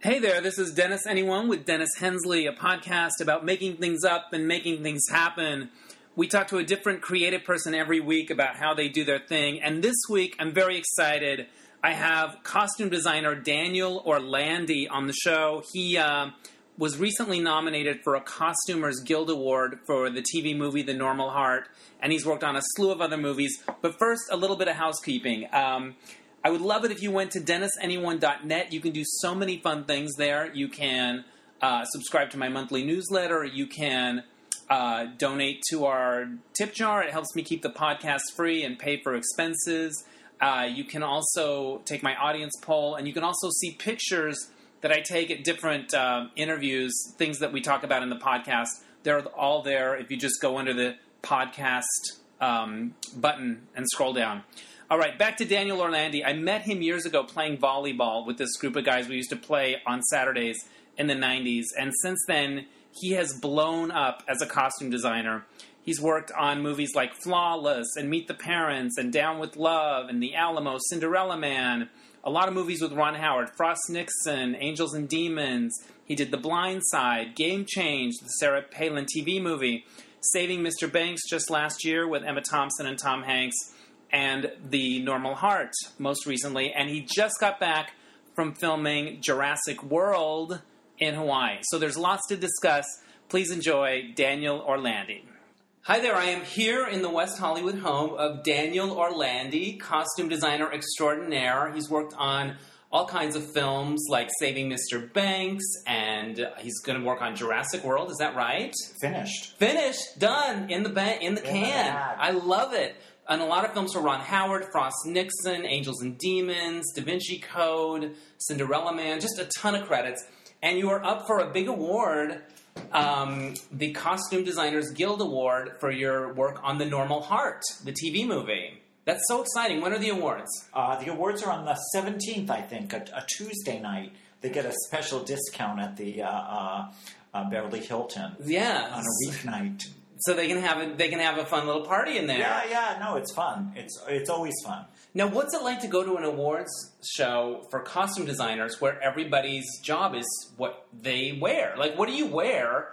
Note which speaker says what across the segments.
Speaker 1: Hey there, this is Dennis Anyone with Dennis Hensley, a podcast about making things up and making things happen. We talk to a different creative person every week about how they do their thing, and this week I'm very excited. I have costume designer Daniel Orlandi on the show. He uh, was recently nominated for a Costumers Guild Award for the TV movie The Normal Heart, and he's worked on a slew of other movies. But first, a little bit of housekeeping. Um, I would love it if you went to DennisAnyone.net. You can do so many fun things there. You can uh, subscribe to my monthly newsletter. You can uh, donate to our tip jar. It helps me keep the podcast free and pay for expenses. Uh, you can also take my audience poll, and you can also see pictures that I take at different um, interviews, things that we talk about in the podcast. They're all there if you just go under the podcast um, button and scroll down. All right, back to Daniel Orlandi. I met him years ago playing volleyball with this group of guys we used to play on Saturdays in the 90s. And since then, he has blown up as a costume designer. He's worked on movies like Flawless and Meet the Parents and Down with Love and The Alamo, Cinderella Man, a lot of movies with Ron Howard, Frost Nixon, Angels and Demons. He did The Blind Side, Game Change, the Sarah Palin TV movie, Saving Mr. Banks just last year with Emma Thompson and Tom Hanks, and The Normal Heart most recently. And he just got back from filming Jurassic World in Hawaii. So there's lots to discuss. Please enjoy Daniel Orlandi. Hi there, I am here in the West Hollywood home of Daniel Orlandi, costume designer extraordinaire. He's worked on all kinds of films like Saving Mr. Banks, and uh, he's going to work on Jurassic World. Is that right?
Speaker 2: finished.
Speaker 1: Finished, done in the ba- in the
Speaker 2: the
Speaker 1: can.
Speaker 2: bag.
Speaker 1: I love it. And a lot of films for Ron Howard, Frost Nixon, Angels and Demons, Da Vinci Code, Cinderella Man, just a ton of credits. And you are up for a big award, um, the Costume Designers Guild Award for your work on The Normal Heart, the TV movie. That's so exciting. When are the awards?
Speaker 2: Uh, the awards are on the 17th, I think, a, a Tuesday night. They get a special discount at the uh, uh, uh, Beverly Hilton
Speaker 1: Yeah,
Speaker 2: on a weeknight.
Speaker 1: so they can have a, they can have a fun little party in there.
Speaker 2: Yeah, yeah, no, it's fun. It's it's always fun.
Speaker 1: Now, what's it like to go to an awards show for costume designers where everybody's job is what they wear? Like, what do you wear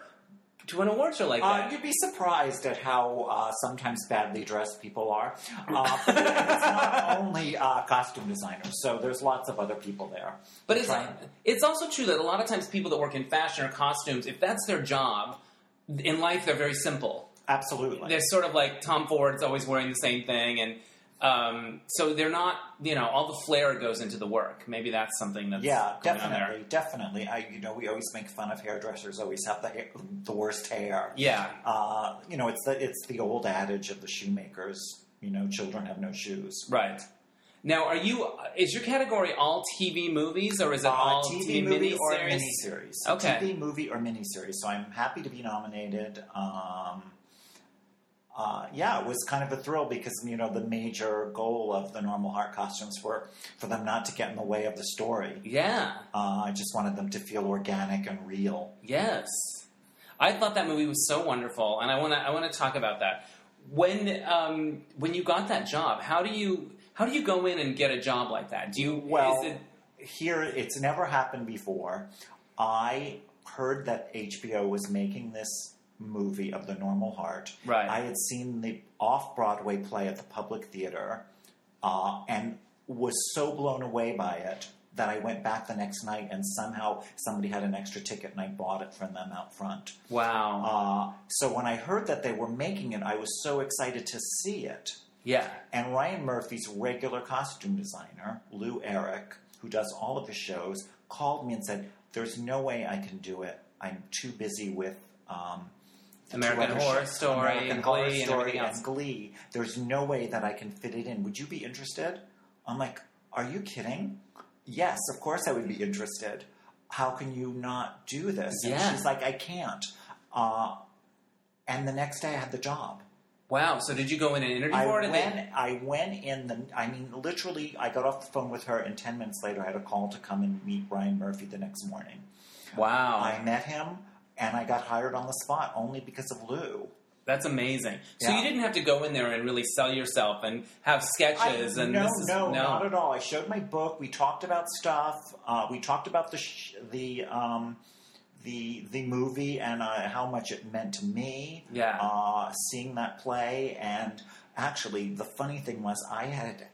Speaker 1: to an award show like
Speaker 2: Uh,
Speaker 1: that?
Speaker 2: you'd be surprised at how uh, sometimes badly dressed people are. Uh, but it's not only uh, costume designers, so there's lots of other people there.
Speaker 1: but it's,
Speaker 2: trying.
Speaker 1: it's also true that a lot of times people that work in fashion or costumes, if that's their job, in life they're very simple.
Speaker 2: Absolutely.
Speaker 1: They're sort of like Tom Ford's always wearing the same thing, and um, so they're not, you know, all the flair goes into the work. Maybe that's something that's
Speaker 2: Yeah,
Speaker 1: going on there.
Speaker 2: definitely, definitely. I, you know, we always make fun of hairdressers. Always have the hair, the worst hair.
Speaker 1: Yeah.
Speaker 2: Uh, you know, it's the it's the old adage of the shoemakers. You know, children have no shoes.
Speaker 1: Right. Now, are you? Is your category all TV movies, or is it
Speaker 2: Uh,
Speaker 1: all
Speaker 2: TV movie or
Speaker 1: miniseries?
Speaker 2: miniseries?
Speaker 1: Okay.
Speaker 2: TV movie or miniseries. So I'm happy to be nominated. Um, uh, yeah, it was kind of a thrill because you know the major goal of the normal heart costumes were for them not to get in the way of the story.
Speaker 1: Yeah.
Speaker 2: Uh, I just wanted them to feel organic and real.
Speaker 1: Yes. I thought that movie was so wonderful, and I want to. I want to talk about that. When um, when you got that job, how do you how do you go in and get a job like that? Do you
Speaker 2: Well,
Speaker 1: Is it,
Speaker 2: here it's never happened before. I heard that HBO was making this movie of The Normal Heart.
Speaker 1: Right.
Speaker 2: I had seen the off Broadway play at the Public Theater uh, and was so blown away by it that I went back the next night and somehow somebody had an extra ticket and I bought it from them out front.
Speaker 1: wow.
Speaker 2: Uh, so when I heard that they were making it, I was so excited to see it.
Speaker 1: yeah.
Speaker 2: And Ryan Murphy's regular costume designer, Lou Eric, who does all of his shows, called me and said, There's no way I can do it. I'm too busy with um, the two
Speaker 1: American
Speaker 2: other
Speaker 1: Horror
Speaker 2: shows,
Speaker 1: Story,
Speaker 2: American
Speaker 1: and
Speaker 2: Horror
Speaker 1: Glee, and
Speaker 2: Story
Speaker 1: everything else."
Speaker 2: and Glee. There's no way that I can fit it in. Would you be interested? I'm like, Are you kidding? Yes, of course I would be interested. How can you not do this? And
Speaker 1: Yeah.
Speaker 2: she's like, I can't. Uh, and the next day I had the job.
Speaker 1: Wow. So did you go in and interview for it?
Speaker 2: I
Speaker 1: and
Speaker 2: went,
Speaker 1: then-
Speaker 2: I went in the. I mean, literally, I got off the phone with her, and ten minutes later, I had a call to come and meet Ryan Murphy the next morning.
Speaker 1: wow.
Speaker 2: I met him, and I got hired on the spot only because of Lou.
Speaker 1: That's amazing. So
Speaker 2: Yeah.
Speaker 1: you didn't have to go in there and really sell yourself and have sketches
Speaker 2: I-
Speaker 1: and
Speaker 2: no,
Speaker 1: this is,
Speaker 2: no, not at all. I showed my book. We talked about stuff. Uh, we talked about the sh- the um, the the movie and uh, how much it meant to me.
Speaker 1: Yeah.
Speaker 2: uh, seeing that play and actually the funny thing was I had.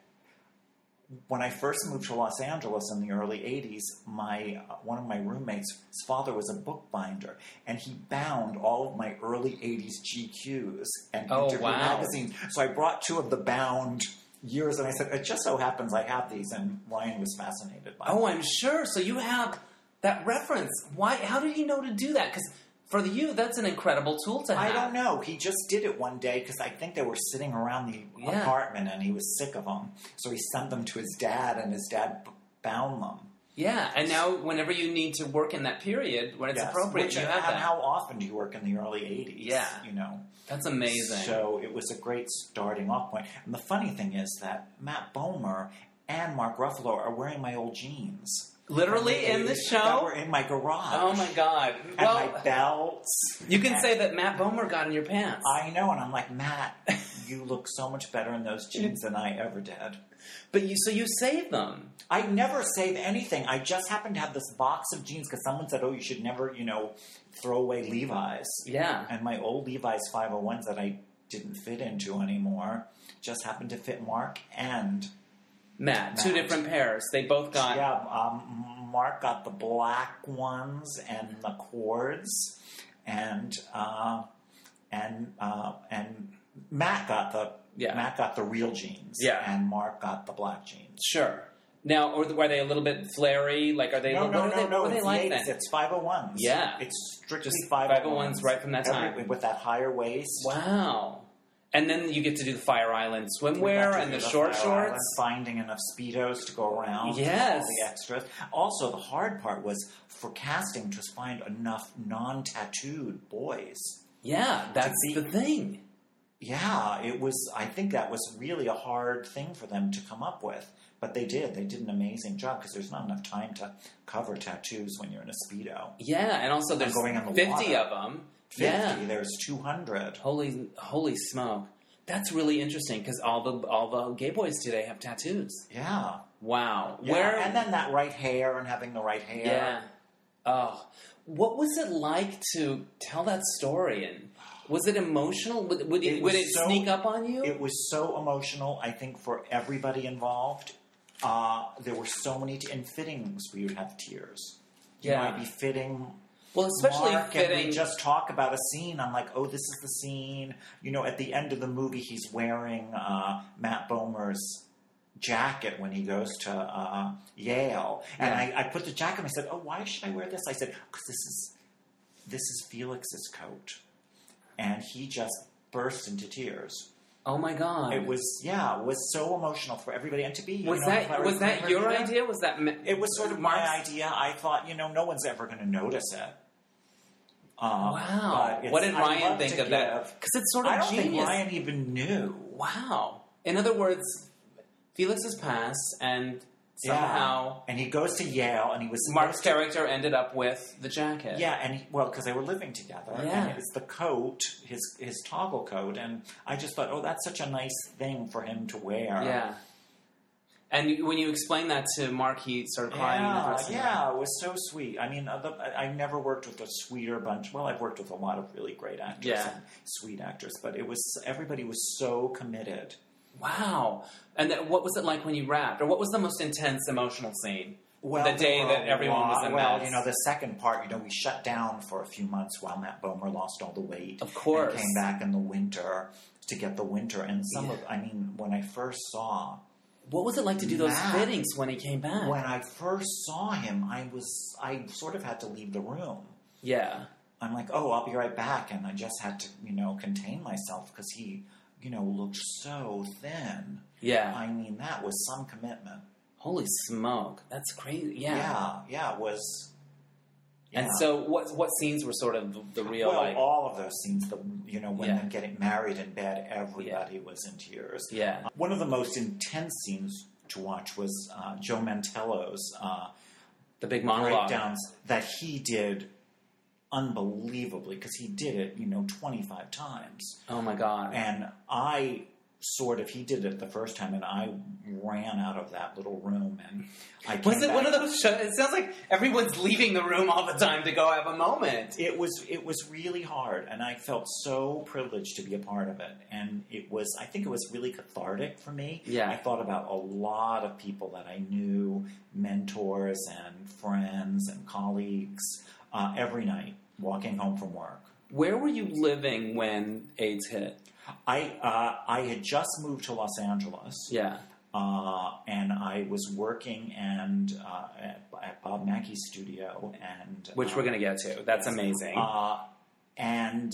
Speaker 2: When I first moved to Los Angeles in the early '80s, my uh, one of my roommates' his father was a bookbinder, and he bound all of my early '80s GQs and
Speaker 1: Oh,
Speaker 2: interview
Speaker 1: wow.
Speaker 2: magazines. So I brought two of the bound years, and I said, "It just so happens I have these." And Ryan was fascinated by.
Speaker 1: Oh,
Speaker 2: it.
Speaker 1: I'm sure. So you have that reference. Why? How did he know to do that? Because for the you, that's an incredible tool to
Speaker 2: I
Speaker 1: have.
Speaker 2: don't know. He just did it one day because I think they were sitting around the
Speaker 1: Yeah.
Speaker 2: apartment, and he was sick of them, so he sent them to his dad, and his dad b- bound them.
Speaker 1: Yeah, and now whenever you need to work in that period when it's
Speaker 2: Yes.
Speaker 1: appropriate,
Speaker 2: Which,
Speaker 1: you
Speaker 2: and
Speaker 1: have that.
Speaker 2: how often do you work in the early '80s?
Speaker 1: Yeah.
Speaker 2: you know.
Speaker 1: that's amazing.
Speaker 2: So it was a great starting off point. And the funny thing is that Matt Bomer and Mark Ruffalo are wearing my old jeans.
Speaker 1: Literally in the
Speaker 2: That
Speaker 1: show.
Speaker 2: were in my garage.
Speaker 1: Oh my god!
Speaker 2: And my
Speaker 1: Well,
Speaker 2: belts.
Speaker 1: you can
Speaker 2: And
Speaker 1: say that Matt Bomer got in your pants.
Speaker 2: I know, and I'm like, Matt, you look so much better in those jeans than I ever did.
Speaker 1: But you, so you saved them.
Speaker 2: I never save anything. I just happen to have this box of jeans because someone said, oh, you should never, you know, throw away Levi's.
Speaker 1: Yeah.
Speaker 2: And my old Levi's 501s that I didn't fit into anymore just happened to fit Mark and
Speaker 1: Matt, two
Speaker 2: Matt.
Speaker 1: different pairs. They both got.
Speaker 2: Yeah, um, Mark got the black ones and the cords, and uh, and uh, and Matt got the
Speaker 1: Yeah.
Speaker 2: Matt got the real jeans.
Speaker 1: Yeah.
Speaker 2: and Mark got the black jeans.
Speaker 1: Sure. Now, or were they a little bit flary? Like, are they?
Speaker 2: No,
Speaker 1: what
Speaker 2: no,
Speaker 1: are
Speaker 2: no,
Speaker 1: they,
Speaker 2: no.
Speaker 1: What are they
Speaker 2: it's
Speaker 1: like
Speaker 2: the 80s.
Speaker 1: then?
Speaker 2: It's five hundred ones.
Speaker 1: Yeah.
Speaker 2: it's strictly
Speaker 1: Just
Speaker 2: five
Speaker 1: 501s right from that time.
Speaker 2: with that higher waist.
Speaker 1: Wow. And then you get to do the Fire Island
Speaker 2: We got
Speaker 1: swimwear
Speaker 2: to
Speaker 1: and
Speaker 2: do
Speaker 1: the short
Speaker 2: Fire Island,
Speaker 1: shorts.
Speaker 2: finding enough speedos to go around.
Speaker 1: Yes.
Speaker 2: and all the extras. Also, the hard part was for casting to find enough non-tattooed boys.
Speaker 1: Yeah, that's
Speaker 2: be-
Speaker 1: the thing.
Speaker 2: Yeah, it was. I think that was really a hard thing for them to come up with, but they did. They did an amazing job because there's not enough time to cover tattoos when you're in a speedo.
Speaker 1: Yeah, and also there's
Speaker 2: going in the
Speaker 1: 50
Speaker 2: water.
Speaker 1: of them.
Speaker 2: Fifty,
Speaker 1: Yeah.
Speaker 2: there's two hundred.
Speaker 1: Holy holy smoke. That's really interesting because all the all the gay boys today have tattoos.
Speaker 2: Yeah.
Speaker 1: Wow.
Speaker 2: Yeah,
Speaker 1: Where
Speaker 2: and then that right hair and having the right hair.
Speaker 1: Yeah. Oh, what was it like to tell that story? And was it emotional? Would, would it,
Speaker 2: It
Speaker 1: would
Speaker 2: was
Speaker 1: it
Speaker 2: so-
Speaker 1: sneak up on you?
Speaker 2: It was so emotional, I think, for everybody involved. Uh, there were so many, t- in fittings, we would have tears. You know,
Speaker 1: Yeah.
Speaker 2: I'd be fitting.
Speaker 1: well, especially
Speaker 2: Mark, And
Speaker 1: fitting.
Speaker 2: we just talk about a scene. I'm like, oh, this is the scene. You know, at the end of the movie, he's wearing uh, Matt Bomer's jacket when he goes to uh, Yale. And
Speaker 1: Yeah.
Speaker 2: I, I put the jacket and I said, oh, why should I wear this? I said, because this is, this is Felix's coat. And he just burst into tears.
Speaker 1: oh my god!
Speaker 2: It was yeah, it was so emotional for everybody, and to be you
Speaker 1: Was
Speaker 2: know,
Speaker 1: that
Speaker 2: Clara
Speaker 1: was that
Speaker 2: Cramer
Speaker 1: your
Speaker 2: did
Speaker 1: idea? Was that ma-
Speaker 2: It was sort of
Speaker 1: Mark's-
Speaker 2: my idea. I thought you know no one's ever going to notice it. Um, but
Speaker 1: Wow!
Speaker 2: it's-
Speaker 1: What did
Speaker 2: I
Speaker 1: Ryan
Speaker 2: love
Speaker 1: think
Speaker 2: to
Speaker 1: of that?
Speaker 2: give-
Speaker 1: Because it's sort of
Speaker 2: I don't
Speaker 1: genius.
Speaker 2: think Ryan even knew.
Speaker 1: Wow! In other words, Felix has passed, and somehow
Speaker 2: yeah. and he goes to Yale, and he was
Speaker 1: Mark's
Speaker 2: supposed
Speaker 1: character ended up with the jacket.
Speaker 2: to- Yeah, and he, well, because they were living together,
Speaker 1: Yeah.
Speaker 2: and it was the coat, his his toggle coat, and I just thought, oh, that's such a nice thing for him to wear.
Speaker 1: yeah. And you- when you explain that to Mark, he started crying. and
Speaker 2: Yeah,
Speaker 1: dressing up.
Speaker 2: yeah, it was so sweet. I mean, uh, the, I, I never worked with a sweeter bunch. Well, I've worked with a lot of really great actors,
Speaker 1: Yeah.
Speaker 2: and sweet actors, but it was everybody was so committed.
Speaker 1: Wow! And that, what was it like when you rapped, or what was the most intense emotional scene?
Speaker 2: Well,
Speaker 1: the
Speaker 2: there
Speaker 1: day
Speaker 2: were
Speaker 1: that
Speaker 2: a
Speaker 1: everyone was
Speaker 2: lot-
Speaker 1: in
Speaker 2: Well,
Speaker 1: Mets.
Speaker 2: you know, the second part, you know, we shut down for a few months while Matt Bomer lost all the weight.
Speaker 1: Of course.
Speaker 2: and came back in the winter to get the winter. And some
Speaker 1: Yeah.
Speaker 2: of, I mean, when I first saw
Speaker 1: What was it like to do those
Speaker 2: Matt.
Speaker 1: fittings when he came back?
Speaker 2: when I first saw him, I was I sort of had to leave the room.
Speaker 1: yeah.
Speaker 2: I'm like, oh, I'll be right back, and I just had to, you know, contain myself because he, you know, looked so thin.
Speaker 1: Yeah.
Speaker 2: I mean, that was some commitment.
Speaker 1: Holy smoke, that's crazy. Yeah.
Speaker 2: yeah, yeah, it was.
Speaker 1: And
Speaker 2: yeah.
Speaker 1: so, what what scenes were sort of the real
Speaker 2: well,
Speaker 1: like?
Speaker 2: all of those scenes, the you know, when
Speaker 1: Yeah.
Speaker 2: they're getting married in bed, everybody was in tears. Uh,
Speaker 1: yeah.
Speaker 2: One of the most intense scenes to watch was uh, Joe Mantello's uh,
Speaker 1: The big monologue.
Speaker 2: breakdowns that he did unbelievably because he did it, you know, 25 times.
Speaker 1: Oh my god.
Speaker 2: And I sort of, he did it the first time, and I ran out of that little room. And I came
Speaker 1: was it
Speaker 2: back-
Speaker 1: one of those shows? It sounds like everyone's leaving the room all the time to go have a moment.
Speaker 2: It was it was really hard, and I felt so privileged to be a part of it. And it was I think it was really cathartic for me.
Speaker 1: Yeah.
Speaker 2: I thought about a lot of people that I knew, mentors and friends and colleagues, uh, every night walking home from work.
Speaker 1: Where were you living when AIDS hit?
Speaker 2: I uh, I had just moved to Los Angeles.
Speaker 1: Yeah.
Speaker 2: uh, and I was working and uh, at, at Bob Mackey's studio, and
Speaker 1: Which
Speaker 2: uh,
Speaker 1: we're going to get to. That's amazing.
Speaker 2: uh, and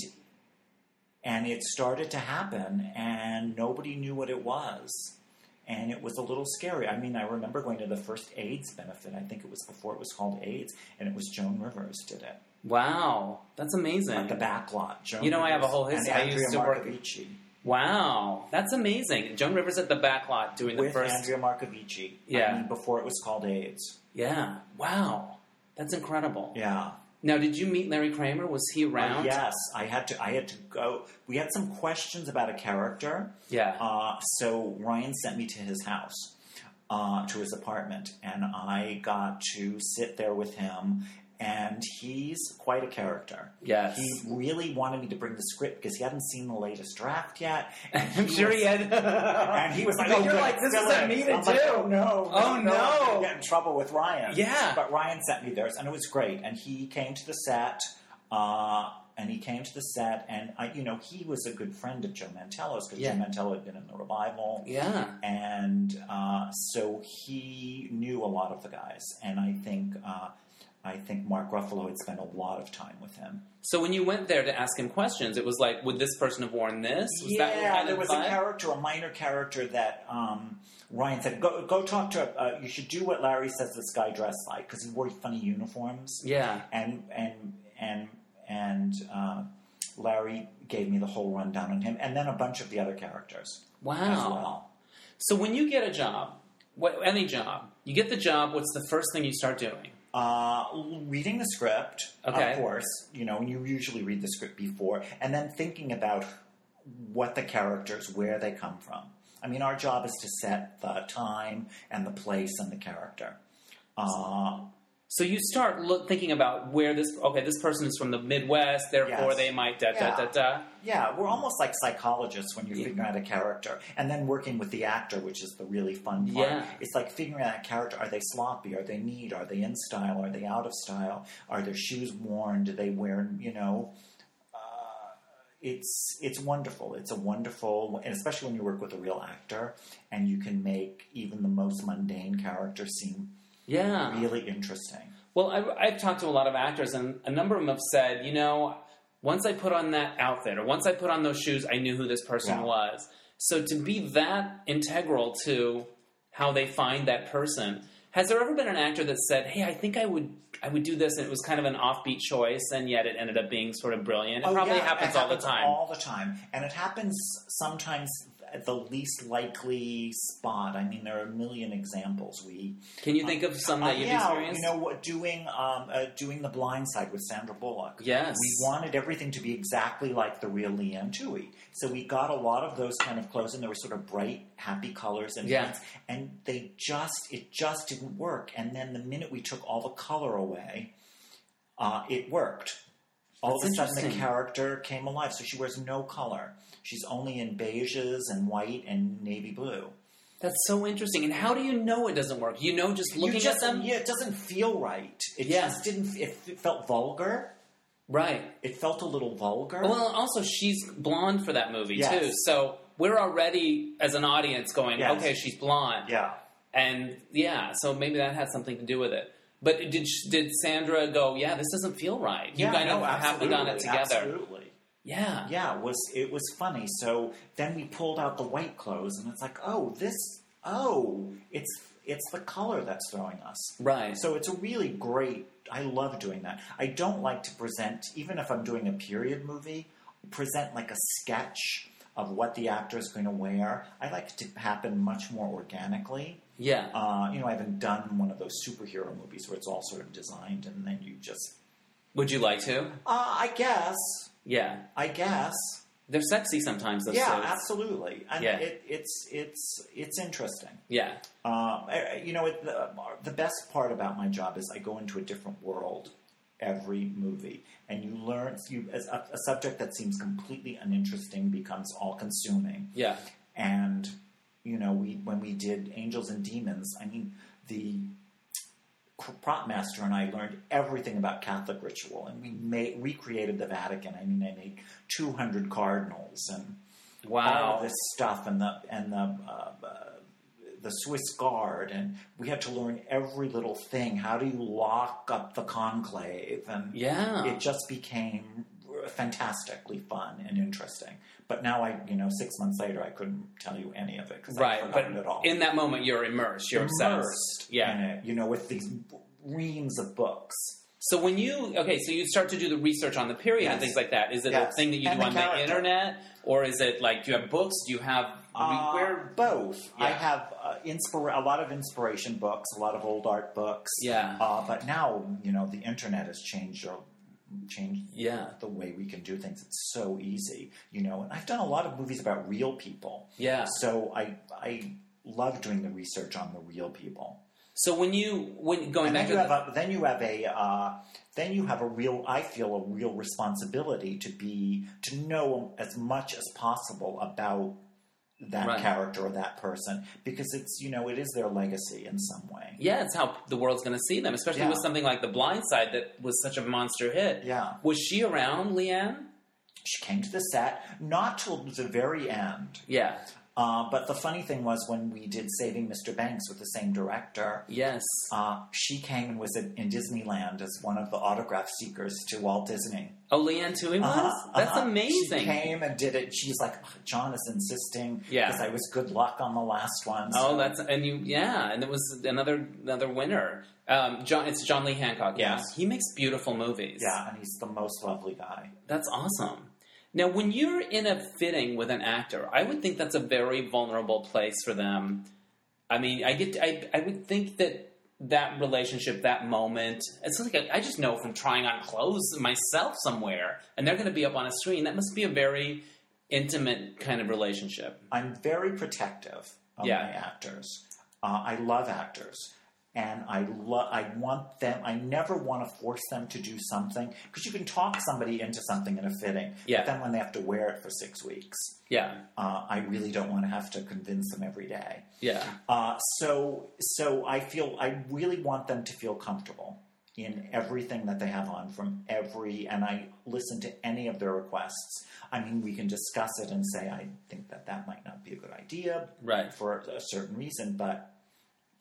Speaker 2: and it started to happen, and nobody knew what it was, and it was a little scary. I mean, I remember going to the first AIDS benefit. I think it was before it was called AIDS, and it was Joan Rivers did it
Speaker 1: wow. That's amazing.
Speaker 2: at the back lot. Joan
Speaker 1: You know, I have a
Speaker 2: Rivers
Speaker 1: whole
Speaker 2: and
Speaker 1: history. I used
Speaker 2: Andrea
Speaker 1: to work-
Speaker 2: Marcovici.
Speaker 1: Wow. That's amazing. Joan Rivers at the back lot doing the
Speaker 2: with
Speaker 1: first.
Speaker 2: Andrea Marcovici.
Speaker 1: Yeah.
Speaker 2: I mean, before it was called AIDS.
Speaker 1: Yeah. Wow. That's incredible.
Speaker 2: Yeah. Oh,
Speaker 1: Now, did you meet Larry Kramer? Was he around?
Speaker 2: Yes, I had to. I had to go. We had some questions about a character,
Speaker 1: Yeah.
Speaker 2: uh, so Ryan sent me to his house, uh, to his apartment, and I got to sit there with him. And he's quite a character.
Speaker 1: Yes.
Speaker 2: He really wanted me to bring the script because he hadn't seen the latest draft yet. And
Speaker 1: I'm sure he had.
Speaker 2: And he was like,
Speaker 1: But
Speaker 2: "Oh,
Speaker 1: you're
Speaker 2: good,
Speaker 1: like, this
Speaker 2: fill
Speaker 1: is on
Speaker 2: it."
Speaker 1: me to
Speaker 2: I'm like,
Speaker 1: do.
Speaker 2: oh no!
Speaker 1: Oh,
Speaker 2: I'm
Speaker 1: no.
Speaker 2: gonna Get in trouble with Ryan.
Speaker 1: Yeah.
Speaker 2: but Ryan sent me theirs, and it was great. And he came to the set, uh, and he came to the set, and I, you know, he was a good friend of Joe Mantello's because
Speaker 1: Yeah.
Speaker 2: Joe Mantello had been in the revival,
Speaker 1: Yeah.
Speaker 2: and uh, so he knew a lot of the guys. And I think, uh, I think Mark Ruffalo had spent a lot of time with him.
Speaker 1: So when you went there to ask him questions, it was like, would this person have worn this? Was
Speaker 2: yeah,
Speaker 1: that what kind
Speaker 2: there
Speaker 1: of
Speaker 2: was
Speaker 1: vibe?
Speaker 2: a character, a minor character that um, Ryan said, "Go, go talk to. Uh, you should do what Larry says this guy dressed like because he wore funny uniforms."
Speaker 1: Yeah.
Speaker 2: And and and and uh, Larry gave me the whole rundown on him, and then a bunch of the other characters as
Speaker 1: Wow.
Speaker 2: well.
Speaker 1: So when you get a job, what, any job, you get the job. What's the first thing you start doing?
Speaker 2: Uh, l- reading the script,
Speaker 1: Okay.
Speaker 2: of course, you know, and you usually read the script before, and then thinking about what the characters, where they come from. I mean, our job is to set the time and the place and the character. Uh,
Speaker 1: So you start look, thinking about where this. Okay, this person is from the Midwest, therefore
Speaker 2: Yes.
Speaker 1: they might da da
Speaker 2: Yeah.
Speaker 1: da da.
Speaker 2: yeah, we're almost like psychologists when you're
Speaker 1: Yeah.
Speaker 2: figuring out a character, and then working with the actor, which is the really fun part.
Speaker 1: Yeah.
Speaker 2: It's like figuring out a character: are they sloppy? Are they neat? Are they in style? Are they out of style? Are their shoes worn? Do they wear? You know, uh, it's it's wonderful. It's a wonderful, and especially when you work with a real actor, and you can make even the most mundane character seem
Speaker 1: Yeah.
Speaker 2: really interesting.
Speaker 1: Well, I, I've talked to a lot of actors, and a number of them have said, you know, once I put on that outfit or once I put on those shoes, I knew who this person
Speaker 2: Yeah.
Speaker 1: was. So to be that integral to how they find that person, has there ever been an actor that said, "Hey, I think I would, I would do this," and it was kind of an offbeat choice, and yet it ended up being sort of brilliant? It
Speaker 2: Oh,
Speaker 1: probably
Speaker 2: yeah,
Speaker 1: happens,
Speaker 2: it
Speaker 1: all the time.
Speaker 2: all the time, and it happens sometimes at the least likely spot. I mean, there are a million examples. We
Speaker 1: Can you think of some that
Speaker 2: Uh,
Speaker 1: you've
Speaker 2: yeah,
Speaker 1: experienced?
Speaker 2: you know, what- doing um, uh, doing the Blind Side with Sandra Bullock.
Speaker 1: yes.
Speaker 2: We wanted everything to be exactly like the real Leanne Tui. So we got a lot of those kind of clothes, and there were sort of bright, happy colors and
Speaker 1: Yeah.
Speaker 2: things. And they just, it just didn't work. And then the minute we took all the color away, uh, it worked. All
Speaker 1: That's
Speaker 2: of a sudden, the
Speaker 1: interesting.
Speaker 2: character came alive. So she wears no color. She's only in beiges and white and navy blue.
Speaker 1: That's so interesting. And how do you know it doesn't work? You know, just looking
Speaker 2: you just,
Speaker 1: at them,
Speaker 2: yeah, it doesn't feel right. It
Speaker 1: Yeah.
Speaker 2: just didn't. It, it felt vulgar.
Speaker 1: right?
Speaker 2: It felt a little vulgar.
Speaker 1: Well, also she's blonde for that movie
Speaker 2: Yes.
Speaker 1: too, so we're already as an audience going,
Speaker 2: Yes.
Speaker 1: okay, she's blonde,
Speaker 2: yeah.
Speaker 1: and yeah, so maybe that had something to do with it. But did sh- did Sandra go? Yeah, this doesn't feel right. You
Speaker 2: yeah,
Speaker 1: kind of
Speaker 2: no,
Speaker 1: have done it
Speaker 2: absolutely,
Speaker 1: together.
Speaker 2: Absolutely.
Speaker 1: Yeah.
Speaker 2: Yeah, it was it was funny. So then we pulled out the white clothes, and it's like, oh, this, oh, it's it's the color that's throwing us.
Speaker 1: right.
Speaker 2: So it's a really great. I love doing that. I don't like to present, even if I'm doing a period movie, present like a sketch of what the actor is going to wear. I like it to happen much more organically.
Speaker 1: yeah.
Speaker 2: um, Uh, you know, I haven't done one of those superhero movies where it's all sort of designed and then you just
Speaker 1: Would you like to?
Speaker 2: Uh, I guess.
Speaker 1: Yeah,
Speaker 2: I guess.
Speaker 1: they're sexy sometimes. Those
Speaker 2: yeah,
Speaker 1: suits.
Speaker 2: absolutely. And
Speaker 1: Yeah.
Speaker 2: It, it's it's it's interesting.
Speaker 1: yeah,
Speaker 2: Um, I- I- you know, it, the, the best part about my job is I go into a different world every movie, and you learn you as a, a subject that seems completely uninteresting becomes all-consuming.
Speaker 1: yeah,
Speaker 2: And you know, we when we did Angels and Demons, I mean, the prop master and I learned everything about Catholic ritual, and we made recreated the Vatican. I mean, I made two hundred cardinals and all
Speaker 1: wow,
Speaker 2: this stuff and the and the uh, uh, the Swiss Guard, and we had to learn every little thing. How do you lock up the conclave? And
Speaker 1: yeah.
Speaker 2: it just became fantastically fun and interesting. But now I, you know, six months later, I couldn't tell you any of it because I
Speaker 1: right,
Speaker 2: forgot
Speaker 1: but
Speaker 2: it all.
Speaker 1: in that moment, you're immersed. You're obsessed.
Speaker 2: Immersed
Speaker 1: Yeah.
Speaker 2: in it, you know, with these reams of books.
Speaker 1: So when you okay, so you start to do the research on the period and
Speaker 2: Yes.
Speaker 1: things like that. Is it
Speaker 2: Yes.
Speaker 1: a thing that you
Speaker 2: And
Speaker 1: do
Speaker 2: the
Speaker 1: on the
Speaker 2: character.
Speaker 1: internet, or is it like do you have books? Do you have
Speaker 2: Uh,
Speaker 1: where?
Speaker 2: both. I
Speaker 1: Yeah.
Speaker 2: have uh, inspira- a lot of inspiration books, a lot of old art books.
Speaker 1: Yeah.
Speaker 2: Uh, but now, you know, the internet has changed or changed
Speaker 1: Yeah,
Speaker 2: the way we can do things. It's so easy, you know. And I've done a lot of movies about real people,
Speaker 1: yeah.
Speaker 2: so I I love doing the research on the real people.
Speaker 1: So when you when going
Speaker 2: And
Speaker 1: back
Speaker 2: then
Speaker 1: to
Speaker 2: you have
Speaker 1: the,
Speaker 2: a, then you have a uh, then you have a real I feel a real responsibility to be to know as much as possible about that
Speaker 1: Right.
Speaker 2: character or that person because it's you know it is their legacy in some way.
Speaker 1: yeah, it's how the world's going to see them, especially
Speaker 2: Yeah.
Speaker 1: with something like The Blind Side that was such a monster hit.
Speaker 2: Yeah,
Speaker 1: Was she around, Leanne?
Speaker 2: she came to the set not till the very end.
Speaker 1: Yeah.
Speaker 2: Uh, but the funny thing was when we did Saving Mr. Banks with the same director,
Speaker 1: Yes.
Speaker 2: uh, she came and was in, in Disneyland as one of the autograph seekers to Walt Disney.
Speaker 1: Oh, Leanne Tui was.
Speaker 2: Uh-huh,
Speaker 1: That's
Speaker 2: uh-huh.
Speaker 1: amazing.
Speaker 2: She came and did it. She's like, "Ugh, John is insisting
Speaker 1: Yeah.
Speaker 2: I was good luck on the last one.
Speaker 1: Oh, that's and you, yeah, and it was another another winner. Um, John, it's John Lee Hancock.
Speaker 2: Yeah.
Speaker 1: he makes beautiful movies.
Speaker 2: yeah, and he's the most lovely guy.
Speaker 1: that's awesome. Now, when you're in a fitting with an actor, I would think that's a very vulnerable place for them. I mean, I get, I, I would think that that relationship, that moment, it's like I, I just know from trying on clothes myself somewhere, and they're going to be up on a screen. That must be a very intimate kind of relationship.
Speaker 2: I'm very protective of
Speaker 1: Yeah.
Speaker 2: my actors. Uh, I love actors. And I love. I want them. I never want to force them to do something because you can talk somebody into something in a fitting.
Speaker 1: Yeah.
Speaker 2: But then when they have to wear it for six weeks,
Speaker 1: Yeah,
Speaker 2: uh, I really don't want to have to convince them every day.
Speaker 1: yeah,
Speaker 2: Uh, so, so I feel I really want them to feel comfortable in everything that they have on from every, and I listen to any of their requests. I mean, we can discuss it and say, I think that that might not be a good idea
Speaker 1: right.
Speaker 2: for a certain reason, but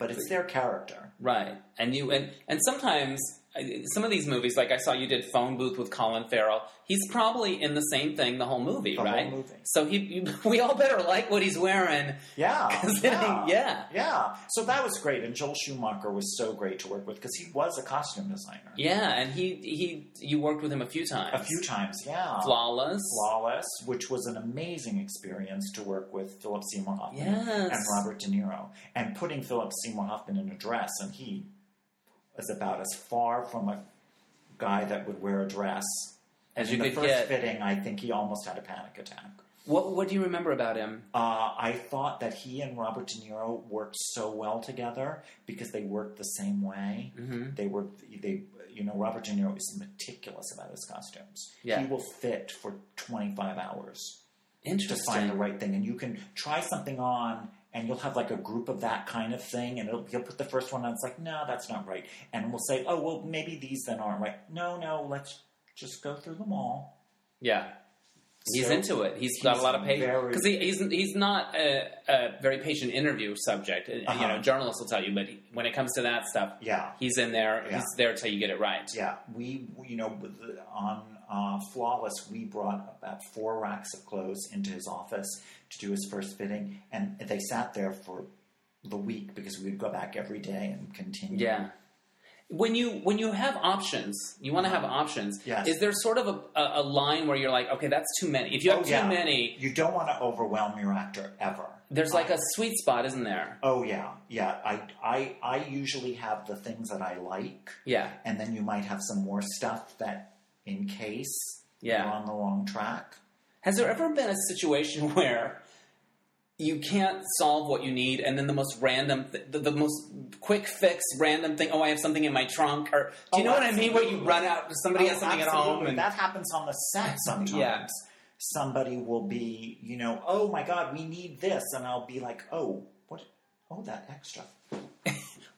Speaker 2: but it's their character.
Speaker 1: Right, and you and and sometimes uh, some of these movies, like I saw you did Phone Booth with Colin Farrell. He's probably in the same thing the whole movie,
Speaker 2: The whole
Speaker 1: right?
Speaker 2: movie.
Speaker 1: So he, you, we all better like what he's wearing.
Speaker 2: Yeah,
Speaker 1: 'Cause then he-
Speaker 2: yeah,
Speaker 1: yeah.
Speaker 2: yeah. So that was great, and Joel Schumacher was so great to work with because he was a costume designer
Speaker 1: Yeah, and he he you worked with him a few times.
Speaker 2: a few times. Yeah,
Speaker 1: Flawless.
Speaker 2: Flawless, which was an amazing experience to work with Philip Seymour Hoffman
Speaker 1: Yes.
Speaker 2: and Robert De Niro, and putting Philip Seymour Hoffman in a dress, and he was about as far from a guy that would wear a dress
Speaker 1: As
Speaker 2: in
Speaker 1: you
Speaker 2: the
Speaker 1: could
Speaker 2: first
Speaker 1: get.
Speaker 2: fitting. I think he almost had a panic attack.
Speaker 1: What what do you remember about him?
Speaker 2: Uh, I thought that he and Robert De Niro worked so well together because they worked the same way.
Speaker 1: Mhm.
Speaker 2: They were they you know Robert De Niro is meticulous about his costumes.
Speaker 1: Yeah.
Speaker 2: He will fit for twenty five hours to find the
Speaker 1: Interesting.
Speaker 2: right thing. And you can try something on, and you'll have like a group of that kind of thing, and it'll, you'll put the first one on. It's like, no, that's not right. And we'll say, oh, well, maybe these then aren't right. No, no, let's just go through them all.
Speaker 1: Yeah. He's
Speaker 2: So
Speaker 1: into it. he's got a
Speaker 2: he's
Speaker 1: lot of patience
Speaker 2: very-
Speaker 1: because he, he's he's not a, a very patient interview subject. And, You
Speaker 2: Uh-huh.
Speaker 1: know, journalists will tell you, but he- when it comes to that stuff,
Speaker 2: Yeah,
Speaker 1: he's in there.
Speaker 2: Yeah.
Speaker 1: He's there till you get it right.
Speaker 2: yeah. We, we- you know, with the- on uh, Flawless, we brought about four racks of clothes into his office to do his first fitting, and they sat there for the week because we would go back every day and continue.
Speaker 1: Yeah. when you when you have options, you want to have options.
Speaker 2: Yes.
Speaker 1: Is there sort of a, a, a line where you're like, okay, that's too many? If you have
Speaker 2: Oh,
Speaker 1: too
Speaker 2: yeah.
Speaker 1: many,
Speaker 2: You don't want to overwhelm your actor ever.
Speaker 1: there's like a sweet spot, isn't there?
Speaker 2: Oh yeah, yeah. I I I usually have the things that I like,
Speaker 1: Yeah,
Speaker 2: and then you might have some more stuff that, in case
Speaker 1: yeah.
Speaker 2: you're on the wrong track.
Speaker 1: Has there ever been a situation where you can't solve what you need, and then the most random, th- the, the most quick fix, random thing? Oh, I have something in my trunk, or do you
Speaker 2: Oh,
Speaker 1: know what I mean? Where you
Speaker 2: absolutely.
Speaker 1: run out, somebody has
Speaker 2: Oh,
Speaker 1: something at home,
Speaker 2: absolutely.
Speaker 1: and
Speaker 2: that happens on the set sometimes.
Speaker 1: Yeah.
Speaker 2: Somebody will be, you know, oh my god, we need this, and I'll be like, oh, what? Oh, that extra.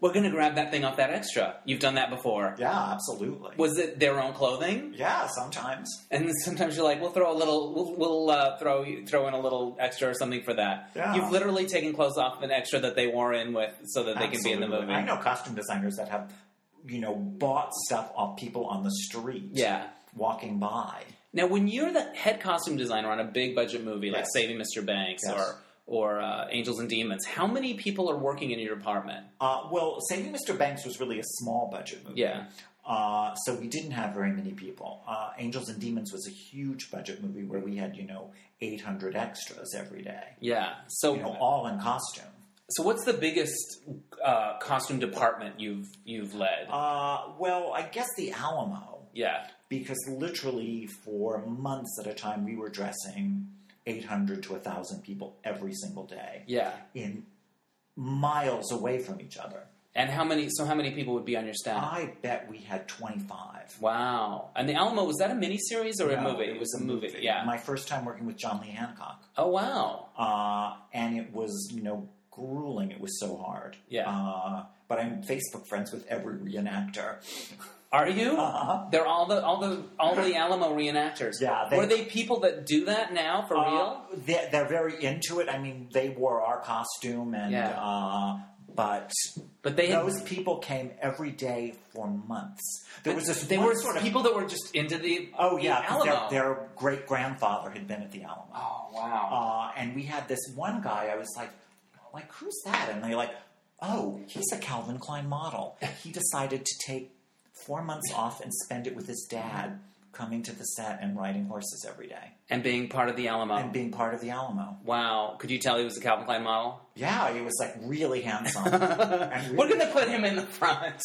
Speaker 1: we're gonna grab that thing off that extra. You've done that before.
Speaker 2: Yeah, absolutely.
Speaker 1: Was it their own clothing?
Speaker 2: yeah, sometimes.
Speaker 1: And sometimes you're like, we'll throw a little, we'll, we'll uh, throw throw in a little extra or something for that.
Speaker 2: Yeah.
Speaker 1: You've literally taken clothes off an extra that they wore in with, so that they can be in the
Speaker 2: Absolutely.
Speaker 1: movie.
Speaker 2: I know costume designers that have, you know, bought stuff off people on the street.
Speaker 1: Yeah.
Speaker 2: Walking by.
Speaker 1: Now, when you're the head costume designer on a big budget movie like
Speaker 2: Yes.
Speaker 1: Saving Mr. Banks
Speaker 2: Yes.
Speaker 1: or or uh, Angels and Demons, how many people are working in your department?
Speaker 2: Uh, well, Saving Mr. Banks was really a small budget movie.
Speaker 1: Yeah.
Speaker 2: Uh, so we didn't have very many people. Uh, Angels and Demons was a huge budget movie where we had, you know, 800 extras every day.
Speaker 1: Yeah. So,
Speaker 2: You know, all in costume.
Speaker 1: so what's the biggest uh, costume department you've you've led?
Speaker 2: Uh, well, I guess the Alamo,
Speaker 1: yeah.
Speaker 2: because literally for months at a time we were dressing 800 to 1,000 people every single day.
Speaker 1: Yeah.
Speaker 2: in miles away from each other.
Speaker 1: And how many? So how many people would be on your staff?
Speaker 2: I bet we had 25.
Speaker 1: wow. And the Alamo was that a miniseries or
Speaker 2: No,
Speaker 1: a movie?
Speaker 2: It was a
Speaker 1: movie.
Speaker 2: movie.
Speaker 1: Yeah.
Speaker 2: My first time working with John Lee Hancock.
Speaker 1: oh wow.
Speaker 2: Uh, and it was, you know, grueling. It was so hard.
Speaker 1: Yeah.
Speaker 2: Uh, but I'm Facebook friends with every reenactor.
Speaker 1: Are you?
Speaker 2: Uh-huh.
Speaker 1: They're all the all the all the Alamo reenactors.
Speaker 2: Yeah, they-
Speaker 1: Were they people that do that now for real?
Speaker 2: Uh, they're, they're very into it. I mean, they wore our costume and,
Speaker 1: Yeah.
Speaker 2: uh, but
Speaker 1: But they had
Speaker 2: those people came every day for months. There was this
Speaker 1: they
Speaker 2: one
Speaker 1: were
Speaker 2: sort of
Speaker 1: people that were just into the
Speaker 2: Oh yeah,
Speaker 1: the
Speaker 2: 'cause
Speaker 1: Alamo.
Speaker 2: their, their great grandfather had been at the Alamo,
Speaker 1: oh wow.
Speaker 2: uh, and we had this one guy. I was like, like who's that? And they're like, oh, he's a Calvin Klein model. He decided to take four months off and spend it with his dad, coming to the set and riding horses every day
Speaker 1: and being part of the Alamo.
Speaker 2: and being part of the Alamo.
Speaker 1: wow. Could you tell he was a Calvin Klein model?
Speaker 2: Yeah, he was like really handsome. and
Speaker 1: We're
Speaker 2: really-
Speaker 1: gonna put him in the front.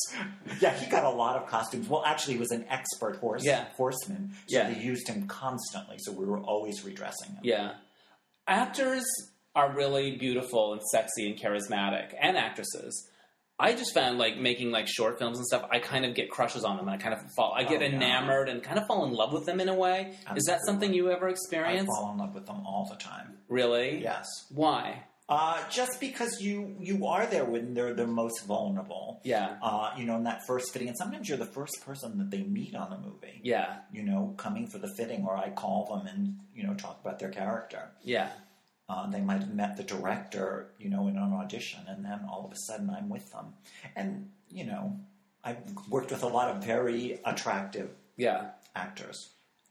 Speaker 2: yeah, he got a lot of costumes. Well, actually, he was an expert horse
Speaker 1: Yeah.
Speaker 2: horseman, so
Speaker 1: Yeah.
Speaker 2: they used him constantly. So we were always redressing him.
Speaker 1: yeah. Actors are really beautiful and sexy and charismatic, and actresses. I just found like making like short films and stuff. I kind of get crushes on them, and I kind of fall. I get
Speaker 2: Oh, yeah.
Speaker 1: enamored and kind of fall in love with them in a way. Is that
Speaker 2: Absolutely.
Speaker 1: something you ever
Speaker 2: I
Speaker 1: experienced?
Speaker 2: fall in love with them all the time.
Speaker 1: Really?
Speaker 2: Yes.
Speaker 1: Why?
Speaker 2: Uh, just because you you are there when they're the most vulnerable.
Speaker 1: Yeah.
Speaker 2: Uh, you know, in that first fitting, and sometimes you're the first person that they meet on the movie.
Speaker 1: Yeah.
Speaker 2: You know, coming for the fitting, or I call them and you know talk about their character.
Speaker 1: Yeah.
Speaker 2: Uh, they might have met the director, you know, in an audition, and then all of a sudden I'm with them, and you know, I've worked with a lot of very attractive
Speaker 1: Yeah.
Speaker 2: actors.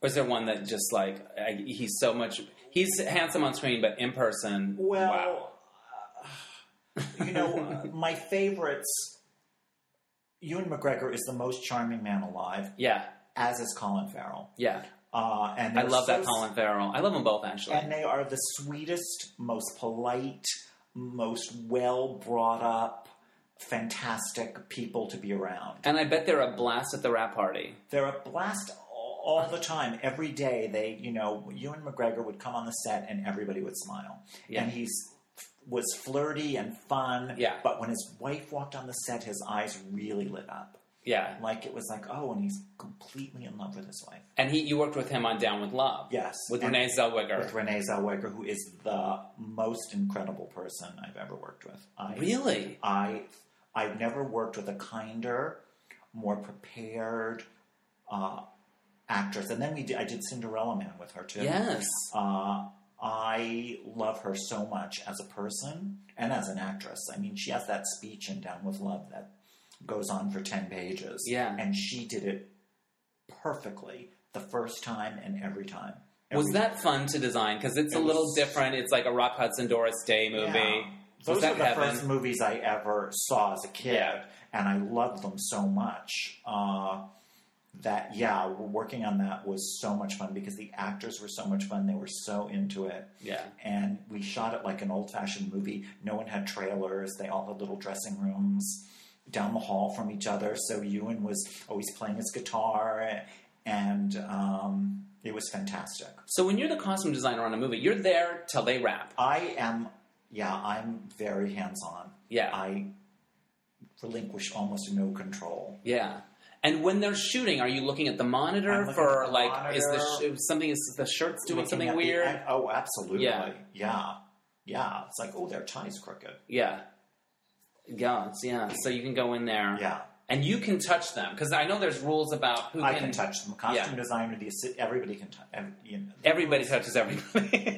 Speaker 1: Or is there one that just like I, he's so much he's handsome on screen, but in person,
Speaker 2: Well,
Speaker 1: wow.
Speaker 2: uh, you know, uh, my favorites. Ewan McGregor is the most charming man alive,
Speaker 1: yeah,
Speaker 2: as is Colin Farrell.
Speaker 1: yeah.
Speaker 2: Uh, and
Speaker 1: I
Speaker 2: they're
Speaker 1: love
Speaker 2: so
Speaker 1: that Colin Farrell. I love them both actually.
Speaker 2: And they are the sweetest, most polite, most well brought up, fantastic people to be around.
Speaker 1: And I bet they're a blast at the rap party.
Speaker 2: They're a blast all, all the time. Every day, they, you know, Ewan McGregor would come on the set and everybody would smile.
Speaker 1: Yeah.
Speaker 2: And he's was flirty and fun.
Speaker 1: Yeah.
Speaker 2: But when his wife walked on the set, his eyes really lit up.
Speaker 1: Yeah.
Speaker 2: Like it was like, oh, and he's completely in love with his wife.
Speaker 1: And he, you worked with him on Down with Love.
Speaker 2: Yes.
Speaker 1: With
Speaker 2: And-
Speaker 1: Renee Zellweger.
Speaker 2: with Renee Zellweger, who is the most incredible person I've ever worked with. I,
Speaker 1: really?
Speaker 2: I, I've never worked with a kinder, more prepared uh, actress. And then we did, I did Cinderella Man with her too.
Speaker 1: Yes.
Speaker 2: Uh, I love her so much as a person and as an actress. I mean, she has that speech in Down with Love that goes on for 10 pages.
Speaker 1: Yeah.
Speaker 2: And she did it perfectly the first time and every time.
Speaker 1: Was
Speaker 2: Every
Speaker 1: that fun to design? Because it's a
Speaker 2: It
Speaker 1: little
Speaker 2: was-
Speaker 1: different. It's like a Rock Hudson Doris Day movie.
Speaker 2: Yeah.
Speaker 1: Was
Speaker 2: Those
Speaker 1: that
Speaker 2: are the
Speaker 1: heaven?
Speaker 2: first movies I ever saw as a kid.
Speaker 1: Yeah.
Speaker 2: and I love them so much. Uh, that yeah, working on that was so much fun because the actors were so much fun. They were so into it,
Speaker 1: Yeah.
Speaker 2: and we shot it like an old-fashioned movie. No one had trailers. They all had little dressing rooms down the hall from each other. So Ewan was always playing his guitar, and um, it was fantastic.
Speaker 1: So when you're the costume designer on a movie, you're there till they wrap.
Speaker 2: I am, yeah, I'm very hands-on.
Speaker 1: Yeah.
Speaker 2: I relinquish almost no control.
Speaker 1: Yeah. And when they're shooting, are you looking at the monitor
Speaker 2: I'm looking
Speaker 1: for
Speaker 2: at the
Speaker 1: like is
Speaker 2: monitor.
Speaker 1: the sh- something is the shirt's doing
Speaker 2: Looking
Speaker 1: something
Speaker 2: at the-
Speaker 1: weird?
Speaker 2: I- oh, absolutely.
Speaker 1: Yeah.
Speaker 2: Yeah. yeah. It's like, oh, their tie's crooked.
Speaker 1: yeah. Yeah, it's- yeah. So you can go in there.
Speaker 2: Yeah.
Speaker 1: And you can touch them because I know there's rules about who
Speaker 2: I
Speaker 1: can,
Speaker 2: can touch them. Costume
Speaker 1: yeah.
Speaker 2: designer, the assi- everybody can touch. You know,
Speaker 1: Everybody touches everybody.
Speaker 2: in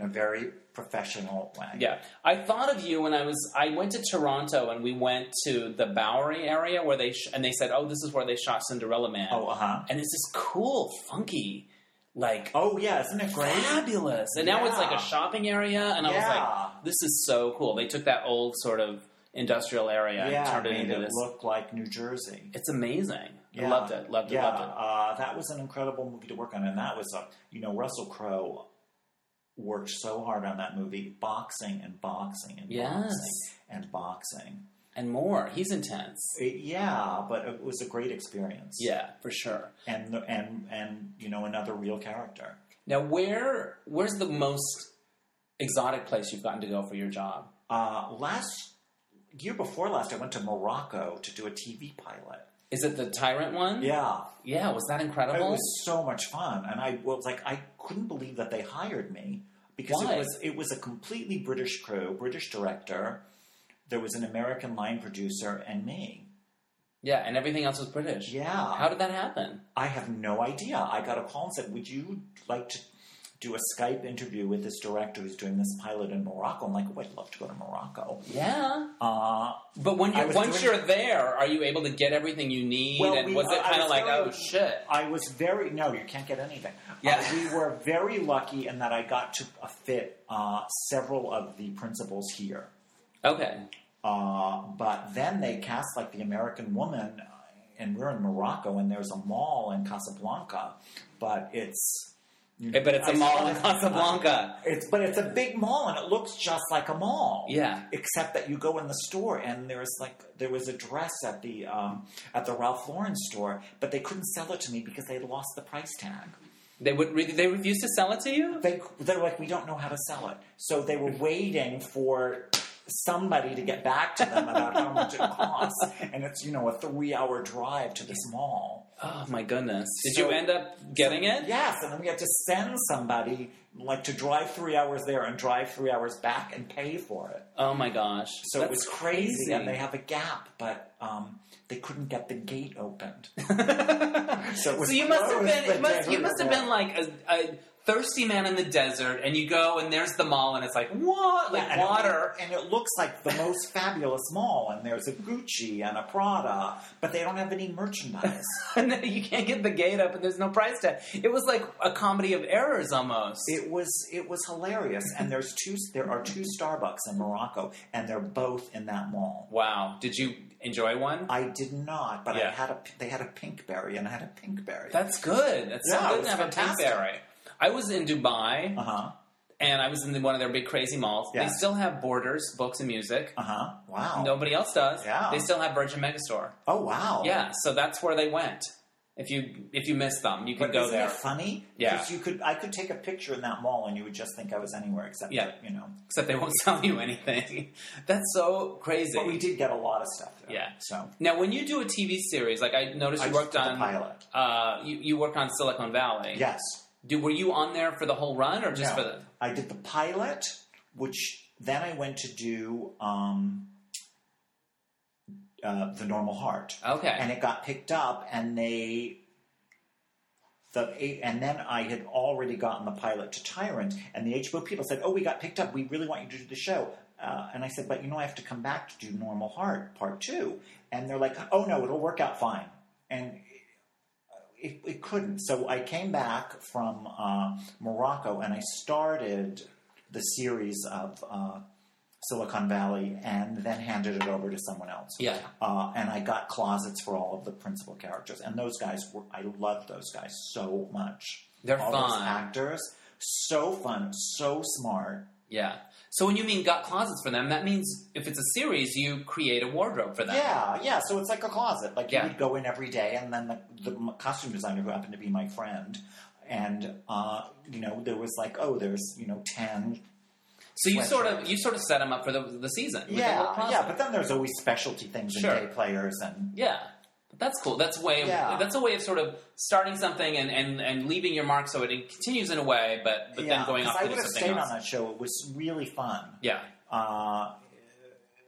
Speaker 2: a very professional way.
Speaker 1: yeah, I thought of you when I was. I went to Toronto and we went to the Bowery area where they sh- and they said, "Oh, this is where they shot Cinderella Man."
Speaker 2: Oh, uh huh.
Speaker 1: and it's this cool, funky, like
Speaker 2: Oh, yeah. Isn't it great?
Speaker 1: fabulous. And now it's like a
Speaker 2: Yeah.
Speaker 1: shopping area, and I was
Speaker 2: Yeah.
Speaker 1: like, this is so cool. They took that old sort of industrial area and
Speaker 2: yeah.
Speaker 1: turned
Speaker 2: It
Speaker 1: it
Speaker 2: made
Speaker 1: into
Speaker 2: it
Speaker 1: this.
Speaker 2: look like New Jersey.
Speaker 1: it's amazing. I
Speaker 2: Yeah.
Speaker 1: loved it. Loved it.
Speaker 2: Yeah,
Speaker 1: Loved it.
Speaker 2: uh, that was an incredible movie to work on, and that was a you know Russell Crowe worked so hard on that movie, boxing and boxing and
Speaker 1: Yes.
Speaker 2: boxing and boxing.
Speaker 1: And more. He's intense.
Speaker 2: It- yeah, but it was a great experience.
Speaker 1: Yeah, for sure.
Speaker 2: and the, and and you know another real character.
Speaker 1: Now, where where's the most exotic place you've gotten to go for your job?
Speaker 2: Uh, last year before last, I went to Morocco to do a TV pilot.
Speaker 1: Is it the Tyrant one?
Speaker 2: Yeah,
Speaker 1: Yeah, was that
Speaker 2: It
Speaker 1: incredible?
Speaker 2: was so much fun, and I was like, I couldn't believe that they hired me because
Speaker 1: Why?
Speaker 2: it was it was a completely British crew, British director. There was an American line producer and me.
Speaker 1: yeah, and everything else was British.
Speaker 2: Yeah,
Speaker 1: How did that happen?
Speaker 2: I have no idea. I got a call and said, "Would you like to do a Skype interview with this director who's doing this pilot in Morocco?" I'm like, "Oh, I'd love to go to Morocco."
Speaker 1: Yeah.
Speaker 2: Uh,
Speaker 1: But when
Speaker 2: I
Speaker 1: you
Speaker 2: was
Speaker 1: once
Speaker 2: doing-
Speaker 1: you're there, are you able to get everything you need?
Speaker 2: Well,
Speaker 1: and
Speaker 2: we-
Speaker 1: was
Speaker 2: I-
Speaker 1: it
Speaker 2: I
Speaker 1: kind of
Speaker 2: was
Speaker 1: like,
Speaker 2: very-
Speaker 1: oh shit?
Speaker 2: I was very no, you can't get anything.
Speaker 1: Yeah.
Speaker 2: Uh, we were very lucky in that I got to uh, fit uh, several of the principals here.
Speaker 1: Okay.
Speaker 2: Uh, but then they cast like the American woman, uh, and we're in Morocco, and there's a mall in Casablanca, but it's
Speaker 1: Eh, But it's a
Speaker 2: Mm-hmm. I
Speaker 1: mall
Speaker 2: saw
Speaker 1: in
Speaker 2: it.
Speaker 1: Casablanca.
Speaker 2: it's but it's a big mall, and it looks just like a mall.
Speaker 1: Yeah.
Speaker 2: Except that you go in the store, and there's like there was a dress at the um, at the Ralph Lauren store, but they couldn't sell it to me because they lost the price tag.
Speaker 1: They would re- they refuse to sell it to you?
Speaker 2: They they're like we don't know how to sell it, so they were waiting for somebody to get back to them about how much it costs, and it's you know a three hour drive to this mall.
Speaker 1: Oh my goodness. Did
Speaker 2: So-
Speaker 1: you end up getting it?
Speaker 2: Yes, and then we had to send somebody like to drive three hours there and drive three hours back and pay for it.
Speaker 1: Oh my gosh.
Speaker 2: So
Speaker 1: That's
Speaker 2: it was crazy, and they have a gap, but um, they couldn't get the gate opened. so it was
Speaker 1: So you must have
Speaker 2: closed
Speaker 1: been
Speaker 2: the
Speaker 1: it must,
Speaker 2: day
Speaker 1: you must have
Speaker 2: before.
Speaker 1: been like a, a thirsty man in the desert and you go and there's the mall and it's like what like
Speaker 2: And it-
Speaker 1: water.
Speaker 2: and it looks like the most fabulous mall, and there's a Gucci and a Prada, but they don't have any merchandise.
Speaker 1: And then you can't get the gate up and there's no price tag. It was like a comedy of errors almost.
Speaker 2: It was it was hilarious, and there's two. There are two Starbucks in Morocco, and they're both in that mall.
Speaker 1: wow. Did you enjoy one?
Speaker 2: I did not, but
Speaker 1: Yeah.
Speaker 2: I had a they had a pink berry and I had a pink berry.
Speaker 1: That's good. That's
Speaker 2: Yeah,
Speaker 1: so
Speaker 2: it
Speaker 1: good
Speaker 2: was
Speaker 1: to have
Speaker 2: fantastic.
Speaker 1: a pinkberry. I was in Dubai
Speaker 2: uh huh.
Speaker 1: and I was in one of their big crazy malls. They
Speaker 2: Yeah.
Speaker 1: still have Borders, books, and music.
Speaker 2: Uh huh. Wow.
Speaker 1: Nobody else does.
Speaker 2: Yeah.
Speaker 1: They still have Virgin Megastore.
Speaker 2: Oh wow.
Speaker 1: Yeah, so that's where they went. If you if you miss them, you can
Speaker 2: But
Speaker 1: go
Speaker 2: isn't
Speaker 1: there.
Speaker 2: it funny?
Speaker 1: Yeah.
Speaker 2: 'Cause you could I could take a picture in that mall and you would just think I was anywhere except
Speaker 1: Yeah.
Speaker 2: that, you know.
Speaker 1: Except they won't sell you anything. that's so crazy.
Speaker 2: But we did get a lot of stuff. There,
Speaker 1: Yeah.
Speaker 2: So
Speaker 1: Now, when you do a TV series, like I noticed,
Speaker 2: I
Speaker 1: you
Speaker 2: just
Speaker 1: worked
Speaker 2: did the
Speaker 1: on
Speaker 2: pilot.
Speaker 1: Uh, you, you worked on Silicon Valley.
Speaker 2: Yes.
Speaker 1: Do, were you on there for the whole run, or just
Speaker 2: No.
Speaker 1: for the?
Speaker 2: I did the pilot, which then I went to do um, uh, the Normal Heart.
Speaker 1: Okay.
Speaker 2: and it got picked up and they the and then I had already gotten the pilot to Tyrant and the HBO people said, "Oh, we got picked up. We really want you to do the show." Uh, and I said, "But you know, I have to come back to do Normal Heart Part 2. And they're like, "Oh no, it'll work out fine." And it, it couldn't. So I came back from uh, Morocco and I started the series of uh, Silicon Valley and then handed it over to someone else.
Speaker 1: Yeah.
Speaker 2: Uh, and I got closets for all of the principal characters. And those guys were, I loved those guys so much.
Speaker 1: They're
Speaker 2: all those
Speaker 1: fun.
Speaker 2: actors, so fun, so smart.
Speaker 1: Yeah. So when you mean got closets for them, that means if it's a series, you create a wardrobe for them.
Speaker 2: Yeah, yeah. So it's like a closet. Like
Speaker 1: Yeah.
Speaker 2: you would go in every day, and then the, the costume designer who happened to be my friend, and uh, you know there was like, oh, there's you know ten.
Speaker 1: So you sort of you sort of set them up for the, the season. with a little
Speaker 2: Yeah,
Speaker 1: closet.
Speaker 2: yeah. But then there's always specialty things
Speaker 1: Sure.
Speaker 2: and day players and
Speaker 1: Yeah. That's cool. That's a way. Of,
Speaker 2: Yeah.
Speaker 1: That's a way of sort of starting something and, and, and leaving your mark, so it continues in a way, but but
Speaker 2: yeah.
Speaker 1: then going
Speaker 2: 'cause
Speaker 1: off
Speaker 2: I
Speaker 1: to do
Speaker 2: would have
Speaker 1: something
Speaker 2: stayed
Speaker 1: else.
Speaker 2: on that show. It was really fun.
Speaker 1: Yeah,
Speaker 2: Uh,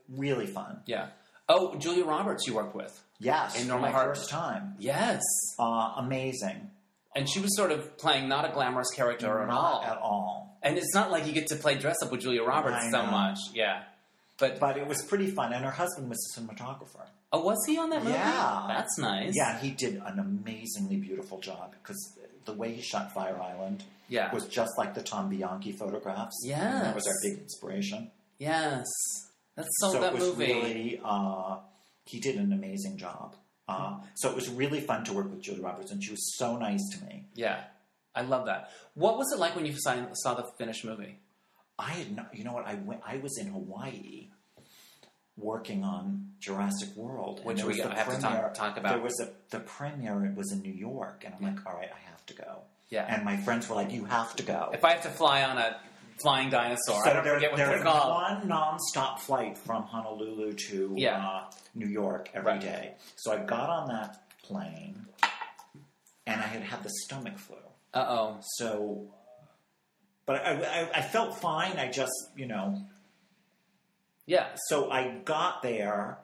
Speaker 2: really fun.
Speaker 1: yeah. Oh, Julia Roberts, you worked with.
Speaker 2: Yes,
Speaker 1: In
Speaker 2: for
Speaker 1: Normal
Speaker 2: my
Speaker 1: Heart.
Speaker 2: first time.
Speaker 1: Yes,
Speaker 2: Uh, amazing.
Speaker 1: and she was sort of playing not a glamorous character at
Speaker 2: Not
Speaker 1: all.
Speaker 2: Mm-hmm. at all.
Speaker 1: And it's not like you get to play dress up with Julia Roberts
Speaker 2: I
Speaker 1: so
Speaker 2: know.
Speaker 1: much. Yeah, but,
Speaker 2: But it was pretty fun, and her husband was a cinematographer.
Speaker 1: oh, was he on that movie?
Speaker 2: Yeah.
Speaker 1: that's nice.
Speaker 2: Yeah, he did an amazingly beautiful job because the way he shot Fire Island
Speaker 1: yeah,
Speaker 2: was just like the Tom Bianchi photographs.
Speaker 1: Yes.
Speaker 2: And that was our big inspiration.
Speaker 1: yes. That's so, that
Speaker 2: it was
Speaker 1: movie.
Speaker 2: really, uh, he did an amazing job. Uh, so it was really fun to work with Julie Roberts, and she was so nice to me.
Speaker 1: Yeah, I love that. What was it like when you saw, saw the finished movie?
Speaker 2: I had not, you know what? I went, I was in Hawaii working on Jurassic World, and
Speaker 1: Which
Speaker 2: there
Speaker 1: we
Speaker 2: was the
Speaker 1: have to talk-
Speaker 2: premiere-
Speaker 1: talk about.
Speaker 2: There was a the premiere. It was in New York, and I'm like, all right, I have to go.
Speaker 1: Yeah.
Speaker 2: And my friends were like, you have to go.
Speaker 1: If I have to fly on a flying dinosaur, I don't
Speaker 2: there-
Speaker 1: forget what they're
Speaker 2: there's
Speaker 1: called.
Speaker 2: one nonstop flight from Honolulu to
Speaker 1: Yeah.
Speaker 2: uh, New York every
Speaker 1: Right.
Speaker 2: day. So I got on that plane, and I had had the stomach flu.
Speaker 1: Uh oh.
Speaker 2: So, but I, I, I felt fine. I just, you know,
Speaker 1: Yeah.
Speaker 2: so I got there.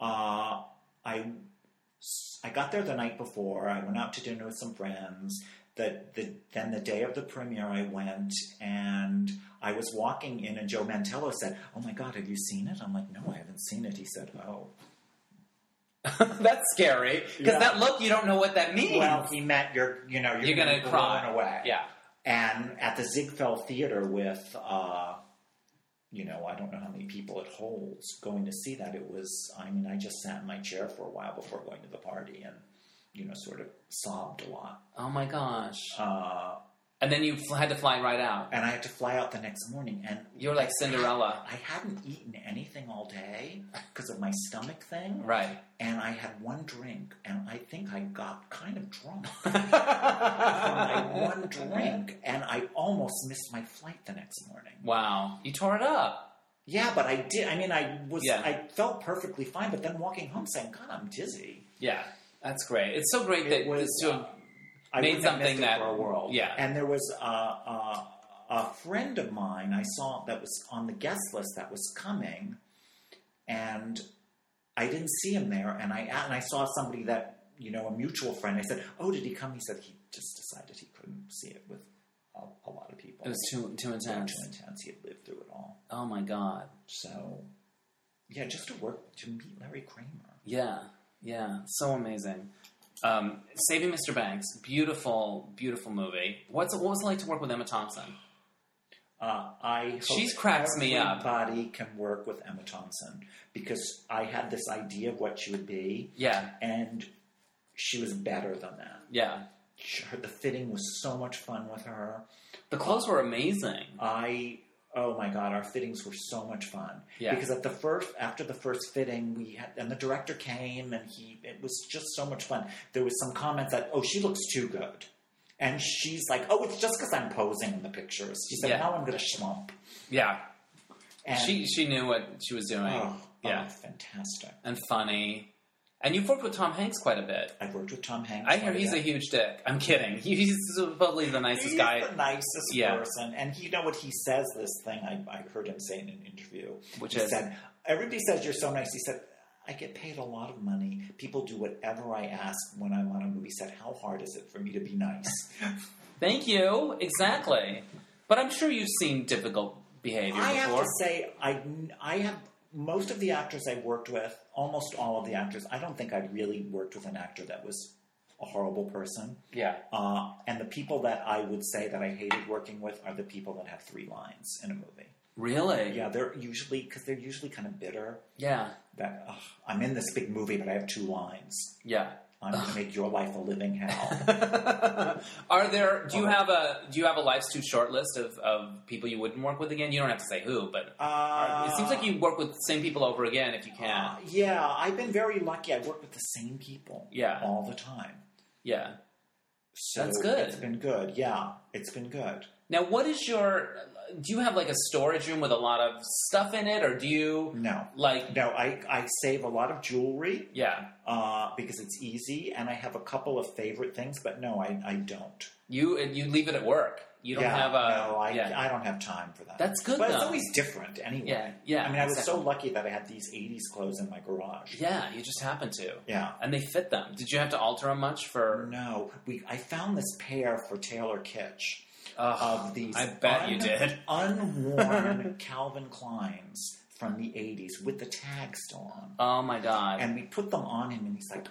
Speaker 2: Uh, I I got there the night before. I went out to dinner with some friends. The, the, then the day of the premiere, I went and I was walking in, and Joe Mantello said, "Oh my God, have you seen it?" I'm like, "No, I haven't seen it." He said, "Oh."
Speaker 1: That's scary. Because
Speaker 2: Yeah.
Speaker 1: that look, you don't know what that means.
Speaker 2: Well, he meant you're, you know, you're,
Speaker 1: You're
Speaker 2: gonna,
Speaker 1: going to cry.
Speaker 2: blown away.
Speaker 1: Yeah.
Speaker 2: And at the Ziegfeld Theater with, uh, you know, I don't know how many people it holds going to see that. It was, I mean, I just sat in my chair for a while before going to the party and, you know, sort of sobbed a lot.
Speaker 1: Oh my gosh.
Speaker 2: Uh,
Speaker 1: And then you fl- had to fly right out.
Speaker 2: and I had to fly out the next morning and
Speaker 1: You're like Cinderella.
Speaker 2: I hadn't eaten anything all day because of my stomach thing.
Speaker 1: Right.
Speaker 2: And I had one drink and I think I got kind of drunk. from my
Speaker 1: wow.
Speaker 2: one drink, and I almost missed my flight the next morning.
Speaker 1: You tore it up.
Speaker 2: Yeah, but I did. I mean, I was.
Speaker 1: Yeah.
Speaker 2: I felt perfectly fine, but then walking home, saying, "God, I'm dizzy."
Speaker 1: Yeah. That's great. It's so great that
Speaker 2: was,
Speaker 1: to-
Speaker 2: uh, I
Speaker 1: Made
Speaker 2: wouldn't have
Speaker 1: something
Speaker 2: missed it
Speaker 1: that-
Speaker 2: for a world.
Speaker 1: yeah.
Speaker 2: And there was a, a, a friend of mine I saw that was on the guest list that was coming, and I didn't see him there. And I and I saw somebody that you know a mutual friend. I said, "Oh, did he come?" He said he just decided he couldn't see it with a, a lot of people.
Speaker 1: it was too too intense.
Speaker 2: too intense. He had lived through it all.
Speaker 1: Oh my god.
Speaker 2: So, yeah, just to work to meet Larry Kramer.
Speaker 1: Yeah, yeah, so amazing. Um, Saving Mr. Banks, beautiful, beautiful movie. What's what was it like to work with Emma Thompson?
Speaker 2: Uh, I hope
Speaker 1: She's cracks me up.
Speaker 2: Everybody can work with Emma Thompson because I had this idea of what she would be,
Speaker 1: Yeah,
Speaker 2: and she was better than that.
Speaker 1: yeah.
Speaker 2: She- her- the fitting was so much fun with her.
Speaker 1: The clothes were amazing.
Speaker 2: I oh my god, our fittings were so much fun.
Speaker 1: Yeah.
Speaker 2: Because at the first after the first fitting, we had and the director came and he it was just so much fun. There was some comment that oh she looks too good. And she's like, "Oh, it's just because I'm posing in the pictures." She said,
Speaker 1: Yeah.
Speaker 2: "Now I'm going to schlump."
Speaker 1: Yeah,
Speaker 2: And
Speaker 1: she she knew what she was doing.
Speaker 2: Oh,
Speaker 1: yeah,
Speaker 2: oh, fantastic.
Speaker 1: and funny. And you've worked with Tom Hanks quite a bit.
Speaker 2: I've worked with Tom Hanks.
Speaker 1: I hear he's a huge dick. I'm kidding. He's probably the nicest
Speaker 2: he's
Speaker 1: guy.
Speaker 2: the nicest
Speaker 1: Yeah.
Speaker 2: person. And you know what he says this thing I, I heard him say in an interview.
Speaker 1: Which
Speaker 2: he
Speaker 1: is?
Speaker 2: said, Everybody says you're so nice. He said, I get paid a lot of money. People do whatever I ask when I'm on a movie set. How hard is it for me to be nice?
Speaker 1: Thank you. Exactly. But I'm sure you've seen difficult behavior
Speaker 2: I have
Speaker 1: before.
Speaker 2: to say, I, I have most of the actors I've worked with, almost all of the actors, I don't think I've really worked with an actor that was a horrible person.
Speaker 1: yeah.
Speaker 2: Uh, and the people that I would say that I hated working with are the people that have three lines in a movie.
Speaker 1: Really?
Speaker 2: Yeah, they're usually because they're usually kind of bitter.
Speaker 1: Yeah.
Speaker 2: That ugh, I'm in this big movie, but I have two lines.
Speaker 1: Yeah.
Speaker 2: I'm going to make your life a living hell.
Speaker 1: Are there? Do you have a Do you have a life's too short list of, of people you wouldn't work with again? You don't have to say who, but
Speaker 2: Uh,
Speaker 1: it seems like you work with the same people over again if you can.
Speaker 2: Uh, yeah, I've been very lucky. I work with the same people.
Speaker 1: Yeah.
Speaker 2: all the time.
Speaker 1: Yeah.
Speaker 2: So
Speaker 1: That's good.
Speaker 2: It's been good. Yeah, it's been good.
Speaker 1: Now, what is your? Do you have like a storage room with a lot of stuff in it, or do you
Speaker 2: No,
Speaker 1: like?
Speaker 2: no, I I save a lot of jewelry
Speaker 1: Yeah.
Speaker 2: uh, because it's easy, and I have a couple of favorite things. But no, I I don't.
Speaker 1: You you leave it at work. You don't
Speaker 2: yeah,
Speaker 1: have a.
Speaker 2: no, I
Speaker 1: yeah.
Speaker 2: I don't have time for that.
Speaker 1: That's good,
Speaker 2: But it's
Speaker 1: though.
Speaker 2: always different anyway.
Speaker 1: Yeah, yeah,
Speaker 2: I mean, I was so
Speaker 1: exactly.
Speaker 2: lucky that I had these '80s clothes in my garage.
Speaker 1: yeah. You just happen to.
Speaker 2: Yeah.
Speaker 1: And they fit them. Did you have to alter them much for?
Speaker 2: No, we. I found this pair for Taylor Kitsch.
Speaker 1: Ugh.
Speaker 2: of these.
Speaker 1: I bet you did.
Speaker 2: unworn Calvin Kleins from the '80s with the tag still on,
Speaker 1: oh my god.
Speaker 2: Mm. and we put them on him, and he's like,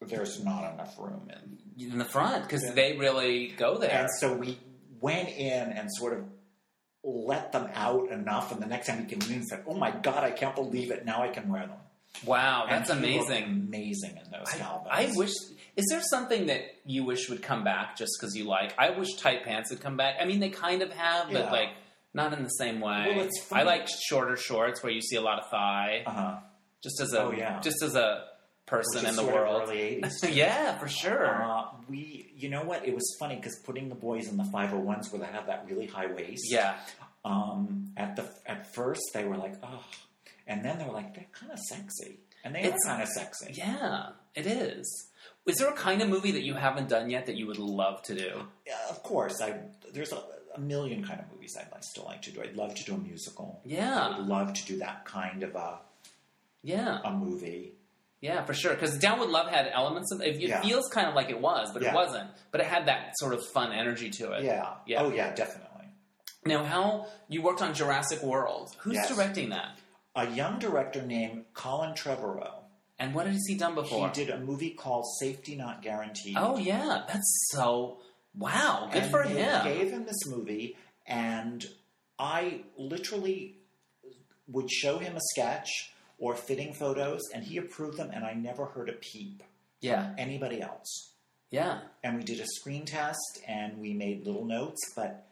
Speaker 2: "There's not enough room in."
Speaker 1: in the front because they really go there.
Speaker 2: And so we went in and sort of let them out enough, and the next time he came in, he said, "Oh my god, I can't believe it! Now I can wear them."
Speaker 1: Wow,
Speaker 2: And
Speaker 1: that's
Speaker 2: he looked
Speaker 1: amazing.
Speaker 2: amazing in those Calvins.
Speaker 1: I wish. Is there something that you wish would come back just because you like? I wish tight pants would come back. I mean, they kind of have, but
Speaker 2: Yeah.
Speaker 1: like not in the same way.
Speaker 2: Well, it's
Speaker 1: I
Speaker 2: funny.
Speaker 1: like shorter shorts where you see a lot of thigh.
Speaker 2: Uh-huh.
Speaker 1: Just as a
Speaker 2: oh, yeah.
Speaker 1: just as a
Speaker 2: Which
Speaker 1: person
Speaker 2: is
Speaker 1: in the
Speaker 2: sort of
Speaker 1: world.
Speaker 2: early '80s.
Speaker 1: yeah, for sure.
Speaker 2: Uh, we, you know what? It was funny because putting the boys in the 501s where they have that really high waist.
Speaker 1: yeah,
Speaker 2: Um, at the at first they were like, oh, and then they were like, they're kind of sexy, and they
Speaker 1: It's-
Speaker 2: are kind of sexy.
Speaker 1: yeah, it is. Is there a kind of movie that you haven't done yet that you would love to do?
Speaker 2: Yeah, of course, I there's a, a million kind of movies I'd like, still like to do. I'd love to do a musical.
Speaker 1: Yeah.
Speaker 2: I'd love to do that kind of a
Speaker 1: Yeah.
Speaker 2: a movie.
Speaker 1: Yeah, for sure. Because Down with Love had elements of it. It
Speaker 2: Yeah.
Speaker 1: feels kind of like it was, but it
Speaker 2: Yeah.
Speaker 1: wasn't. But it had that sort of fun energy to it.
Speaker 2: Yeah.
Speaker 1: Yeah.
Speaker 2: Oh yeah, definitely.
Speaker 1: Now, how you worked on Jurassic World? Who's
Speaker 2: Yes.
Speaker 1: directing that?
Speaker 2: A young director named Colin Trevorrow.
Speaker 1: And what has he done before?
Speaker 2: He did a movie called Safety Not Guaranteed.
Speaker 1: Oh yeah, that's so wow. Good
Speaker 2: And
Speaker 1: for
Speaker 2: they
Speaker 1: him.
Speaker 2: Gave him this movie, and I literally would show him a sketch or fitting photos, and he approved them, and I never heard a peep
Speaker 1: yeah,
Speaker 2: anybody else.
Speaker 1: yeah,
Speaker 2: And we did a screen test, and we made little notes, but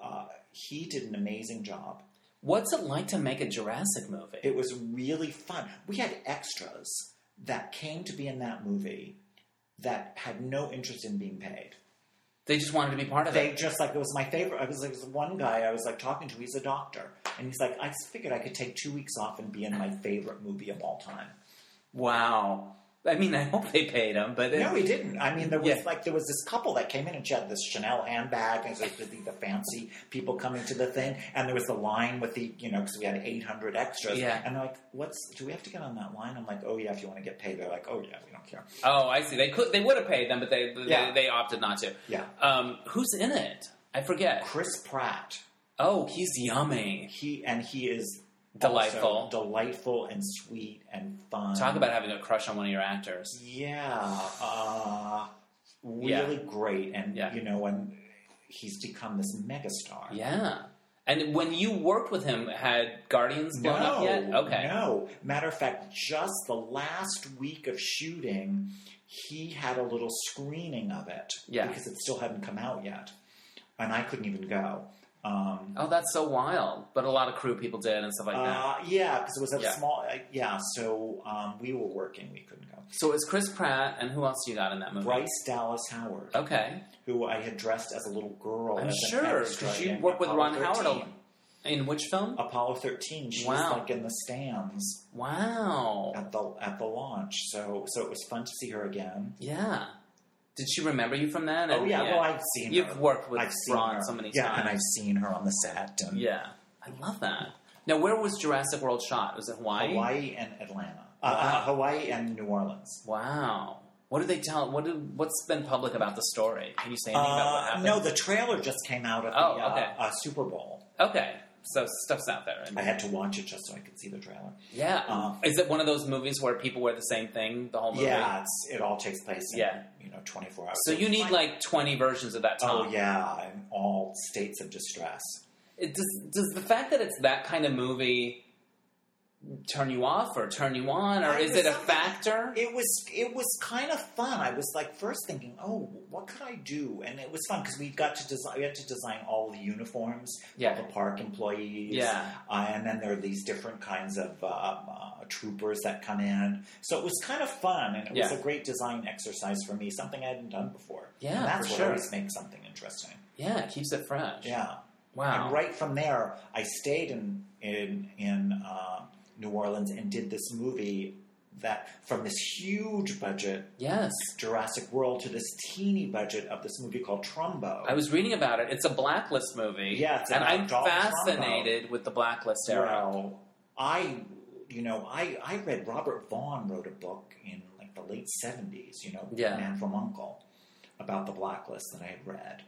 Speaker 2: uh, he did an amazing job.
Speaker 1: what's it like to make a Jurassic movie?
Speaker 2: It was really fun. We had extras that came to be in that movie that had no interest in being paid.
Speaker 1: they just wanted to be part of
Speaker 2: they
Speaker 1: it.
Speaker 2: just like it was my favorite. I was like, this one guy I was like talking to. He's a doctor, and he's like, I just figured I could take two weeks off and be in my favorite movie of all time.
Speaker 1: Wow. I mean, I hope they paid him, but it,
Speaker 2: No, he didn't. I mean, there was
Speaker 1: Yeah.
Speaker 2: like there was this couple that came in and she had this Chanel handbag, and it was like, the fancy people coming to the thing, and there was the line with the you know because we had eight hundred extras,
Speaker 1: Yeah.
Speaker 2: And they're like, what's do we have to get on that line? I'm like, oh yeah, if you want to get paid, they're like, oh yeah, we don't care.
Speaker 1: oh, I see. They could, they would have paid them, but they
Speaker 2: Yeah.
Speaker 1: they, they opted not to.
Speaker 2: Yeah,
Speaker 1: Um, who's in it? I forget.
Speaker 2: Chris Pratt.
Speaker 1: Oh, he's yummy.
Speaker 2: He and he is
Speaker 1: Delightful.
Speaker 2: also delightful, and sweet and fun.
Speaker 1: Talk about having a crush on one of your actors.
Speaker 2: Yeah, uh, really great, and
Speaker 1: Yeah.
Speaker 2: you know, and he's become this megastar.
Speaker 1: Yeah. And when you worked with him, had Guardians blown up
Speaker 2: No,
Speaker 1: yet? Okay.
Speaker 2: no. Matter of fact, just the last week of shooting, he had a little screening of it
Speaker 1: Yeah.
Speaker 2: because it still hadn't come out yet, and I couldn't even go. Um,
Speaker 1: Oh, that's so wild. But a lot of crew people did and stuff like that.
Speaker 2: uh, yeah, because it was a
Speaker 1: Yeah.
Speaker 2: small. Uh, yeah, so um, we were working, we couldn't go.
Speaker 1: So it's Chris Pratt, and who else you got in that movie?
Speaker 2: Bryce Dallas Howard,
Speaker 1: Okay.
Speaker 2: who I had dressed as a little girl.
Speaker 1: Oh. I'm
Speaker 2: as an
Speaker 1: sure,
Speaker 2: extra
Speaker 1: 'cause you
Speaker 2: in
Speaker 1: work with
Speaker 2: Apollo Uh,
Speaker 1: Ron Howard a-
Speaker 2: 13.
Speaker 1: In which film?
Speaker 2: Apollo 13. She
Speaker 1: Wow.
Speaker 2: was like in the stands
Speaker 1: Wow.
Speaker 2: at the at the launch. So so it was fun to see her again.
Speaker 1: Yeah. Did she remember you from that?
Speaker 2: Oh yeah, well I've seen
Speaker 1: You've
Speaker 2: her.
Speaker 1: worked with
Speaker 2: I've seen
Speaker 1: Ron
Speaker 2: her.
Speaker 1: so many
Speaker 2: yeah,
Speaker 1: times.
Speaker 2: and I've seen her on the set. And
Speaker 1: yeah. I love that. Now, where was Jurassic World shot? Was it Hawaii?
Speaker 2: Hawaii and Atlanta. Uh,
Speaker 1: Uh-huh.
Speaker 2: uh, Hawaii and New Orleans.
Speaker 1: Wow. What did they tell? What did, what's been public about the story? Can you say anything about what
Speaker 2: Uh,
Speaker 1: happened?
Speaker 2: no, the trailer just came out at the
Speaker 1: Oh, okay.
Speaker 2: uh, uh, Super Bowl.
Speaker 1: Okay, so stuff's out there.
Speaker 2: I had to watch it just so I could see the trailer.
Speaker 1: yeah,
Speaker 2: Um,
Speaker 1: is it one of those movies where people wear the same thing the whole movie?
Speaker 2: Yeah, it's, it all takes place. In,
Speaker 1: Yeah.
Speaker 2: you know, twenty four hours. Oh,
Speaker 1: So you need
Speaker 2: my-
Speaker 1: like twenty versions of that. Tom.
Speaker 2: oh yeah, in all states of distress.
Speaker 1: It, does does the fact that it's that kind of movie turn you off or turn you on, or
Speaker 2: I
Speaker 1: is
Speaker 2: was
Speaker 1: it a
Speaker 2: something-
Speaker 1: factor?
Speaker 2: It was it was kind of fun. I was like first thinking, oh, what could I do? And it was fun because we got to design. We had to design all the uniforms
Speaker 1: Yeah.
Speaker 2: of the park employees.
Speaker 1: Yeah.
Speaker 2: Uh, and then there are these different kinds of um, uh, troopers that come in. So it was kind of fun, and it was
Speaker 1: Yeah.
Speaker 2: a great design exercise for me. Something I hadn't done before.
Speaker 1: Yeah,
Speaker 2: And that's
Speaker 1: for
Speaker 2: what
Speaker 1: sure.
Speaker 2: always makes something interesting.
Speaker 1: Yeah, it keeps it fresh.
Speaker 2: Yeah.
Speaker 1: Wow.
Speaker 2: And right from there, I stayed in in in uh, New Orleans and did this movie that from this huge budget
Speaker 1: Yes.
Speaker 2: Jurassic World to this teeny budget of this movie called Trumbo.
Speaker 1: I was reading about it. It's a blacklist movie.
Speaker 2: Yeah, it's
Speaker 1: and
Speaker 2: about
Speaker 1: I'm
Speaker 2: Donald Trump.
Speaker 1: fascinated with the blacklist era.
Speaker 2: well, I you know I I read Robert Vaughn wrote a book in like the late seventies. You know,
Speaker 1: Yeah.
Speaker 2: Man from Uncle about the blacklist that I had read.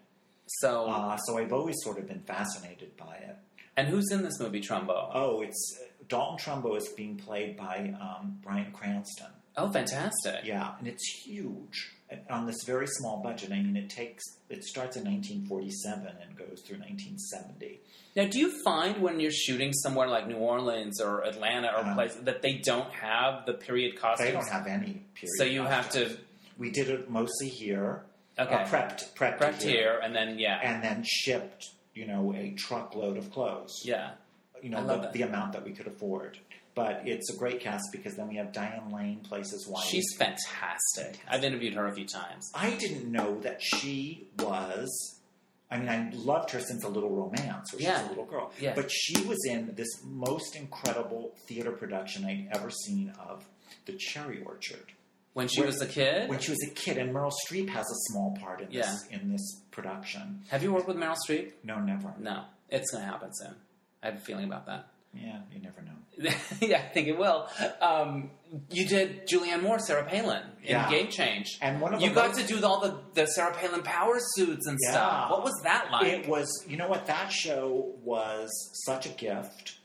Speaker 1: So,
Speaker 2: Uh, so I've always sort of been fascinated by it.
Speaker 1: and who's in this movie, Trumbo?
Speaker 2: Oh, it's Dalton Trumbo is being played by um, Brian Cranston.
Speaker 1: oh, fantastic.
Speaker 2: Yeah, and it's huge And on this very small budget. I mean, it takes it starts in 1947 and goes through 1970.
Speaker 1: Now, do you find when you're shooting somewhere like New Orleans or Atlanta or
Speaker 2: Uh-huh.
Speaker 1: places that they don't have the period costumes?
Speaker 2: They don't have any period.
Speaker 1: so you have to
Speaker 2: We did it mostly here.
Speaker 1: okay
Speaker 2: Uh, prepped, prepped,
Speaker 1: prepped here and then yeah
Speaker 2: and then shipped. You know, a truckload of clothes.
Speaker 1: yeah
Speaker 2: You
Speaker 1: I
Speaker 2: know,
Speaker 1: love
Speaker 2: the,
Speaker 1: that.
Speaker 2: the amount that we could afford. But it's a great cast because then we have Diane Lane plays his wife.
Speaker 1: she's fantastic. I've interviewed her a few times.
Speaker 2: I didn't know that she was. I mean, I loved her since a little romance, where she's
Speaker 1: Yeah.
Speaker 2: a little girl.
Speaker 1: Yeah.
Speaker 2: But she was in this most incredible theater production I'd ever seen of The Cherry Orchard.
Speaker 1: When she
Speaker 2: When-
Speaker 1: was a kid,
Speaker 2: When she was a kid, and Meryl Streep has a small part in this in this production.
Speaker 1: have you worked with Meryl Streep?
Speaker 2: No, never.
Speaker 1: No, it's going to happen soon. I have a feeling about that.
Speaker 2: Yeah, you never know.
Speaker 1: yeah, I think it will. Um, you did Julianne Moore, Sarah Palin in
Speaker 2: Yeah.
Speaker 1: Game Change.
Speaker 2: And one of
Speaker 1: you
Speaker 2: the
Speaker 1: got
Speaker 2: most-
Speaker 1: to do all the, the Sarah Palin power suits and
Speaker 2: Yeah.
Speaker 1: stuff. What was that like?
Speaker 2: It was, you know what, that show was such a gift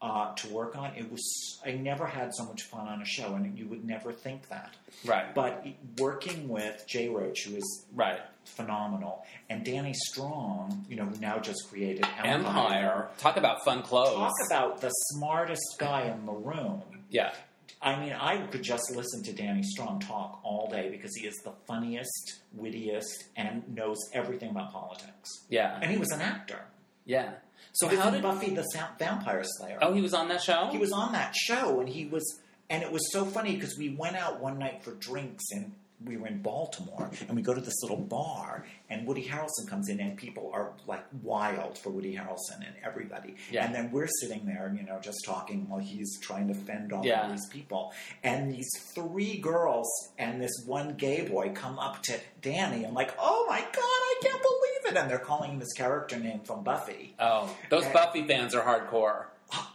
Speaker 2: uh, to work on. It was, I never had so much fun on a show, and you would never think that.
Speaker 1: right,
Speaker 2: But working with Jay Roach, who is
Speaker 1: right.
Speaker 2: phenomenal, and Danny Strong, you know, who now just created Empire.
Speaker 1: Empire. Talk about fun clothes.
Speaker 2: Talk about the smartest guy in the room.
Speaker 1: yeah,
Speaker 2: I mean, I could just listen to Danny Strong talk all day because he is the funniest, wittiest, and knows everything about politics.
Speaker 1: yeah,
Speaker 2: And he was an actor.
Speaker 1: yeah. So
Speaker 2: He was
Speaker 1: how
Speaker 2: in
Speaker 1: did?
Speaker 2: Buffy the Sa- Vampire Slayer?
Speaker 1: Oh, he was on that show.
Speaker 2: he was on that show, and he was, and it was so funny because we went out one night for drinks, and we were in Baltimore, and we go to this little bar, and Woody Harrelson comes in, and people are like wild for Woody Harrelson and everybody,
Speaker 1: Yeah.
Speaker 2: and then we're sitting there, you know, just talking while he's trying to fend off
Speaker 1: Yeah.
Speaker 2: all these people, and these three girls and this one gay boy come up to Danny and like, oh my god, I can't believe it, and they're calling him his character name from Buffy.
Speaker 1: oh, those Buffy fans are hardcore.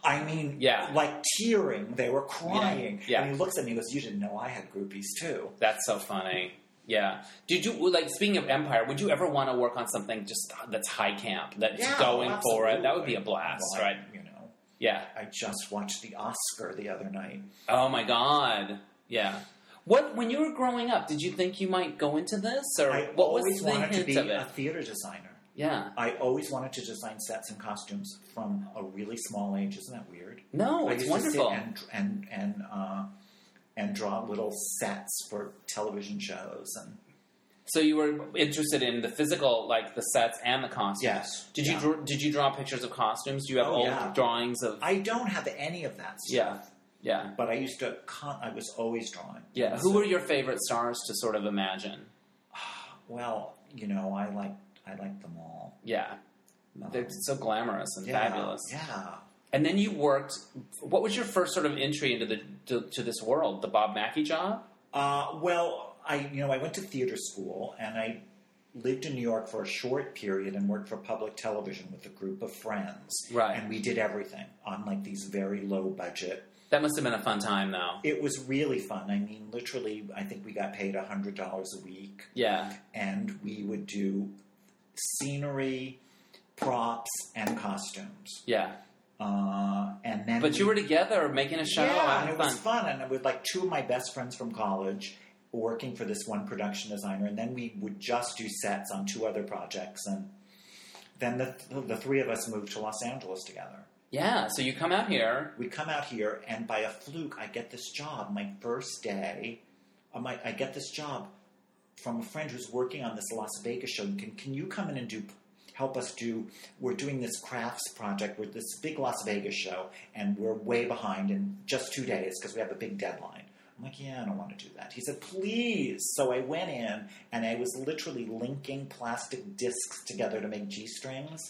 Speaker 2: I mean,
Speaker 1: Yeah.
Speaker 2: like tearing. They were crying.
Speaker 1: Yeah.
Speaker 2: And he looks at me and goes, You didn't know I had groupies too.
Speaker 1: That's so funny. Yeah. Did you like speaking of Empire? Would you ever want to work on something just that's high camp that's
Speaker 2: Yeah,
Speaker 1: going
Speaker 2: well,
Speaker 1: for it? That would be
Speaker 2: absolutely.
Speaker 1: a blast,
Speaker 2: Well, I-
Speaker 1: right?
Speaker 2: You know,
Speaker 1: Yeah.
Speaker 2: I just watched the Oscar the other night.
Speaker 1: Oh my god. Yeah. What when you were growing up, did you think you might go into this or
Speaker 2: I
Speaker 1: what was
Speaker 2: always
Speaker 1: the
Speaker 2: wanted to
Speaker 1: hint
Speaker 2: be
Speaker 1: of it?
Speaker 2: a theater designer.
Speaker 1: yeah.
Speaker 2: I always wanted to design sets and costumes from a really small age. Isn't that weird?
Speaker 1: No,
Speaker 2: I
Speaker 1: Oh, it's
Speaker 2: used
Speaker 1: wonderful.
Speaker 2: to sit and and and uh, and draw little sets for television shows and
Speaker 1: so you were interested in the physical, like the sets and the costumes.
Speaker 2: yes.
Speaker 1: Did you
Speaker 2: Yeah.
Speaker 1: draw, did you draw pictures of costumes? Do you have
Speaker 2: Oh,
Speaker 1: old
Speaker 2: yeah.
Speaker 1: drawings of?
Speaker 2: I don't have any of that stuff.
Speaker 1: yeah, yeah,
Speaker 2: But I used to. Con- I was always drawing.
Speaker 1: yeah.
Speaker 2: And
Speaker 1: Who
Speaker 2: so-
Speaker 1: were your favorite stars to sort of imagine?
Speaker 2: Well, you know, I liked I liked them all.
Speaker 1: Yeah,
Speaker 2: Um,
Speaker 1: they're so glamorous and
Speaker 2: yeah,
Speaker 1: fabulous.
Speaker 2: Yeah.
Speaker 1: And then you worked. What was your first sort of entry into the to, to this world? The Bob Mackey job.
Speaker 2: Uh, well, I you know I went to theater school and I lived in New York for a short period and worked for public television with a group of friends.
Speaker 1: Right.
Speaker 2: And we did everything on like these very low budget.
Speaker 1: That must have been a fun time, though.
Speaker 2: It was really fun. I mean, literally, I think we got paid hundred dollars a week.
Speaker 1: Yeah.
Speaker 2: and we would do scenery, props, and costumes.
Speaker 1: Yeah,
Speaker 2: Uh, and then,
Speaker 1: but you were together making a show.
Speaker 2: yeah, and
Speaker 1: having
Speaker 2: it
Speaker 1: fun.
Speaker 2: was fun. And with like two of my best friends from college working for this one production designer, and then we would just do sets on two other projects, and Then the, the three of us moved to Los Angeles together.
Speaker 1: Yeah, so you come out here.
Speaker 2: We come out here, and by a fluke, I get this job my first day. I, might, I get this job from a friend who's working on this Las Vegas show. Can, can you come in and do help us do? We're doing this crafts project. We're this big Las Vegas show, and we're way behind in just two days because we have a big deadline. I'm like, yeah, I don't want to do that. He said, please. So I went in and I was literally linking plastic discs together to make G strings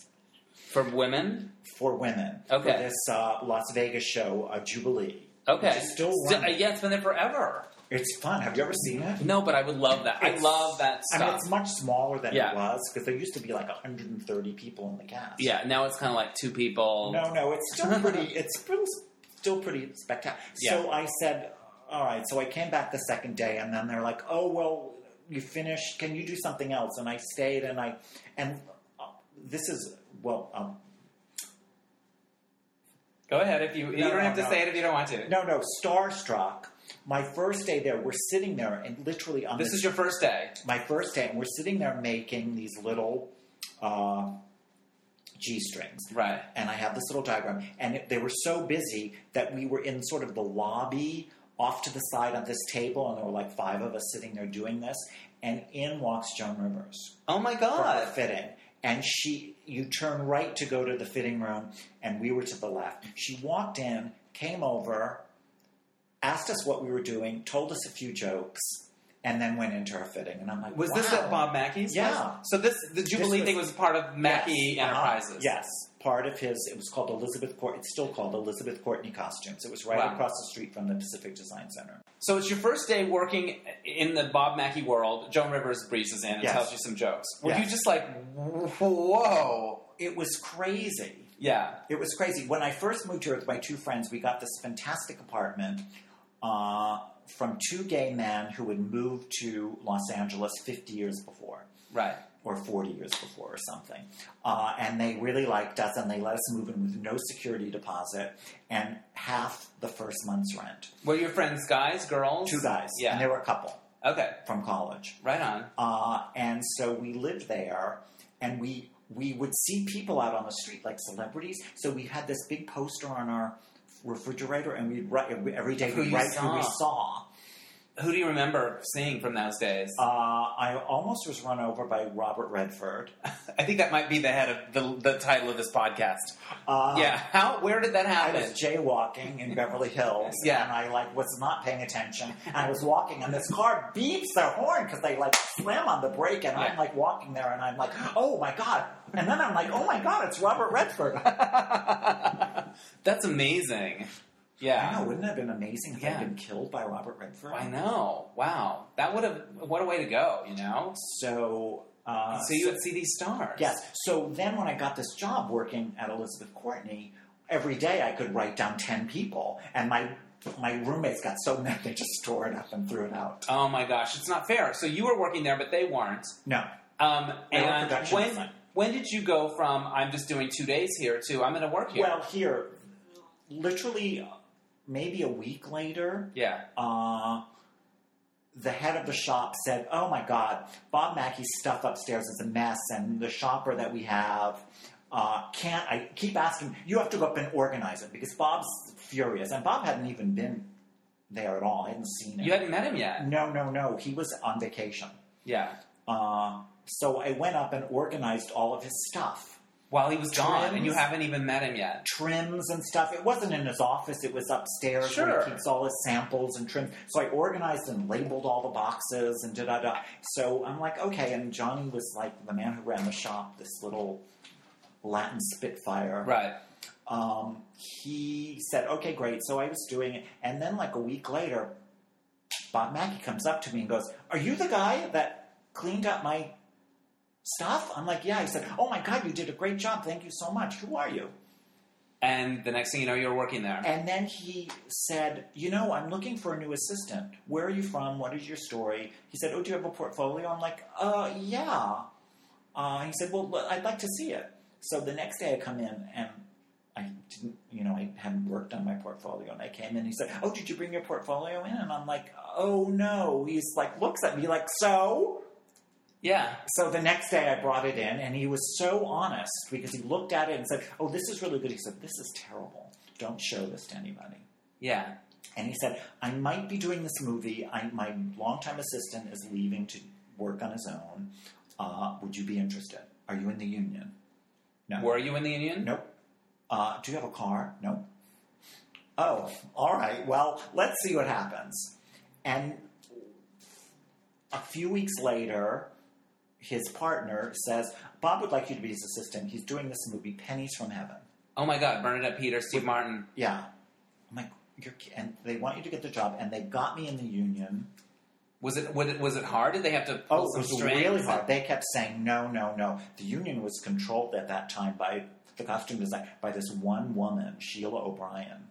Speaker 1: For women?
Speaker 2: for women
Speaker 1: Okay.
Speaker 2: for this uh, Las Vegas show, uh, Jubilee.
Speaker 1: Okay.
Speaker 2: It's still
Speaker 1: Sti-
Speaker 2: running.
Speaker 1: yeah, it's been there forever.
Speaker 2: It's fun. Have you ever seen it?
Speaker 1: No, but I would love that. I
Speaker 2: It's-
Speaker 1: love that stuff.
Speaker 2: I mean, it's much smaller than
Speaker 1: Yeah.
Speaker 2: it was because there used to be like 130 people in the cast.
Speaker 1: yeah, now it's kind of like two people.
Speaker 2: No, no, it's still pretty. It's still, still pretty spectacular. So I said, all right. So I came back the second day, and then they're like, oh well, you finished. Can you do something else? And I stayed, and I, and uh, this is well. Um,
Speaker 1: Go ahead if you. you
Speaker 2: No,
Speaker 1: don't
Speaker 2: no,
Speaker 1: have to
Speaker 2: no.
Speaker 1: say it if you don't want to.
Speaker 2: no, no, starstruck. My first day there, we're sitting there, and literally on
Speaker 1: This is your first day.
Speaker 2: my first day, and we're sitting there making these little uh, G strings.
Speaker 1: Right.
Speaker 2: And I have this little diagram, and it, they were so busy that we were in sort of the lobby off to the side of this table, and there were like five of us sitting there doing this. And in walks Joan Rivers
Speaker 1: Oh my
Speaker 2: for her
Speaker 1: god.
Speaker 2: fitting. And she, you turn right to go to the fitting room, and we were to the left. She walked in, came over, asked us what we were doing, told us a few jokes, and then went into her fitting. And I'm like,
Speaker 1: Was this
Speaker 2: wow.
Speaker 1: at Bob Mackey's?
Speaker 2: Yeah.
Speaker 1: place? So this the Jubilee
Speaker 2: was-
Speaker 1: thing was part of Mackey
Speaker 2: Yes.
Speaker 1: Enterprises.
Speaker 2: Uh-huh. yes, part of his. It was called Elizabeth Court. It's still called Elizabeth Courtney Costumes. It was right
Speaker 1: Wow.
Speaker 2: across the street from the Pacific Design Center.
Speaker 1: So it's your first day working in the Bob Mackey world. Joan Rivers breezes in and
Speaker 2: Yes.
Speaker 1: tells you some jokes. Were
Speaker 2: Yes.
Speaker 1: you just like, whoa?
Speaker 2: It was crazy.
Speaker 1: Yeah.
Speaker 2: It was crazy. When I first moved here with my two friends, we got this fantastic apartment uh, from two gay men who had moved to Los Angeles 50 years before.
Speaker 1: Right.
Speaker 2: or 40 years before or something. Uh, and they really liked us and they let us move in with no security deposit and half the first month's rent.
Speaker 1: Were your friends guys, girls?
Speaker 2: Two guys.
Speaker 1: Yeah.
Speaker 2: And they were a couple
Speaker 1: Okay.
Speaker 2: from college.
Speaker 1: Right on.
Speaker 2: Uh, and so we lived there and we we would see people out on the street like celebrities. So we had this big poster on our refrigerator and we'd write every day
Speaker 1: Who
Speaker 2: we'd
Speaker 1: you
Speaker 2: write who we
Speaker 1: saw.
Speaker 2: saw.
Speaker 1: Who do you remember seeing from those days?
Speaker 2: Uh, I almost was run over by Robert Redford.
Speaker 1: I think that might be the head of the, the title of this podcast.
Speaker 2: Uh,
Speaker 1: yeah. How? Where did that
Speaker 2: I
Speaker 1: happen?
Speaker 2: was jaywalking in Beverly Hills,
Speaker 1: Yeah.
Speaker 2: and I like was not paying attention. And I was walking, and this car beeps their horn because they like slam on the brake, and I'm
Speaker 1: Yeah.
Speaker 2: like walking there, and I'm like, oh my god! And then I'm like, oh my god, it's Robert Redford.
Speaker 1: That's amazing. Yeah.
Speaker 2: I know, wouldn't it have been amazing if
Speaker 1: Yeah.
Speaker 2: I'd been killed by Robert Redford?
Speaker 1: I know. Wow. That would have. What a way to go. You know.
Speaker 2: So, uh,
Speaker 1: so you would see these stars.
Speaker 2: yes. So then, when I got this job working at Elizabeth Courtney, every day I could write down ten people, and my my roommates got so mad they just tore it up and threw it out.
Speaker 1: Oh my gosh, it's not fair. So you were working there, but they weren't.
Speaker 2: No,
Speaker 1: Um,
Speaker 2: They were
Speaker 1: and
Speaker 2: production
Speaker 1: when
Speaker 2: design.
Speaker 1: when did you go from I'm just doing two days here to I'm going to work here?
Speaker 2: Well, here, literally, maybe a week later,
Speaker 1: yeah.
Speaker 2: uh, the head of the shop said, "Oh my God, Bob Mackey's stuff upstairs is a mess, and the shopper that we have." Uh, can't I keep asking? You have to go up and organize it because Bob's furious, and Bob hadn't even been there at all. I hadn't seen him.
Speaker 1: You hadn't met him yet.
Speaker 2: no, no, no. He was on vacation.
Speaker 1: Yeah.
Speaker 2: Uh, so I went up and organized all of his stuff.
Speaker 1: While he was gone, and
Speaker 2: Trims.
Speaker 1: you haven't even met him yet.
Speaker 2: trims and stuff. It wasn't in his office, it was upstairs where
Speaker 1: Sure.
Speaker 2: he keeps all his samples and trims. So I organized and labeled all the boxes and da da da. So I'm like, okay. And Johnny was like the man who ran the shop, this little Latin Spitfire.
Speaker 1: Right.
Speaker 2: Um, he said, okay, great. So I was doing it. And then, like a week later, Bob Mackey comes up to me and goes, Are you the guy that cleaned up my stuff? I'm like, Yeah. He said, Oh my God, you did a great job. Thank you so much. Who are you?
Speaker 1: And the next thing you know, you're working there.
Speaker 2: And then he said, You know, I'm looking for a new assistant. Where are you from? What is your story? He said, Oh, do you have a portfolio? I'm like, Uh, yeah. Uh, he said, Well, l- I'd like to see it. So the next day I come in and I didn't, you know, I hadn't worked on my portfolio. And I came in, he said, Oh, did you bring your portfolio in? And I'm like, Oh, no. He's like, looks at me like, So?
Speaker 1: Yeah.
Speaker 2: So the next day I brought it in, and he was so honest because he looked at it and said, Oh, this is really good. He said, This is terrible. Don't show this to anybody.
Speaker 1: Yeah.
Speaker 2: And he said, I might be doing this movie. I, my longtime assistant is leaving to work on his own. Uh, would you be interested? Are you in the union? No.
Speaker 1: Were you in the union?
Speaker 2: Nope. Uh, do you have a car? Nope. Oh, all right. Well, let's see what happens. And a few weeks later, his partner says, Bob would like you to be his assistant. He's doing this movie, Pennies from Heaven.
Speaker 1: Oh my God, Bernadette Peter, Steve Martin.
Speaker 2: Yeah. I'm like, You're, ki-" and they want you to get the job, and they got me in the union.
Speaker 1: Was it was it, was it hard? Did they have to pull
Speaker 2: Oh, it
Speaker 1: some
Speaker 2: was
Speaker 1: strings?
Speaker 2: really hard. They kept saying no, no, no. The union was controlled at that time by the costume design by this one woman, Sheila O'Brien,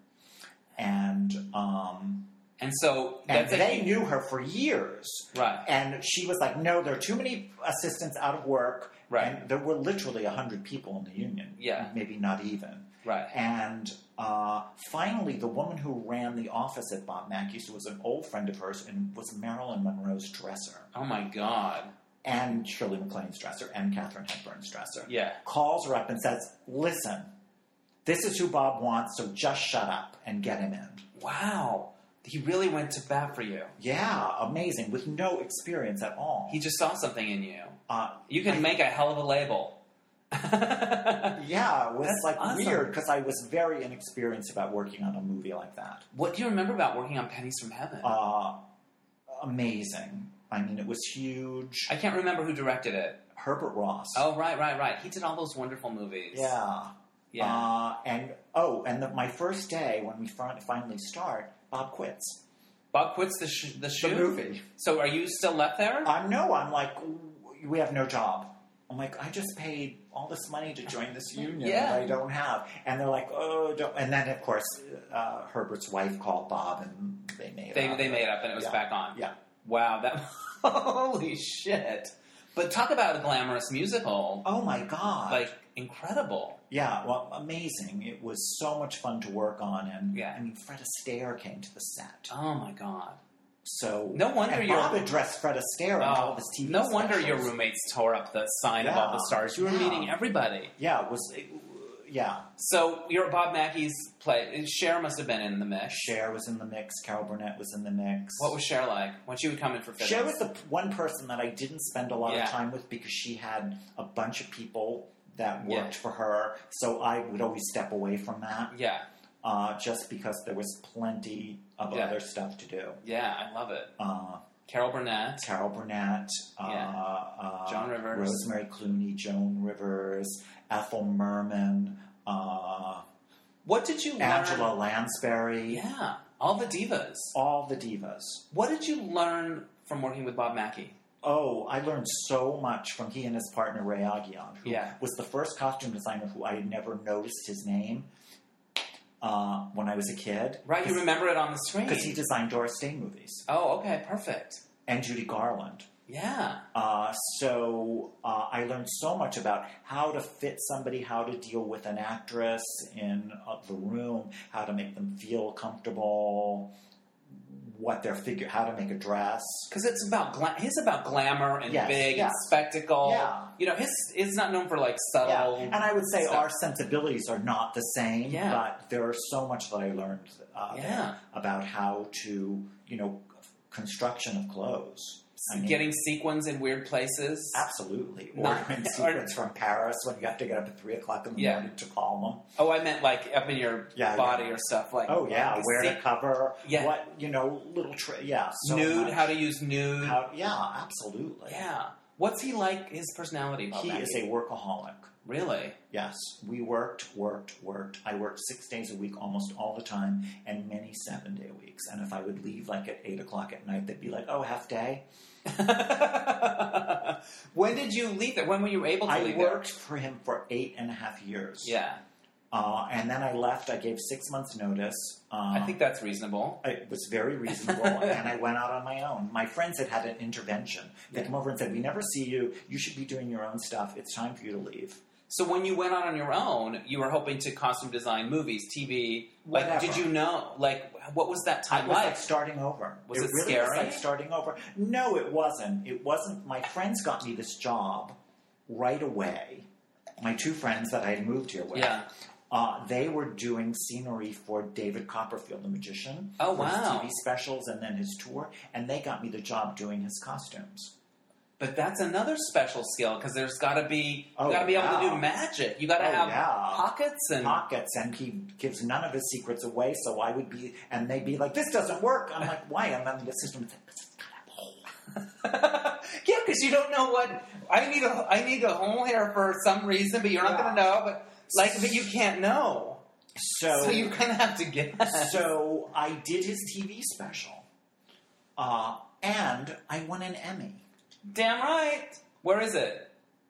Speaker 2: and um,
Speaker 1: And so
Speaker 2: and
Speaker 1: that's a-
Speaker 2: they knew her for years.
Speaker 1: Right.
Speaker 2: And she was like, "No, there are too many assistants out of work."
Speaker 1: Right.
Speaker 2: And there were literally hundred people in the union.
Speaker 1: Yeah.
Speaker 2: Maybe not even.
Speaker 1: Right.
Speaker 2: And uh, finally, the woman who ran the office at Bob Mackey's was an old friend of hers and was Marilyn Monroe's dresser
Speaker 1: Oh my God.
Speaker 2: and Shirley MacLaine's dresser and Katherine Hepburn's dresser.
Speaker 1: Yeah.
Speaker 2: Calls her up and says, "Listen, this is who Bob wants, so just shut up and get him in."
Speaker 1: Wow. He really went to bat for you.
Speaker 2: Yeah, amazing. With no experience at all.
Speaker 1: He just saw something in you.
Speaker 2: uh,
Speaker 1: You can make a hell of a label.
Speaker 2: yeah, it was
Speaker 1: That's
Speaker 2: like
Speaker 1: awesome.
Speaker 2: weird because I was very inexperienced about working on a movie like that.
Speaker 1: what do you remember about working on Pennies from Heaven?
Speaker 2: Uh, amazing. I mean, it was huge.
Speaker 1: I can't remember who directed it.
Speaker 2: Herbert Ross.
Speaker 1: Oh, right, right, right. He did all those wonderful movies.
Speaker 2: Yeah.
Speaker 1: Yeah.
Speaker 2: Uh, and oh, and the, my first day when we fin- finally start, Bob quits.
Speaker 1: Bob quits the, sh- the shoot?
Speaker 2: movie. Uh,
Speaker 1: So are you still left there?
Speaker 2: I know. I'm like, "W- we have no job. I'm like, I just paid all this money to join this union
Speaker 1: Yeah.
Speaker 2: that I don't have. And they're like, oh, don't. And then, of course, uh, Herbert's wife called Bob and they made
Speaker 1: they,
Speaker 2: up.
Speaker 1: they made up and it was
Speaker 2: Yeah.
Speaker 1: back on.
Speaker 2: Yeah.
Speaker 1: Wow, that. holy shit. But talk about a glamorous musical.
Speaker 2: Oh my God.
Speaker 1: Like, incredible.
Speaker 2: yeah, well, amazing. It was so much fun to work on. And
Speaker 1: Yeah.
Speaker 2: I mean, Fred Astaire came to the set.
Speaker 1: Oh my god.
Speaker 2: So
Speaker 1: No wonder
Speaker 2: and
Speaker 1: you're-
Speaker 2: Bob addressed Fred Astaire on all of his TV
Speaker 1: no wonder your
Speaker 2: specials.
Speaker 1: roommates tore up the sign of all the
Speaker 2: Yeah.
Speaker 1: stars. You were
Speaker 2: Yeah.
Speaker 1: meeting everybody.
Speaker 2: Yeah, it was. It, yeah,
Speaker 1: So you're at Bob Mackey's play. Cher must have been in the mix.
Speaker 2: Cher was in the mix. Carol Burnett was in the mix.
Speaker 1: What was Cher like when she would come in for fittings?
Speaker 2: Cher was the p- one person that I didn't spend a lot
Speaker 1: Yeah.
Speaker 2: of time with because she had a bunch of people that
Speaker 1: Yeah.
Speaker 2: worked for her, so I would always step away from that
Speaker 1: Yeah,
Speaker 2: uh, just because there was plenty of
Speaker 1: Yeah.
Speaker 2: other stuff to do.
Speaker 1: yeah, I love it.
Speaker 2: Uh,
Speaker 1: Carol Burnett.
Speaker 2: Carol Burnett, uh,
Speaker 1: Yeah.
Speaker 2: uh,
Speaker 1: Joan Rivers.
Speaker 2: Rosemary Clooney, Joan Rivers, Ethel Merman, uh,
Speaker 1: What did you learn?
Speaker 2: Angela Lansbury,
Speaker 1: Yeah, all the divas.
Speaker 2: all the divas.
Speaker 1: What did you learn from working with Bob Mackey?
Speaker 2: Oh, I learned so much from he and his partner Ray Agion, who
Speaker 1: Yeah.
Speaker 2: was the first costume designer who I had never noticed his name uh, when I was a kid.
Speaker 1: Right, you remember it on the screen.
Speaker 2: Because he designed Doris Day movies
Speaker 1: oh, okay, perfect.
Speaker 2: and Judy Garland.
Speaker 1: Yeah,
Speaker 2: Uh, so uh, I learned so much about how to fit somebody, how to deal with an actress in uh, the room, how to make them feel comfortable, what their figure, how to make a dress.
Speaker 1: because it's about gla- he's about glamour and
Speaker 2: Yes,
Speaker 1: big
Speaker 2: yeah.
Speaker 1: and spectacle.
Speaker 2: Yeah.
Speaker 1: you know, his is not known for like
Speaker 2: Yeah,
Speaker 1: subtle.
Speaker 2: and I would say
Speaker 1: stuff.
Speaker 2: our sensibilities are not the same,
Speaker 1: Yeah.
Speaker 2: but there are so much that I learned uh,
Speaker 1: Yeah.
Speaker 2: there about how to, you know, construction of clothes. I mean,
Speaker 1: getting sequins in weird places.
Speaker 2: absolutely
Speaker 1: Not-
Speaker 2: ordering
Speaker 1: or-
Speaker 2: sequins from Paris when you have to get up at three o'clock in the
Speaker 1: Yeah.
Speaker 2: morning to call
Speaker 1: Oh, I meant like up in your
Speaker 2: Yeah,
Speaker 1: body or stuff like.
Speaker 2: them. Oh yeah,
Speaker 1: like
Speaker 2: where
Speaker 1: se-
Speaker 2: to cover?
Speaker 1: Yeah.
Speaker 2: what you know, little tri- yeah, so
Speaker 1: nude,
Speaker 2: much.
Speaker 1: how to use nude.
Speaker 2: How- yeah, absolutely. Uh,
Speaker 1: yeah. What's he like? His personality. Bob
Speaker 2: he
Speaker 1: Mackie?
Speaker 2: is a workaholic.
Speaker 1: really.
Speaker 2: Yes, we worked, worked, worked. I worked six days a week almost all the time and many seven day weeks. And if I would leave like at eight o'clock at night, they'd be like, oh, half day.
Speaker 1: when did you leave it? When were you able to
Speaker 2: I
Speaker 1: leave
Speaker 2: worked for him for eight and a half years.
Speaker 1: it? Yeah,
Speaker 2: Uh, and then I left. I gave six months' notice. Um,
Speaker 1: I think that's reasonable.
Speaker 2: it was very reasonable, and I went out on my own. My friends had had an intervention. They
Speaker 1: Yeah.
Speaker 2: come over and said, "We never see you. You should be doing your own stuff. It's time for you to leave."
Speaker 1: So when you went out on your own, you were hoping to costume design movies, TV. Like,
Speaker 2: Whatever.
Speaker 1: did you know? Like, what was that
Speaker 2: I
Speaker 1: time
Speaker 2: was
Speaker 1: like?
Speaker 2: like starting over.
Speaker 1: Was it
Speaker 2: really
Speaker 1: scary?
Speaker 2: Was like starting over. No, it wasn't. It wasn't. My friends got me this job right away. My two friends that I had moved here with.
Speaker 1: Yeah.
Speaker 2: Uh, they were doing scenery for David Copperfield, the magician.
Speaker 1: Oh,
Speaker 2: for his
Speaker 1: wow.
Speaker 2: TV specials and then his tour, and they got me the job doing his costumes.
Speaker 1: But that's another special skill because there's got to be you
Speaker 2: Oh,
Speaker 1: got to be able to
Speaker 2: wow.
Speaker 1: do magic. You got to
Speaker 2: Oh,
Speaker 1: have
Speaker 2: yeah.
Speaker 1: pockets and
Speaker 2: Pockets, and he gives none of his secrets away. So I would be, and they'd be like, "This doesn't work." I'm like, "Why?" And then the assistant would say, "This is kind of hole."
Speaker 1: yeah, because you don't know what I need. A I need a hole here for some reason, but you're not
Speaker 2: Yeah.
Speaker 1: going to know. But like, but you can't know, so you kind of have to guess.
Speaker 2: so I did his TV special, uh, and I won an Emmy.
Speaker 1: Damn right. Where is it?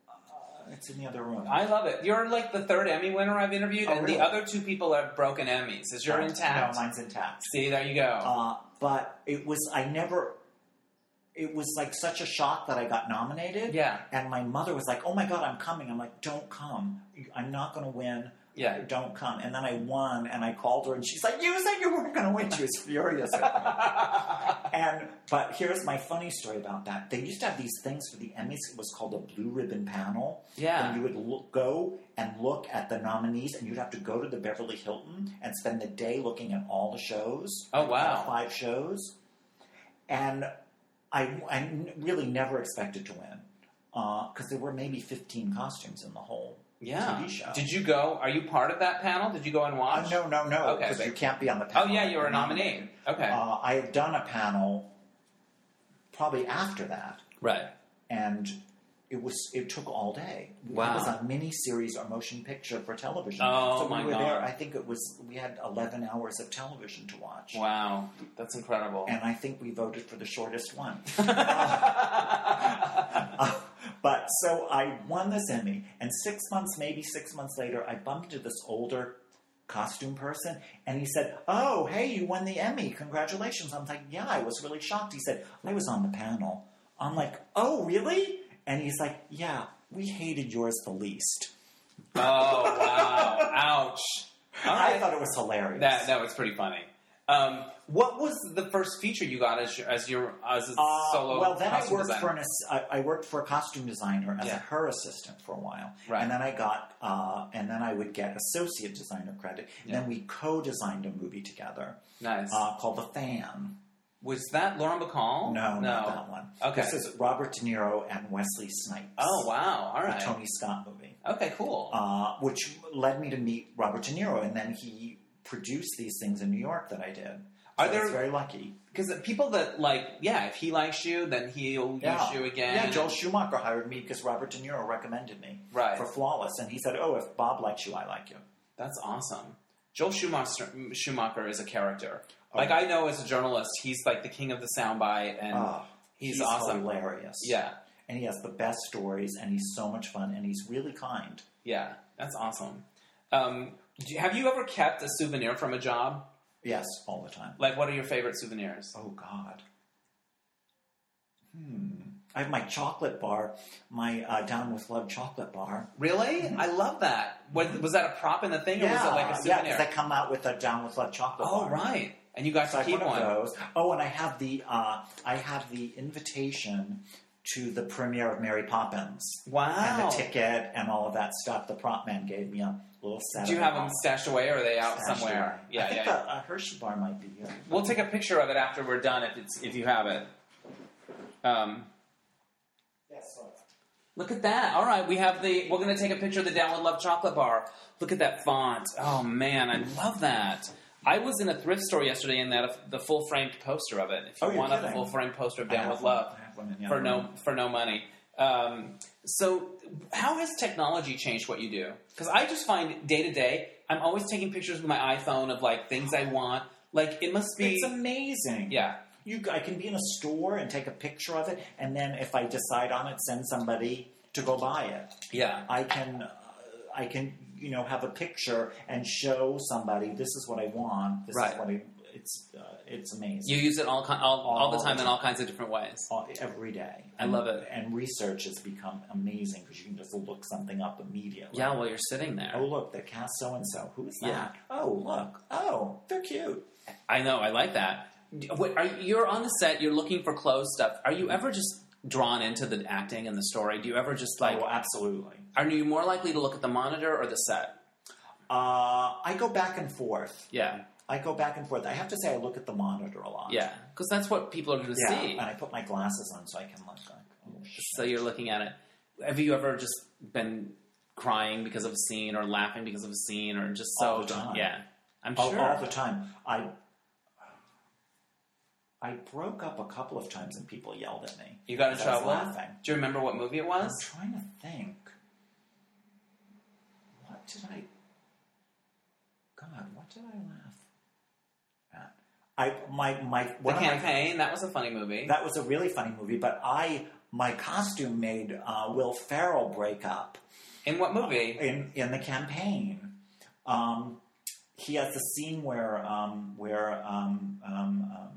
Speaker 2: Uh, It's in the other room.
Speaker 1: I love it. You're like the third Emmy winner I've interviewed,
Speaker 2: Oh,
Speaker 1: and
Speaker 2: really?
Speaker 1: the other two people have broken Emmys. Is your intact?
Speaker 2: No, mine's intact.
Speaker 1: See, there you go.
Speaker 2: Uh, but it was I never. It was like such a shock that I got nominated.
Speaker 1: Yeah.
Speaker 2: And my mother was like, "Oh my god, I'm coming." I'm like, "Don't come. I'm not going to win.
Speaker 1: Yeah.
Speaker 2: Don't come." And then I won, and I called her, and she's like, "You said you weren't going to win." She was furious. At me. And but here's my funny story about that. They used to have these things for the Emmys. It was called a blue ribbon panel.
Speaker 1: Yeah.
Speaker 2: And you would look, go and look at the nominees, and you'd have to go to the Beverly Hilton and spend the day looking at all the shows.
Speaker 1: Oh,
Speaker 2: like,
Speaker 1: wow.
Speaker 2: all Five shows, and I, I n- really never expected to win because there were maybe fifteen costumes in the whole
Speaker 1: yeah.
Speaker 2: TV show.
Speaker 1: Did you go? Are you part of that panel? Did you go and watch?
Speaker 2: Uh, no, no, no,
Speaker 1: Okay,
Speaker 2: because
Speaker 1: but-
Speaker 2: you can't be on the
Speaker 1: Oh
Speaker 2: panel.
Speaker 1: yeah, you were a nominee. Okay.
Speaker 2: Uh, I had done a panel probably after that,
Speaker 1: right.
Speaker 2: and it was it took all day.
Speaker 1: Wow.
Speaker 2: It was a mini series or motion picture for television.
Speaker 1: Oh,
Speaker 2: so
Speaker 1: my
Speaker 2: we were
Speaker 1: God.
Speaker 2: there. I think it was we had eleven hours of television to watch.
Speaker 1: Wow, that's incredible.
Speaker 2: And I think we voted for the shortest one. Uh, but so I won this Emmy, and six months, maybe six months later, I bumped into this older costume person, and he said, "Oh, hey, you won the Emmy! Congratulations!" I'm like, "Yeah, I was really shocked." He said, "I was on the panel." I'm like, "Oh, really?" And he's like, "Yeah, we hated yours the least."
Speaker 1: oh wow, ouch. All
Speaker 2: I
Speaker 1: right.
Speaker 2: thought it was hilarious.
Speaker 1: that that was pretty funny. Um, what was the first feature you got as your, as your as a
Speaker 2: Uh,
Speaker 1: solo?
Speaker 2: well, then I
Speaker 1: costume
Speaker 2: worked
Speaker 1: designer?
Speaker 2: for an ass- I, I worked for a costume designer as
Speaker 1: Yeah.
Speaker 2: a, her assistant for a while,
Speaker 1: Right.
Speaker 2: and then I got uh, and then I would get associate designer credit. And
Speaker 1: Yeah.
Speaker 2: Then we co-designed a movie together
Speaker 1: nice.
Speaker 2: uh, called The Fan.
Speaker 1: was that Lauren Bacall?
Speaker 2: No,
Speaker 1: no.
Speaker 2: not that one.
Speaker 1: Okay.
Speaker 2: this is Robert De Niro and Wesley Snipes.
Speaker 1: Oh wow! All
Speaker 2: the
Speaker 1: right.
Speaker 2: Tony Scott movie,
Speaker 1: Okay, cool.
Speaker 2: uh, which led me to meet Robert De Niro, and then he produced these things in New York that I did.
Speaker 1: Are
Speaker 2: So
Speaker 1: there-
Speaker 2: it's very lucky?
Speaker 1: Because people that like, yeah, if he likes you, then he'll
Speaker 2: Yeah.
Speaker 1: use you again.
Speaker 2: Yeah, Joel Schumacher hired me because Robert De Niro recommended me
Speaker 1: Right. Mm.
Speaker 2: for Flawless, and he said, "Oh, if Bob likes you, I like you."
Speaker 1: That's awesome. Joel Schumacher, Schumacher is a character.
Speaker 2: Oh.
Speaker 1: Like I know as a journalist, he's like the king of the soundbite, and
Speaker 2: Oh,
Speaker 1: he's, awesome.
Speaker 2: hilarious.
Speaker 1: Yeah,
Speaker 2: and he has the best stories, and he's so much fun, and he's really kind.
Speaker 1: yeah, that's awesome. Um, do you- have you ever kept a souvenir from a job?
Speaker 2: Yes, all the time.
Speaker 1: Like, what are your favorite souvenirs?
Speaker 2: Oh God. Hmm. I have my chocolate bar, my uh, Down with Love chocolate bar.
Speaker 1: Really, I love that. Mm-hmm. Was, was that a prop in the thing, or was it like a
Speaker 2: yeah,
Speaker 1: souvenir?
Speaker 2: because they come out with a Down with Love chocolate
Speaker 1: oh,
Speaker 2: bar.
Speaker 1: right. And you got
Speaker 2: So I
Speaker 1: to
Speaker 2: have
Speaker 1: keep
Speaker 2: one,
Speaker 1: one.
Speaker 2: of those. Oh, and I have the uh, I have the invitation to the premiere of Mary Poppins. and
Speaker 1: Wow.
Speaker 2: the ticket and all of that stuff. The prop man gave me a little set.
Speaker 1: Do you
Speaker 2: of
Speaker 1: have
Speaker 2: them
Speaker 1: them stashed away, or are they out
Speaker 2: stashed
Speaker 1: somewhere?
Speaker 2: away. I
Speaker 1: Yeah,
Speaker 2: think
Speaker 1: yeah.
Speaker 2: the, a Hershey bar might be here.
Speaker 1: We'll take a picture of it after we're done if it's if you have it. Um,
Speaker 2: Yes,
Speaker 1: look at that. All right, we have the. We're gonna take a picture of the Down with Love chocolate bar. Look at that font. Oh man, I love that. I was in a thrift store yesterday and that the full framed poster of it. If you
Speaker 2: Oh, you're
Speaker 1: want a
Speaker 2: kidding.
Speaker 1: full framed poster of Down with Love for no for no money. Um, so, how has technology changed what you do? Because I just find day to day, I'm always taking pictures with my iPhone of like things I want. Like it must be,
Speaker 2: It's amazing.
Speaker 1: yeah.
Speaker 2: you. I can be in a store and take a picture of it, and then if I decide on it, send somebody to go buy it.
Speaker 1: Yeah.
Speaker 2: I can, uh, I can, you know, have a picture and show somebody this is what I want. This
Speaker 1: Right.
Speaker 2: is what I. it's uh, it's amazing.
Speaker 1: You use it all, ki- all, all,
Speaker 2: All
Speaker 1: the
Speaker 2: the
Speaker 1: time in
Speaker 2: time.
Speaker 1: all kinds of different ways.
Speaker 2: all, every day.
Speaker 1: I love it.
Speaker 2: And research has become amazing because you can just look something up immediately.
Speaker 1: Yeah, while you're sitting there.
Speaker 2: Oh, look, they cast so and so. Who is that?
Speaker 1: Yeah.
Speaker 2: Oh, look. Oh, they're cute.
Speaker 1: I know. I like that. D- What, are, you're on the set. You're looking for clothes stuff. Are you ever just drawn into the acting and the story? Do you ever just like?
Speaker 2: oh, absolutely.
Speaker 1: Are you more likely to look at the monitor or the set?
Speaker 2: Uh, I go back and forth.
Speaker 1: Yeah,
Speaker 2: I go back and forth. I have to say, I look at the monitor a lot.
Speaker 1: yeah, because that's what people are going to
Speaker 2: Yeah.
Speaker 1: see.
Speaker 2: And I put my glasses on so I can look like, oh, shit.
Speaker 1: So you're looking at it. Have you ever just been crying because of a scene or laughing because of a scene or just so?
Speaker 2: All the time.
Speaker 1: Yeah, I'm
Speaker 2: all,
Speaker 1: sure.
Speaker 2: all the time. I I broke up a couple of times and people yelled at me.
Speaker 1: you got in
Speaker 2: because I was
Speaker 1: trouble.
Speaker 2: Laughing.
Speaker 1: Do you remember what movie it
Speaker 2: I'm
Speaker 1: was?
Speaker 2: trying to think. What did I? God, what did I laugh? at? I my my one
Speaker 1: the
Speaker 2: of my-
Speaker 1: campaign. That was a funny movie.
Speaker 2: that was a really funny movie, but I my costume made uh, Will Ferrell break up
Speaker 1: in what movie?
Speaker 2: in in the campaign. Um, he has the scene where um, where um, um, um,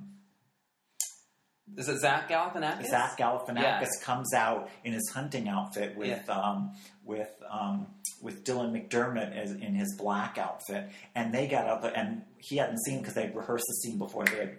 Speaker 1: Is it Zach Galifianakis?
Speaker 2: Zach Galifianakis
Speaker 1: Yeah.
Speaker 2: comes out in his hunting outfit with um, with um, with Dylan McDermott as, in his black outfit, and they got up and he hadn't seen because they rehearsed the scene before they had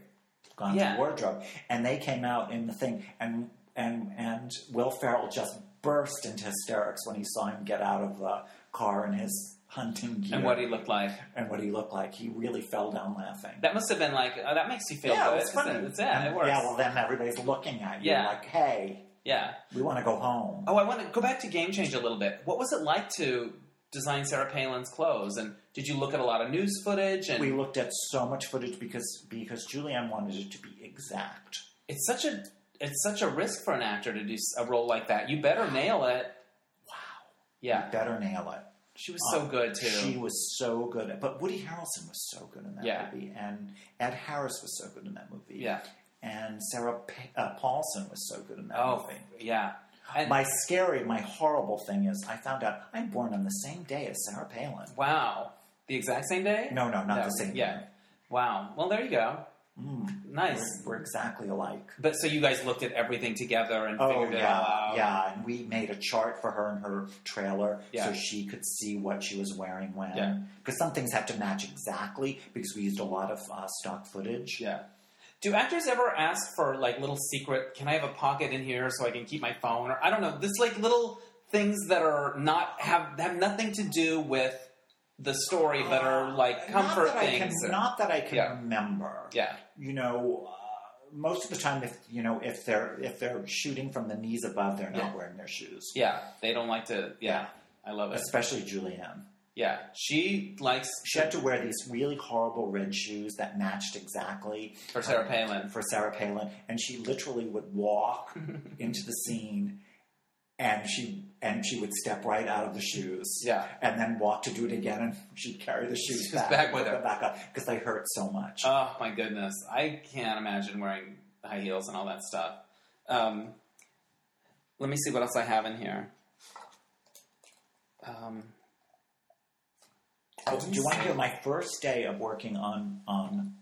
Speaker 2: gone
Speaker 1: Yeah.
Speaker 2: to wardrobe, and they came out in the thing, and and and Will Ferrell just burst into hysterics when he saw him get out of the car in his hunting gear
Speaker 1: And what he looked like.
Speaker 2: and what he looked like. He really fell down laughing.
Speaker 1: That must have been like oh, that makes you feel
Speaker 2: yeah,
Speaker 1: good.
Speaker 2: it was funny.
Speaker 1: It's, yeah, it
Speaker 2: And-
Speaker 1: works.
Speaker 2: Yeah, well, then everybody's looking at you
Speaker 1: Yeah.
Speaker 2: like, hey.
Speaker 1: yeah.
Speaker 2: We want to go home.
Speaker 1: Oh, I want to go back to Game Change a little bit. What was it like to design Sarah Palin's clothes? And did you look at a lot of news footage? And
Speaker 2: We looked at so much footage because because Julianne wanted it to be exact.
Speaker 1: it's such a it's such a risk for an actor to do s- a role like that. You better nail it.
Speaker 2: Wow,
Speaker 1: Yeah, Oh,
Speaker 2: better nail it.
Speaker 1: she was
Speaker 2: Uh,
Speaker 1: so good too.
Speaker 2: She was so good, at, but Woody Harrelson was so good in that
Speaker 1: Yeah.
Speaker 2: movie, and Ed Harris was so good in that movie.
Speaker 1: yeah.
Speaker 2: and Sarah pa- uh, Paulson was so good in that
Speaker 1: Oh,
Speaker 2: movie.
Speaker 1: yeah. And,
Speaker 2: My scary, my horrible thing is, I found out I'm born on the same day as Sarah Palin.
Speaker 1: wow. The exact same day?
Speaker 2: No, no, not
Speaker 1: No,
Speaker 2: the same.
Speaker 1: Yeah.
Speaker 2: day.
Speaker 1: Wow. Well, there you go.
Speaker 2: Mm,
Speaker 1: Nice.
Speaker 2: we're, we're exactly alike.
Speaker 1: But so you guys looked at everything together and
Speaker 2: Oh
Speaker 1: figured it all
Speaker 2: yeah,
Speaker 1: out.
Speaker 2: yeah. And we made a chart for her in her trailer
Speaker 1: Yeah.
Speaker 2: so she could see what she was wearing when.
Speaker 1: Yeah.
Speaker 2: Because some things have to match exactly because we used a lot of uh, stock footage.
Speaker 1: Yeah. Do actors ever ask for like little secret? Can I have a pocket in here so I can keep my phone? Or I don't know. This like little things that are not have have nothing to do with the story, but are like
Speaker 2: Uh,
Speaker 1: comfort
Speaker 2: not that I
Speaker 1: things.
Speaker 2: Can, not that I can
Speaker 1: Yeah.
Speaker 2: remember.
Speaker 1: yeah.
Speaker 2: You know, uh, most of the time, if you know, if they're if they're shooting from the knees above, they're not
Speaker 1: Yeah.
Speaker 2: wearing their shoes.
Speaker 1: Yeah. They don't like to. Yeah. I love it.
Speaker 2: Especially Julianne.
Speaker 1: Yeah. She likes
Speaker 2: She had to wear these really horrible red shoes that matched exactly.
Speaker 1: for Sarah Palin.
Speaker 2: for Sarah Palin, and she literally would walk into the scene, and she and she would step right out of the shoes,
Speaker 1: Yeah.
Speaker 2: and then walk to do it again, and she'd carry the shoes
Speaker 1: She's
Speaker 2: back,
Speaker 1: back
Speaker 2: and
Speaker 1: with
Speaker 2: put
Speaker 1: her.
Speaker 2: them back up because they hurt so much.
Speaker 1: Oh my goodness, I can't imagine wearing high heels and all that stuff. Um, let me see what else I have in here. Um,
Speaker 2: Oh, do you want to hear my first day of working on on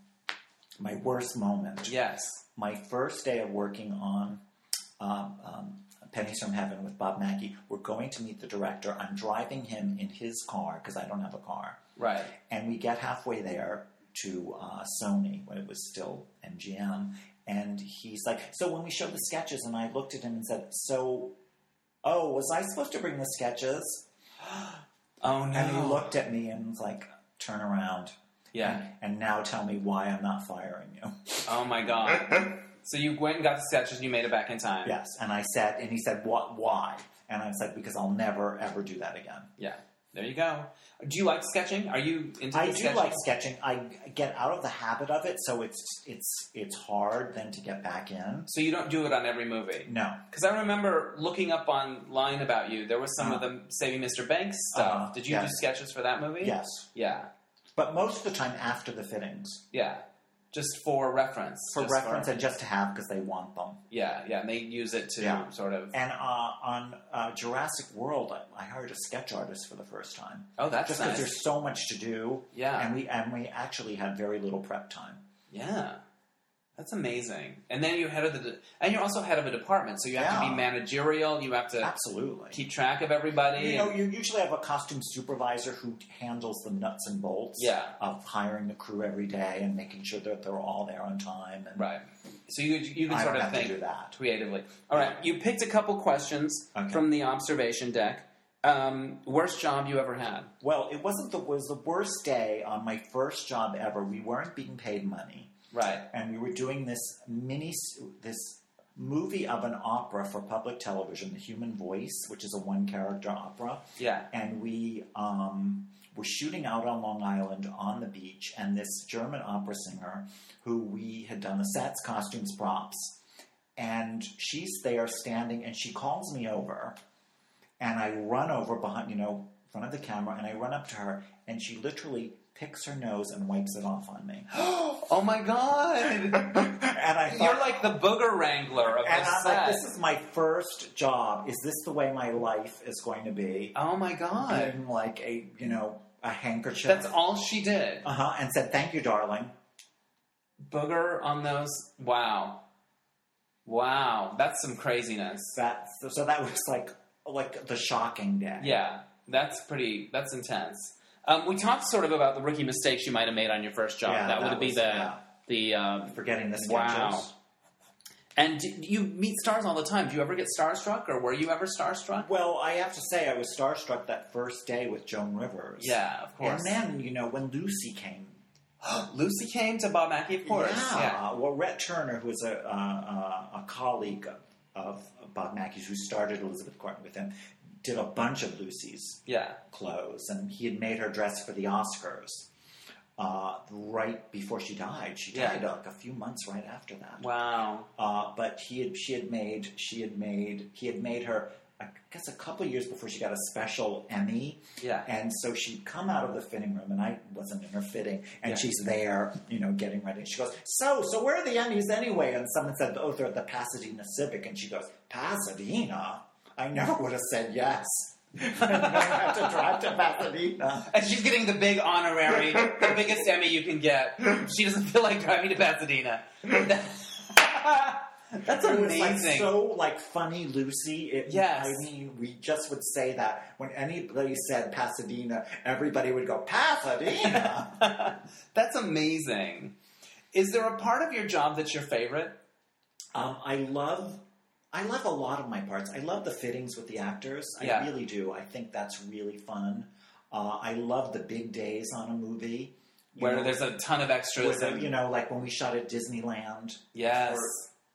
Speaker 2: my worst moment?
Speaker 1: yes,
Speaker 2: My first day of working on. Um, um, Pennies from Heaven with Bob Mackey. We're going to meet the director. I'm driving him in his car because I don't have a car.
Speaker 1: right.
Speaker 2: And we get halfway there to uh, Sony when it was still MGM. And he's like, So when we showed the sketches, and I looked at him and said, So, oh, was I supposed to bring the sketches?
Speaker 1: Oh no.
Speaker 2: And he looked at me and was like, Turn around.
Speaker 1: yeah.
Speaker 2: And now tell me why I'm not firing you.
Speaker 1: Oh my god. so you went and got the sketches. and You made it back in time.
Speaker 2: yes. And I said, And he said, What? Why? And I said, Because I'll never, ever do that again.
Speaker 1: Yeah. There you go. Do you like sketching? Are you into
Speaker 2: I
Speaker 1: the
Speaker 2: do
Speaker 1: sketching?
Speaker 2: like sketching. I get out of the habit of it, so it's it's it's hard then to get back in.
Speaker 1: So you don't do it on every movie.
Speaker 2: No,
Speaker 1: Because I remember looking up online about you. There was some of
Speaker 2: Uh-huh.
Speaker 1: the Saving Mr. Banks stuff.
Speaker 2: Uh-huh.
Speaker 1: Did you do
Speaker 2: Yes.
Speaker 1: sketches for that movie?
Speaker 2: yes.
Speaker 1: Yeah.
Speaker 2: But most of the time after the fittings,
Speaker 1: Yeah, just for reference.
Speaker 2: for
Speaker 1: just
Speaker 2: reference and just to have because they want them.
Speaker 1: yeah, yeah, and they use it to
Speaker 2: Yeah.
Speaker 1: sort of.
Speaker 2: And uh, on uh, Jurassic World, I, I hired a sketch artist for the first time,
Speaker 1: Oh, that's
Speaker 2: just
Speaker 1: nice.
Speaker 2: because there's so much to do,
Speaker 1: Yeah,
Speaker 2: and we and we actually had very little prep time.
Speaker 1: Yeah. That's amazing. And then you're head of the, de- and you're also head of a department, so you have to
Speaker 2: Yeah.
Speaker 1: be managerial. You have to
Speaker 2: Absolutely.
Speaker 1: keep track of everybody.
Speaker 2: You know,
Speaker 1: and-
Speaker 2: you usually have a costume supervisor who handles the nuts and bolts
Speaker 1: Yeah.
Speaker 2: of hiring the crew every day and making sure that they're all there on time. And
Speaker 1: right. So you you can
Speaker 2: I
Speaker 1: sort
Speaker 2: don't
Speaker 1: of
Speaker 2: have
Speaker 1: think
Speaker 2: to do that.
Speaker 1: creatively. All right, you picked a couple questions
Speaker 2: Okay.
Speaker 1: from the observation deck. Um, worst job you ever had?
Speaker 2: Well, it wasn't the was the worst day on my first job ever. We weren't being paid money,
Speaker 1: Right.
Speaker 2: and we were doing this mini this movie of an opera for public television, The Human Voice, which is a one character opera.
Speaker 1: Yeah.
Speaker 2: and we um, were shooting out on Long Island on the beach, and this German opera singer who we had done the sets, costumes, props, and she's there standing, and she calls me over, and I run over behind, you know, in front of the camera, and I run up to her, and she literally picks her nose and wipes it off on me,
Speaker 1: Oh my god!
Speaker 2: and I thought.
Speaker 1: You're like the booger wrangler of
Speaker 2: and
Speaker 1: the
Speaker 2: I'm
Speaker 1: set.
Speaker 2: like, this is my first job. Is this the way my life is going to be?
Speaker 1: oh my god!
Speaker 2: Being like a, you know, a handkerchief.
Speaker 1: That's all she did.
Speaker 2: uh huh, and said, "Thank you, darling."
Speaker 1: Booger on those. Wow. Wow. That's some craziness.
Speaker 2: That so, so that was like like the shocking day.
Speaker 1: Yeah. That's pretty. That's intense. Um, we talked sort of about the rookie mistakes you might have made on your first job.
Speaker 2: Yeah,
Speaker 1: that,
Speaker 2: that
Speaker 1: would be
Speaker 2: was-
Speaker 1: the
Speaker 2: yeah.
Speaker 1: the um,
Speaker 2: forgetting the schedules.
Speaker 1: Wow. And do you meet stars all the time. Do you ever get starstruck, or were you ever starstruck?
Speaker 2: Well, I have to say, I was starstruck that first day with Joan Rivers.
Speaker 1: Yeah, of course.
Speaker 2: and then you know when Lucy came.
Speaker 1: Lucy came to Bob Mackey, of course.
Speaker 2: yeah. Well, Rhett Turner, who was a uh, uh, a colleague of, of Bob Mackey's, who started Elizabeth Corton with him, did a bunch of Lucy's
Speaker 1: yeah,
Speaker 2: clothes, and he had made her dress for the Oscars. Uh, right before she died, she
Speaker 1: Yeah.
Speaker 2: died like a few months right after that.
Speaker 1: yeah. Wow.
Speaker 2: Uh, but he had, she had made, she had made, he had made her, I guess, a couple of years before she got a special Emmy.
Speaker 1: Yeah.
Speaker 2: And so she'd come out of the fitting room, and I wasn't in her fitting, and
Speaker 1: Yeah.
Speaker 2: she's there, you know, getting ready. She goes, "So, so where are the Emmys anyway?" And someone said, "Oh, they're at the Pasadena Civic," and she goes, "Pasadena? I never would have said yes." and then I had to drive to Pasadena.
Speaker 1: And she's getting the big honorary, the biggest Emmy you can get. She doesn't feel like driving to Pasadena. That's
Speaker 2: It was like
Speaker 1: amazing.
Speaker 2: so like funny Lucy. It,
Speaker 1: Yes.
Speaker 2: I mean, we just would say that when anybody said Pasadena, everybody would go Pasadena.
Speaker 1: That's amazing. Is there a part of your job that's your favorite?
Speaker 2: um, I love. I love a lot of my parts. I love the fittings with the actors.
Speaker 1: Yeah.
Speaker 2: I really do. I think that's really fun. Uh, I love the big days on a movie. you
Speaker 1: Where
Speaker 2: know,
Speaker 1: there's a ton of extras.
Speaker 2: with a-
Speaker 1: and-
Speaker 2: you know, like when we shot at Disneyland.
Speaker 1: yes.
Speaker 2: for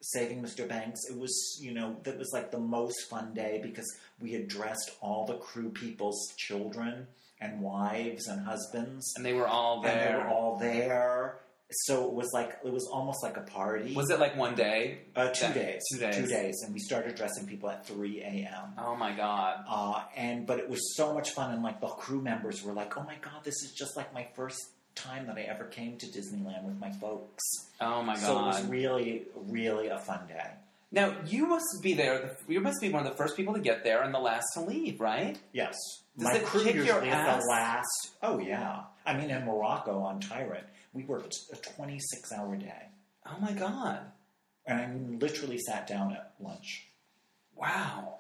Speaker 2: Saving Mr. Banks. It was, you know, that was like the most fun day because we had dressed all the crew people's children and wives and husbands,
Speaker 1: And they were all
Speaker 2: and they
Speaker 1: there.
Speaker 2: were all there. So it was like it was almost like a party.
Speaker 1: was it like one day?
Speaker 2: uh, two
Speaker 1: Yeah,
Speaker 2: days,
Speaker 1: two days.
Speaker 2: two days, and we started dressing people at three a.m.
Speaker 1: Oh my god.
Speaker 2: Uh, and but it was so much fun, and like the crew members were like, "Oh my god, this is just like my first time that I ever came to Disneyland with my folks."
Speaker 1: Oh my god!
Speaker 2: So it was really, really a fun day.
Speaker 1: now you must be there. You must be one of the first people to get there and the last to leave, right?
Speaker 2: Yes.
Speaker 1: Does
Speaker 2: My
Speaker 1: it
Speaker 2: crew
Speaker 1: kick your
Speaker 2: usually is
Speaker 1: ass?
Speaker 2: the last. Oh, yeah. I mean, in Morocco on Tyrant, we worked a 26 hour day.
Speaker 1: Oh my god!
Speaker 2: And I literally sat down at lunch.
Speaker 1: Wow.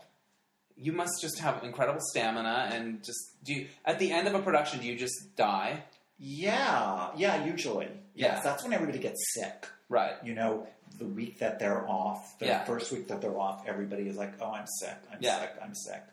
Speaker 1: You must just have incredible stamina and just do. You, at the end of a production, do you just die?
Speaker 2: Yeah. Yeah, usually. Yes.
Speaker 1: Yeah.
Speaker 2: That's when everybody gets sick.
Speaker 1: Right.
Speaker 2: You know, the week that they're off, the
Speaker 1: Yeah.
Speaker 2: first week that they're off, everybody is like, oh, I'm sick. I'm
Speaker 1: Yeah.
Speaker 2: sick. I'm sick.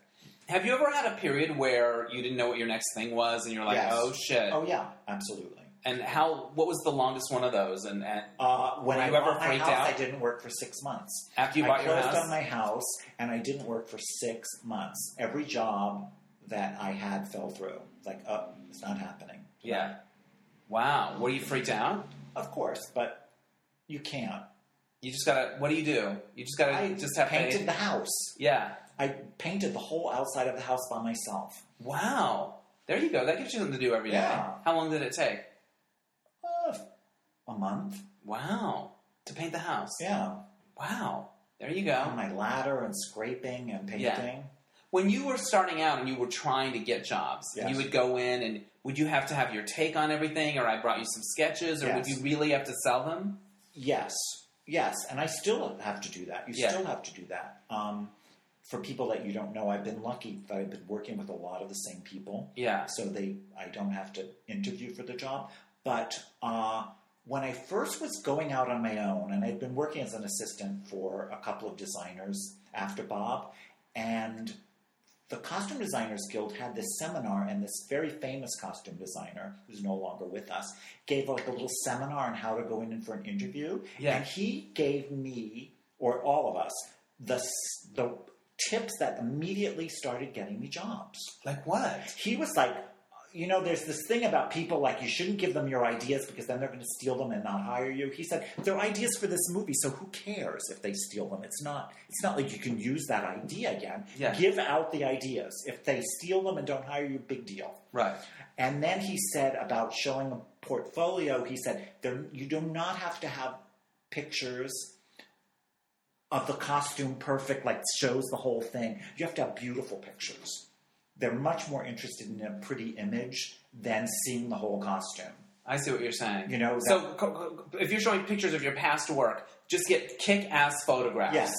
Speaker 1: Have you ever had a period where you didn't know what your next thing was and you're like,
Speaker 2: Yes.
Speaker 1: oh shit?
Speaker 2: Oh, yeah. Absolutely. and
Speaker 1: And how? What was the longest one of those? And, and
Speaker 2: uh, when
Speaker 1: Were
Speaker 2: I
Speaker 1: you ever
Speaker 2: bought my
Speaker 1: freaked
Speaker 2: house,
Speaker 1: out?
Speaker 2: I didn't work for six months.
Speaker 1: after you
Speaker 2: I
Speaker 1: bought your
Speaker 2: closed
Speaker 1: house,
Speaker 2: on my house, and I didn't work for six months. Every job that I had fell through. It's Like, oh, it's not happening.
Speaker 1: yeah. Wow. Were you freaked out?
Speaker 2: Of course, but you can't.
Speaker 1: You just gotta. What do you do? You just gotta
Speaker 2: I
Speaker 1: Uh, just have
Speaker 2: painted
Speaker 1: faith.
Speaker 2: the house.
Speaker 1: Yeah.
Speaker 2: I painted the whole outside of the house by myself.
Speaker 1: Wow. There you go. That gives you something to do every day.
Speaker 2: Yeah.
Speaker 1: How long did it take?
Speaker 2: Uh, a month.
Speaker 1: Wow. To paint the house.
Speaker 2: Yeah.
Speaker 1: Wow. There you
Speaker 2: On
Speaker 1: go.
Speaker 2: my ladder and scraping and painting.
Speaker 1: Yeah. when you were starting out and you were trying to get jobs,
Speaker 2: Yes.
Speaker 1: you would go in and would you have to have your take on everything, or I brought you some sketches, or would
Speaker 2: Yes.
Speaker 1: you really have to sell them?
Speaker 2: Yes, yes, and I still have to do that. You
Speaker 1: Yeah.
Speaker 2: still have to do that. Um, for people that you don't know, I've been lucky that I've been working with a lot of the same people,
Speaker 1: Yeah,
Speaker 2: so they I don't have to interview for the job. But uh, when I first was going out on my own, and I'd been working as an assistant for a couple of designers after Bob, and the Costume Designers Guild had this seminar, and this very famous costume designer, who's no longer with us, gave like a little seminar on how to go in for an interview.
Speaker 1: Yeah.
Speaker 2: And he gave me, or all of us, the, s- the tips that immediately started getting me jobs.
Speaker 1: like what?
Speaker 2: He was like, you know, there's this thing about people like you shouldn't give them your ideas because then they're going to steal them and not hire you. He said they're ideas for this movie, so who cares if they steal them? It's not. It's not like you can use that idea again.
Speaker 1: Yeah.
Speaker 2: Give out the ideas. If they steal them and don't hire you, big deal.
Speaker 1: Right.
Speaker 2: And then he said about showing a portfolio, he said, there, you do not have to have pictures of the costume perfect, like shows the whole thing. You have to have beautiful pictures. They're much more interested in a pretty image than seeing the whole costume.
Speaker 1: I see what you're saying.
Speaker 2: You know,
Speaker 1: so co- co- if you're showing pictures of your past work, just get kick-ass photographs.
Speaker 2: Yes.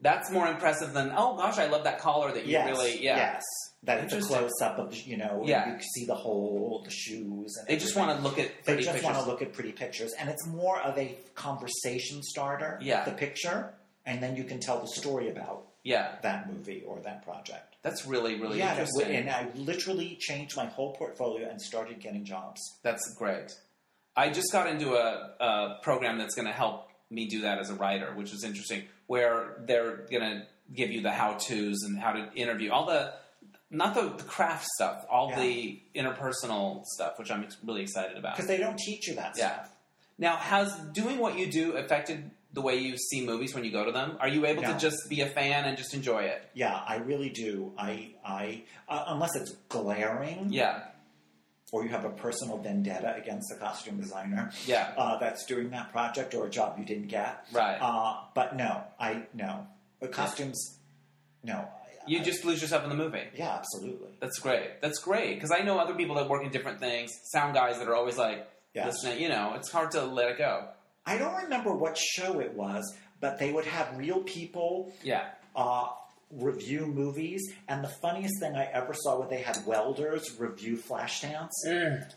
Speaker 1: that's more impressive than oh gosh, I love that collar that you
Speaker 2: Yes.
Speaker 1: really yeah.
Speaker 2: Yes. That it's a
Speaker 1: Interesting.
Speaker 2: close up of, you know,
Speaker 1: Yeah.
Speaker 2: you can see the whole, the shoes. And
Speaker 1: They just
Speaker 2: everything.
Speaker 1: want to look at
Speaker 2: They
Speaker 1: pretty
Speaker 2: just
Speaker 1: pictures.
Speaker 2: want to look at pretty pictures, and it's more of a conversation starter.
Speaker 1: Yeah.
Speaker 2: the picture, and then you can tell the story about
Speaker 1: yeah,
Speaker 2: that movie or that project.
Speaker 1: that's really really
Speaker 2: yeah, and it
Speaker 1: interesting.
Speaker 2: would- and I literally changed my whole portfolio and started getting jobs.
Speaker 1: That's great. I just got into a, a program that's going to help me do that as a writer, which is interesting. Where they're going to give you the how tos and how to interview all the not the, the craft stuff, all
Speaker 2: Yeah.
Speaker 1: the interpersonal stuff, which I'm ex- really excited about.
Speaker 2: Because they don't teach you that
Speaker 1: Yeah.
Speaker 2: stuff.
Speaker 1: Now, has doing what you do affected the way you see movies when you go to them? Are you able
Speaker 2: No.
Speaker 1: to just be a fan and just enjoy it?
Speaker 2: Yeah, I really do. I, I uh, unless it's glaring,
Speaker 1: Yeah,
Speaker 2: or you have a personal vendetta against the costume designer
Speaker 1: yeah,
Speaker 2: uh, that's doing that project or a job you didn't get.
Speaker 1: right.
Speaker 2: Uh, but no, I no. The costumes, no. I-
Speaker 1: you
Speaker 2: I-
Speaker 1: just lose yourself in the movie.
Speaker 2: Yeah, absolutely.
Speaker 1: That's great. That's great because I know other people that work in different things, sound guys that are always like
Speaker 2: Yes.
Speaker 1: listening. You know, it's hard to let it go.
Speaker 2: I don't remember what show it was, but they would have real people
Speaker 1: Yeah,
Speaker 2: uh, review movies, and the funniest thing I ever saw was they had welders review Flashdance, and these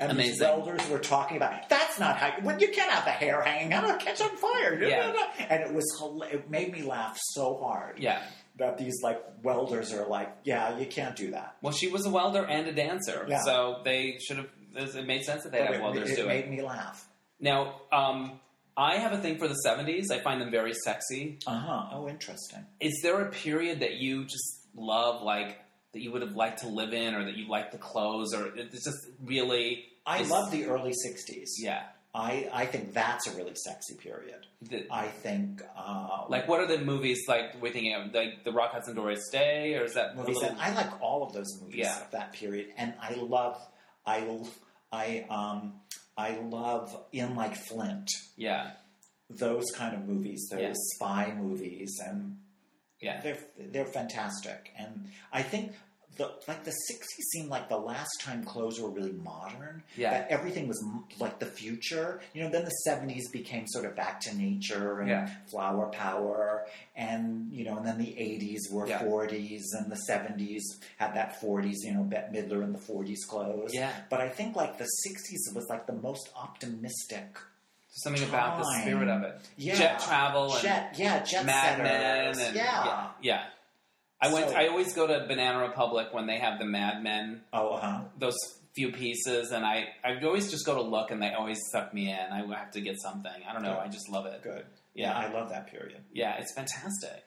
Speaker 1: Mm. Amazing.
Speaker 2: welders were talking about that's not how when you can't have the hair hanging out, it'll catch on fire.
Speaker 1: Yeah.
Speaker 2: And it was hila- it made me laugh so hard
Speaker 1: yeah.
Speaker 2: that these like welders are like, yeah, you can't do that.
Speaker 1: Well, she was a welder and a dancer,
Speaker 2: Yeah.
Speaker 1: so they should have. It made sense that they'd
Speaker 2: But
Speaker 1: have welders
Speaker 2: it, it
Speaker 1: do
Speaker 2: made
Speaker 1: it.
Speaker 2: me laugh.
Speaker 1: Now, um, I have a thing for the '70s. I find them very sexy.
Speaker 2: Uh huh. Oh, interesting.
Speaker 1: Is there a period that you just love, like that you would have liked to live in, or that you like the clothes, or it's just really,
Speaker 2: I
Speaker 1: It's-
Speaker 2: love the early '60s.
Speaker 1: yeah.
Speaker 2: I, I think that's a really sexy period.
Speaker 1: The-
Speaker 2: I think uh,
Speaker 1: like, what are the movies like? We're thinking of like the Rock Hudson Doris Day, or is that
Speaker 2: movies,
Speaker 1: a little-
Speaker 2: and I like all of those movies
Speaker 1: Yeah.
Speaker 2: of that period, and I love I l- I um I love in like Flint
Speaker 1: Yeah,
Speaker 2: those kind of movies, those
Speaker 1: Yeah.
Speaker 2: spy movies, and
Speaker 1: yeah,
Speaker 2: they're they're fantastic. And I think the like the '60s seemed like the last time clothes were really modern.
Speaker 1: Yeah.
Speaker 2: that everything was m- like the future. You know, then the '70s became sort of back to nature and
Speaker 1: Yeah.
Speaker 2: flower power, and you know, and then the '80s were
Speaker 1: Yeah.
Speaker 2: '40s, and the '70s had that '40s. You know, Bette Midler in the '40s clothes.
Speaker 1: yeah.
Speaker 2: But I think like the '60s was like the most optimistic.
Speaker 1: Something about the
Speaker 2: Time.
Speaker 1: spirit of it.
Speaker 2: Yeah,
Speaker 1: Jet travel and
Speaker 2: jet, yeah, jet
Speaker 1: Mad Men.
Speaker 2: setters.
Speaker 1: And,
Speaker 2: yeah.
Speaker 1: yeah, yeah. I went.
Speaker 2: So-
Speaker 1: I always go to Banana Republic when they have the Mad Men,
Speaker 2: Oh, uh huh.
Speaker 1: those few pieces, and I I always just go to look, and they always suck me in. I have to get something. I don't know. I just love it.
Speaker 2: Good.
Speaker 1: Yeah.
Speaker 2: I love that period.
Speaker 1: Yeah, it's fantastic.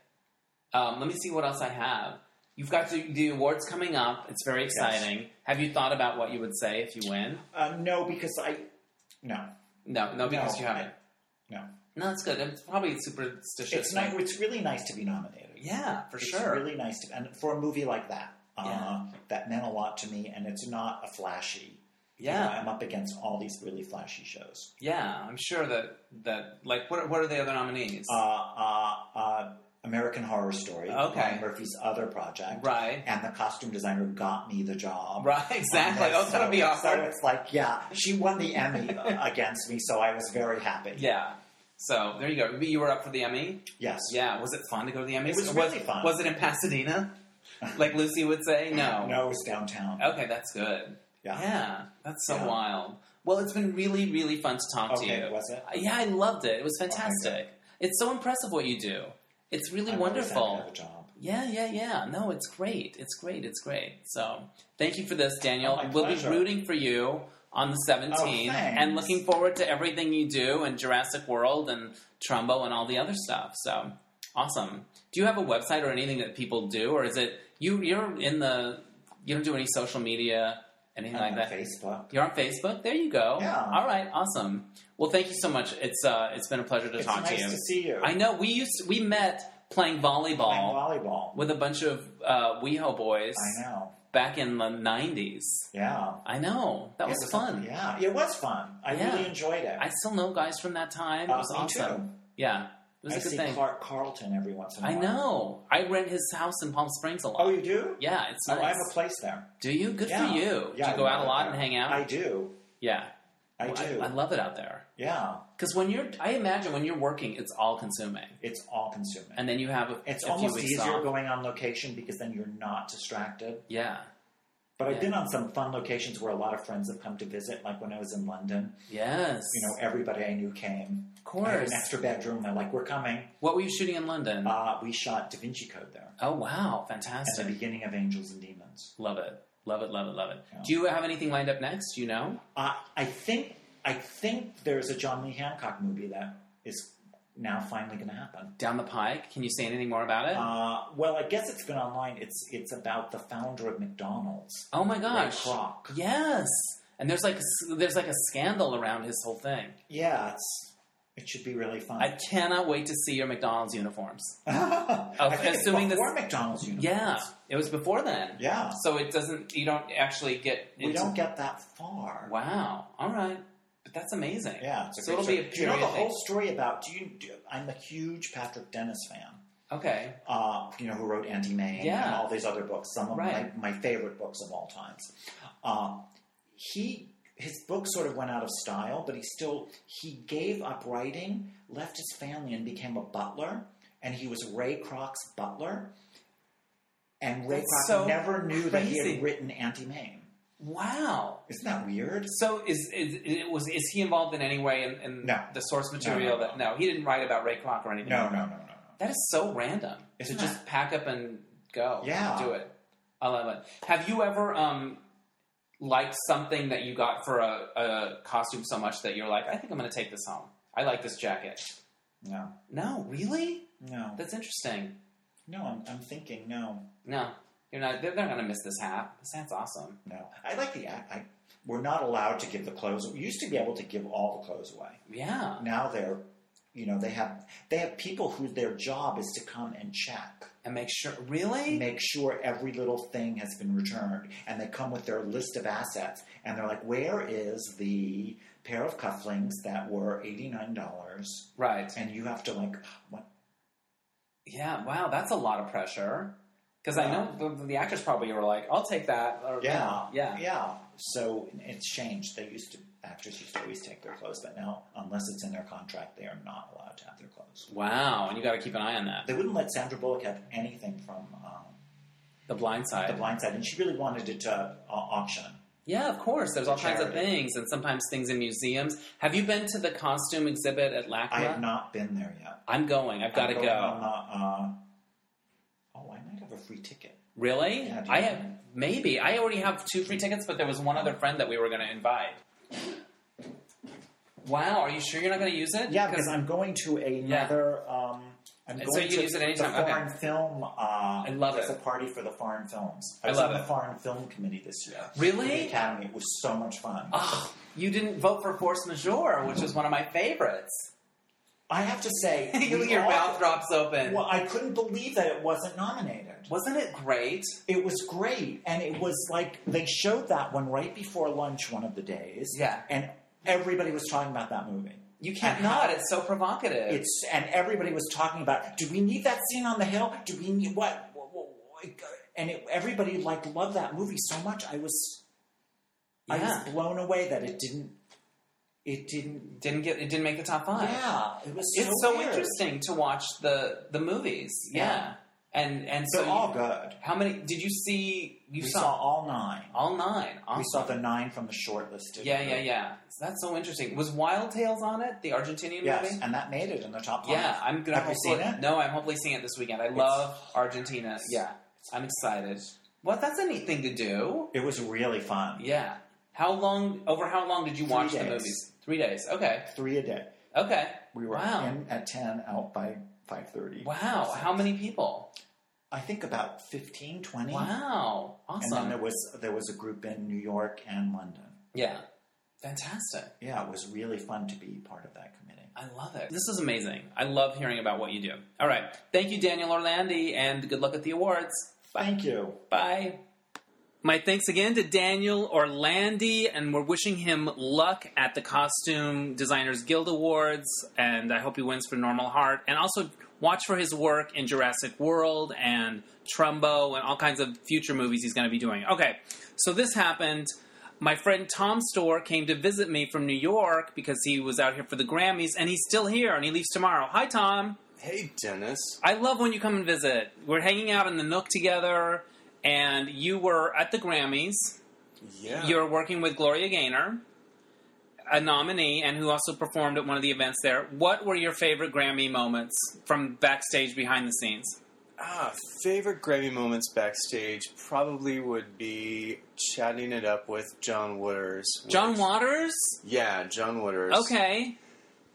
Speaker 1: Um, let me see what else I have. You've got the, the awards coming up. It's very exciting. Have you thought about what you would say if you win?
Speaker 2: Uh, no, because I no,
Speaker 1: No, no, because
Speaker 2: No,
Speaker 1: you haven't.
Speaker 2: no.
Speaker 1: No, that's good. It's probably superstitious.
Speaker 2: it's nice. It's really nice to be nominated.
Speaker 1: Yeah, for
Speaker 2: it's
Speaker 1: sure.
Speaker 2: really nice to, and for a movie like that, uh,
Speaker 1: Yeah.
Speaker 2: that meant a lot to me. And it's not a flashy. you know,
Speaker 1: yeah,
Speaker 2: I'm up against all these really flashy shows.
Speaker 1: yeah. I'm sure that that like what are- what are the other nominees?
Speaker 2: Uh, uh, uh, American Horror Story,
Speaker 1: Okay.
Speaker 2: Ryan Murphy's other project,
Speaker 1: Right.
Speaker 2: and the costume designer got me the job.
Speaker 1: Right, exactly.
Speaker 2: on this.
Speaker 1: That's gonna
Speaker 2: So-
Speaker 1: be awkward.
Speaker 2: So it's like, yeah, she won the Emmy against me, so I was very happy.
Speaker 1: Yeah. So there you go. You were up for the Emmy.
Speaker 2: Yes.
Speaker 1: Yeah. Was it fun to go to the Emmys?
Speaker 2: It was really fun.
Speaker 1: Was it in Pasadena? like Lucy would say, no.
Speaker 2: No, it was downtown.
Speaker 1: Okay, that's good.
Speaker 2: Yeah.
Speaker 1: that's so
Speaker 2: Yeah.
Speaker 1: wild. Well, it's been really, really fun to talk
Speaker 2: Okay,
Speaker 1: to you.
Speaker 2: was it?
Speaker 1: Yeah, I loved it. It was fantastic. it's so impressive what you do. It's really
Speaker 2: I'm always happy to
Speaker 1: wonderful.
Speaker 2: have a job.
Speaker 1: Yeah, yeah, yeah. No, it's great. It's great. It's great. So, thank you for this, Daniel.
Speaker 2: Oh, my
Speaker 1: we'll
Speaker 2: pleasure.
Speaker 1: be rooting for you on the 17th
Speaker 2: Oh, thanks.
Speaker 1: and looking forward to everything you do and Jurassic World and Trumbo and all the other stuff. So, awesome. Do you have a website or anything that people do or is it you you're in the you don't do any social media anything
Speaker 2: I'm
Speaker 1: like that?
Speaker 2: on Facebook.
Speaker 1: You're on Facebook. There you go.
Speaker 2: Yeah.
Speaker 1: All right. Awesome. Well, thank you so much. It's uh, it's been a pleasure to
Speaker 2: It's
Speaker 1: talk
Speaker 2: nice
Speaker 1: to you.
Speaker 2: to see you.
Speaker 1: I know we used we met playing volleyball
Speaker 2: Playing volleyball.
Speaker 1: with a bunch of uh, WeHo boys
Speaker 2: I know.
Speaker 1: back in the '90s.
Speaker 2: Yeah.
Speaker 1: I know that
Speaker 2: It
Speaker 1: was fun.
Speaker 2: Yeah, it was fun. I
Speaker 1: Yeah.
Speaker 2: really enjoyed it.
Speaker 1: I still know guys from that time.
Speaker 2: Uh,
Speaker 1: it was
Speaker 2: me
Speaker 1: awesome.
Speaker 2: too.
Speaker 1: Yeah, it was
Speaker 2: I
Speaker 1: a good
Speaker 2: see
Speaker 1: thing.
Speaker 2: Clark Carlton every once in a
Speaker 1: I
Speaker 2: while.
Speaker 1: know. I rent his house in Palm Springs a lot.
Speaker 2: Oh, you do?
Speaker 1: yeah, it's
Speaker 2: Oh,
Speaker 1: nice.
Speaker 2: I have a place there.
Speaker 1: do you? Good
Speaker 2: Yeah.
Speaker 1: for you.
Speaker 2: Yeah,
Speaker 1: do
Speaker 2: I
Speaker 1: you go out
Speaker 2: love
Speaker 1: a
Speaker 2: it
Speaker 1: lot
Speaker 2: there.
Speaker 1: and hang out?
Speaker 2: I do.
Speaker 1: yeah,
Speaker 2: I
Speaker 1: Well,
Speaker 2: do.
Speaker 1: I love it out there.
Speaker 2: yeah,
Speaker 1: Because when you're, I imagine when you're working, it's all consuming,
Speaker 2: it's all consuming.
Speaker 1: and then you have a,
Speaker 2: it's
Speaker 1: a few
Speaker 2: almost
Speaker 1: weeks
Speaker 2: easier
Speaker 1: off.
Speaker 2: going on location because then you're not distracted.
Speaker 1: yeah,
Speaker 2: But I've
Speaker 1: Yeah.
Speaker 2: been on some fun locations where a lot of friends have come to visit. Like when I was in London,
Speaker 1: yes,
Speaker 2: you know, everybody I knew came.
Speaker 1: of
Speaker 2: I had
Speaker 1: course.
Speaker 2: an extra bedroom. They're like, "We're coming."
Speaker 1: What were you shooting in London?
Speaker 2: Uh, we shot Da Vinci Code there
Speaker 1: oh wow,
Speaker 2: at the
Speaker 1: fantastic!
Speaker 2: beginning of Angels and Demons.
Speaker 1: Love it, love it, love it, love it.
Speaker 2: Yeah.
Speaker 1: Do you have anything lined up next? Do you know?
Speaker 2: Uh, I think I think there's a John Lee Hancock movie that is now finally going to happen.
Speaker 1: Down the pike, can you say anything more about it?
Speaker 2: Uh, well, I guess it's been online. It's it's about the founder of McDonald's,
Speaker 1: oh my
Speaker 2: Ray
Speaker 1: gosh,
Speaker 2: Kroc.
Speaker 1: yes. And there's like a s- there's like a scandal around his whole thing.
Speaker 2: Yeah, it's, it should be really fun.
Speaker 1: I cannot wait to see your McDonald's uniforms.
Speaker 2: I think it's
Speaker 1: assuming this-
Speaker 2: before McDonald's uniforms.
Speaker 1: Yeah, it was before then.
Speaker 2: yeah.
Speaker 1: So it doesn't. You don't actually get.
Speaker 2: We
Speaker 1: into-
Speaker 2: don't get that far.
Speaker 1: Wow. All right. But that's amazing.
Speaker 2: Yeah, it's a
Speaker 1: So
Speaker 2: great
Speaker 1: it'll be a
Speaker 2: story. Do you know the
Speaker 1: period
Speaker 2: whole
Speaker 1: thing.
Speaker 2: story about? Do you? Do, I'm a huge Patrick Dennis fan.
Speaker 1: Okay.
Speaker 2: uh, you know, who wrote Anti Maine and
Speaker 1: Yeah.
Speaker 2: all these other books, some of
Speaker 1: Right.
Speaker 2: my, my favorite books of all times. Uh, he his book sort of went out of style, but he still he gave up writing, left his family, and became a butler. And he was Ray Kroc's butler. And Ray
Speaker 1: That's
Speaker 2: Kroc
Speaker 1: so
Speaker 2: never knew that he
Speaker 1: crazy.
Speaker 2: had written Anti Maine.
Speaker 1: Wow.
Speaker 2: Isn't that weird?
Speaker 1: So is, is it was is he involved in any way in, in
Speaker 2: No.
Speaker 1: the source material
Speaker 2: no,
Speaker 1: that no he didn't write about Ray Kroc or anything.
Speaker 2: No, no, no, no, no.
Speaker 1: That is so random
Speaker 2: Isn't
Speaker 1: to just pack up and go.
Speaker 2: Yeah.
Speaker 1: Do it. I love it. Have you ever um liked something that you got for a, a costume so much that you're like I think I'm going to take this home. I like this jacket.
Speaker 2: No.
Speaker 1: No, really?
Speaker 2: No.
Speaker 1: That's interesting.
Speaker 2: No, I'm, I'm thinking no.
Speaker 1: No. You're not they're, they're going to miss this hat. This hat's awesome.
Speaker 2: No, I like the act. I, we're not allowed to give the clothes. We used to be able to give all the clothes away.
Speaker 1: Yeah.
Speaker 2: Now they're, you know, they have they have people who their job is to come and check,
Speaker 1: And make sure really?
Speaker 2: make sure every little thing has been returned, and they come with their list of assets, and they're like, "Where is the pair of cufflinks that were eighty nine dollars?"
Speaker 1: Right.
Speaker 2: And you have to like, what?
Speaker 1: Yeah, wow, that's a lot of pressure. Because I
Speaker 2: Yeah.
Speaker 1: know the, the actors probably were like, "I'll take that." Or,
Speaker 2: Yeah,
Speaker 1: yeah,
Speaker 2: yeah. So it's changed. They used to actors used to always take their clothes, but now unless it's in their contract, they are not allowed to have their clothes.
Speaker 1: Wow, and you got to keep an eye on that.
Speaker 2: They wouldn't let Sandra Bullock have anything from um,
Speaker 1: The Blind Side.
Speaker 2: The Blind Side, and she really wanted it to uh, auction.
Speaker 1: yeah, of course. There's all kinds of
Speaker 2: Charity.
Speaker 1: things, and sometimes things in museums. Have you been to the costume exhibit at LACMA?
Speaker 2: I have not been there yet.
Speaker 1: am going. I've got to
Speaker 2: I'm
Speaker 1: go.
Speaker 2: going on the, uh, oh, I might have a free ticket.
Speaker 1: Really?
Speaker 2: Yeah, do you
Speaker 1: I
Speaker 2: know?
Speaker 1: have maybe. I already have two free tickets, but there was one other friend that we were going to invite. Wow, are you sure you're not going to use it?
Speaker 2: Yeah, because I'm going to another. Um, I'm
Speaker 1: So
Speaker 2: going
Speaker 1: you can
Speaker 2: to
Speaker 1: use it anytime,
Speaker 2: The
Speaker 1: okay.
Speaker 2: foreign film. Uh, I
Speaker 1: love
Speaker 2: there's
Speaker 1: it.
Speaker 2: a party for the foreign films. I
Speaker 1: I
Speaker 2: was
Speaker 1: love
Speaker 2: on the
Speaker 1: it.
Speaker 2: foreign film committee this year.
Speaker 1: Really?
Speaker 2: For The Academy. It was so much fun.
Speaker 1: Oh, you didn't vote for Force Majeure, which is one of my favorites.
Speaker 2: I have to say, we
Speaker 1: Your
Speaker 2: all-
Speaker 1: mouth drops open.
Speaker 2: Well, I couldn't believe that it wasn't nominated.
Speaker 1: Wasn't it great?
Speaker 2: It was great, and it was like they showed that one right before lunch one of the days.
Speaker 1: Yeah.
Speaker 2: and everybody was talking about that movie.
Speaker 3: You can't
Speaker 2: And
Speaker 3: not.
Speaker 2: how-
Speaker 3: It's so provocative.
Speaker 2: It's and everybody was talking about. Do we need that scene on the hill? Do we need what? what- what- what?" And it, everybody like loved that movie so much. I was, I
Speaker 3: Yeah.
Speaker 2: was blown away that it didn't. It didn't.
Speaker 3: didn't get. It didn't make the top five.
Speaker 2: Yeah, it was.
Speaker 3: It's so
Speaker 2: weird.
Speaker 3: interesting to watch the the movies. Yeah,
Speaker 2: Yeah.
Speaker 3: and and so
Speaker 2: They're all
Speaker 3: you-
Speaker 2: good.
Speaker 3: how many did you see? You
Speaker 2: we
Speaker 3: saw,
Speaker 2: saw, all nine.
Speaker 3: all nine. Awesome.
Speaker 2: We saw the nine from the short list.
Speaker 3: Yeah, yeah, yeah. So that's so interesting. Was Wild Tales on it? The Argentinian
Speaker 2: Yes,
Speaker 3: movie.
Speaker 2: and that made it in the top five.
Speaker 3: Yeah, I'm gonna
Speaker 2: Have you
Speaker 3: hopefully-
Speaker 2: seen it?
Speaker 3: No, I'm hopefully seeing it this weekend. I love Argentina. Yeah, I'm excited. Well, that's a neat thing to do.
Speaker 2: It was really fun.
Speaker 3: Yeah. How long? Over how long did you watch the
Speaker 2: days.
Speaker 3: movies? Three days. Okay.
Speaker 2: Three a day.
Speaker 3: Okay.
Speaker 2: We were
Speaker 3: Wow.
Speaker 2: in at ten, out by five thirty.
Speaker 3: Wow. How many people?
Speaker 2: I think about 15, 20.
Speaker 3: Wow.
Speaker 2: And
Speaker 3: Awesome.
Speaker 2: then there was there was a group in New York and London.
Speaker 3: yeah. Fantastic.
Speaker 2: Yeah, it was really fun to be part of that committee.
Speaker 3: I love it. This is amazing. I love hearing about what you do. All right. Thank you, Daniel Orlandi, and good luck at the awards.
Speaker 2: Thank you.
Speaker 3: Bye.
Speaker 1: My thanks again to Daniel Orlandi, and we're wishing him luck at the Costume Designers Guild Awards, and I hope he wins for Normal Heart. And also watch for his work in Jurassic World and Trumbo and all kinds of future movies he's going to be doing. Okay, so this happened. My friend Tom Store came to visit me from New York because he was out here for the Grammys, and he's still here, and he leaves tomorrow. Hi, Tom.
Speaker 4: Hey, Dennis.
Speaker 1: I love when you come and visit. We're hanging out in the Nook together, and you were at the Grammys.
Speaker 4: Yeah.
Speaker 1: You're working with Gloria Gaynor, a nominee, and who also performed at one of the events there. What were your favorite Grammy moments from backstage behind the scenes?
Speaker 4: ah, favorite Grammy moments backstage probably would be chatting it up with John Waters.
Speaker 1: John
Speaker 4: which-
Speaker 1: Waters?
Speaker 4: Yeah, John Waters.
Speaker 1: Okay.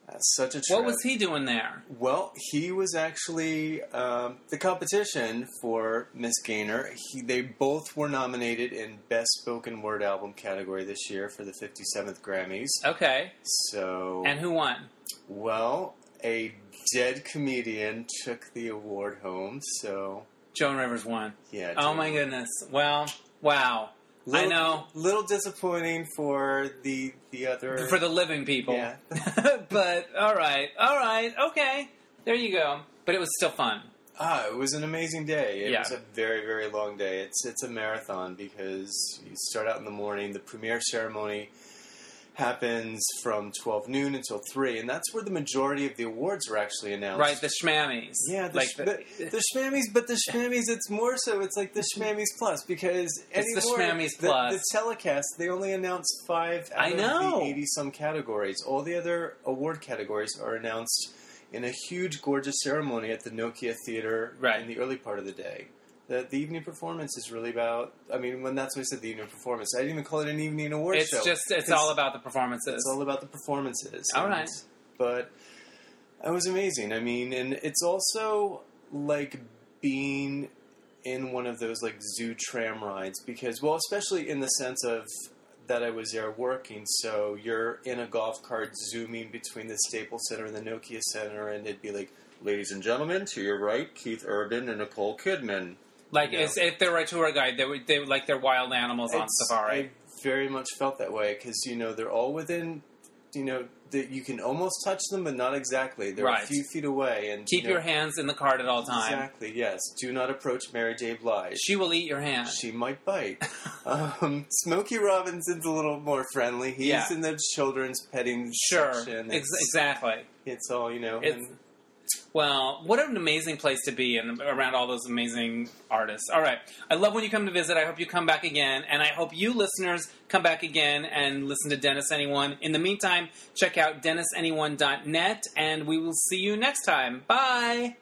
Speaker 4: That's such a trip.
Speaker 1: What was he doing there?
Speaker 4: Well, he was actually um, the competition for Miss Gaynor. He, they both were nominated in Best Spoken Word Album category this year for the 57th Grammys.
Speaker 1: Okay.
Speaker 4: So,
Speaker 1: Uh, And who won?
Speaker 4: well, a dead comedian took the award home. So,
Speaker 1: Joan Rivers won.
Speaker 4: yeah.
Speaker 1: Oh my goodness. Well, wow. I
Speaker 4: Little-
Speaker 1: know.
Speaker 4: Little disappointing for the the other.
Speaker 1: For the living people.
Speaker 4: yeah.
Speaker 1: but all right, all right, okay. There you go. But it was still fun.
Speaker 4: Ah, it was an amazing day. It
Speaker 1: Yeah.
Speaker 4: was a very, very long day. It's it's a marathon because you start out in the morning. The premiere ceremony happens from twelve noon until three, and that's where the majority of the awards were actually announched.
Speaker 1: Right, the Schmammies.
Speaker 4: Yeah, the,
Speaker 1: like
Speaker 4: sh- the, the Schmammies, but the Schmammies, it's more so, it's like the Schmammies Plus, because
Speaker 1: the
Speaker 4: anymore,
Speaker 1: Schmammies
Speaker 4: the,
Speaker 1: Plus.
Speaker 4: the telecast, they only announce five out
Speaker 1: I know.
Speaker 4: of the 80-some categories. All the other award categories are announced in a huge, gorgeous ceremony at the Nokia Theater
Speaker 1: Right.
Speaker 4: in the early part of the day. The, the evening performance is really about, I mean, when that's what I said, the evening performance. I didn't even call it an evening award
Speaker 1: it's
Speaker 4: show.
Speaker 1: just it's
Speaker 4: 'cause
Speaker 1: all about the performances.
Speaker 4: it's all about the performances.
Speaker 1: All
Speaker 4: And-
Speaker 1: right.
Speaker 4: But it was amazing. I mean, and it's also like being in one of those like zoo tram rides because, well, especially in the sense of that I was there working, so you're in a golf cart zooming between the Staples Center and the Nokia Center, and it'd be like, ladies and gentlemen, to your right, Keith Urban and Nicole Kidman.
Speaker 1: like
Speaker 4: you
Speaker 1: it's, if they were a tour guide, they would they would- like they're wild animals on
Speaker 4: It's-
Speaker 1: safari.
Speaker 4: I very much felt that way because you know they're all within, you know, that you can almost touch them, but not exactly. They're
Speaker 1: Right.
Speaker 4: a few feet away, and
Speaker 1: Keep
Speaker 4: you know,
Speaker 1: your hands in the cart at all times.
Speaker 4: exactly. Yes, do not approach Mary J. Blige.
Speaker 1: She will eat your hand.
Speaker 4: She might bite. um, Smokey Robinson's a little more friendly. He's
Speaker 1: Yeah.
Speaker 4: in the children's petting
Speaker 1: sure,
Speaker 4: section.
Speaker 1: Ex-
Speaker 4: It's,
Speaker 1: exactly.
Speaker 4: it's all you know.
Speaker 1: It's-
Speaker 4: and-
Speaker 1: Well, what an amazing place to be and around all those amazing artists. All right. I love when you come to visit. I hope you come back again. And I hope you listeners come back again and listen to Dennis Anyone. In the meantime, check out DennisAnyone.net and we will see you next time. Bye.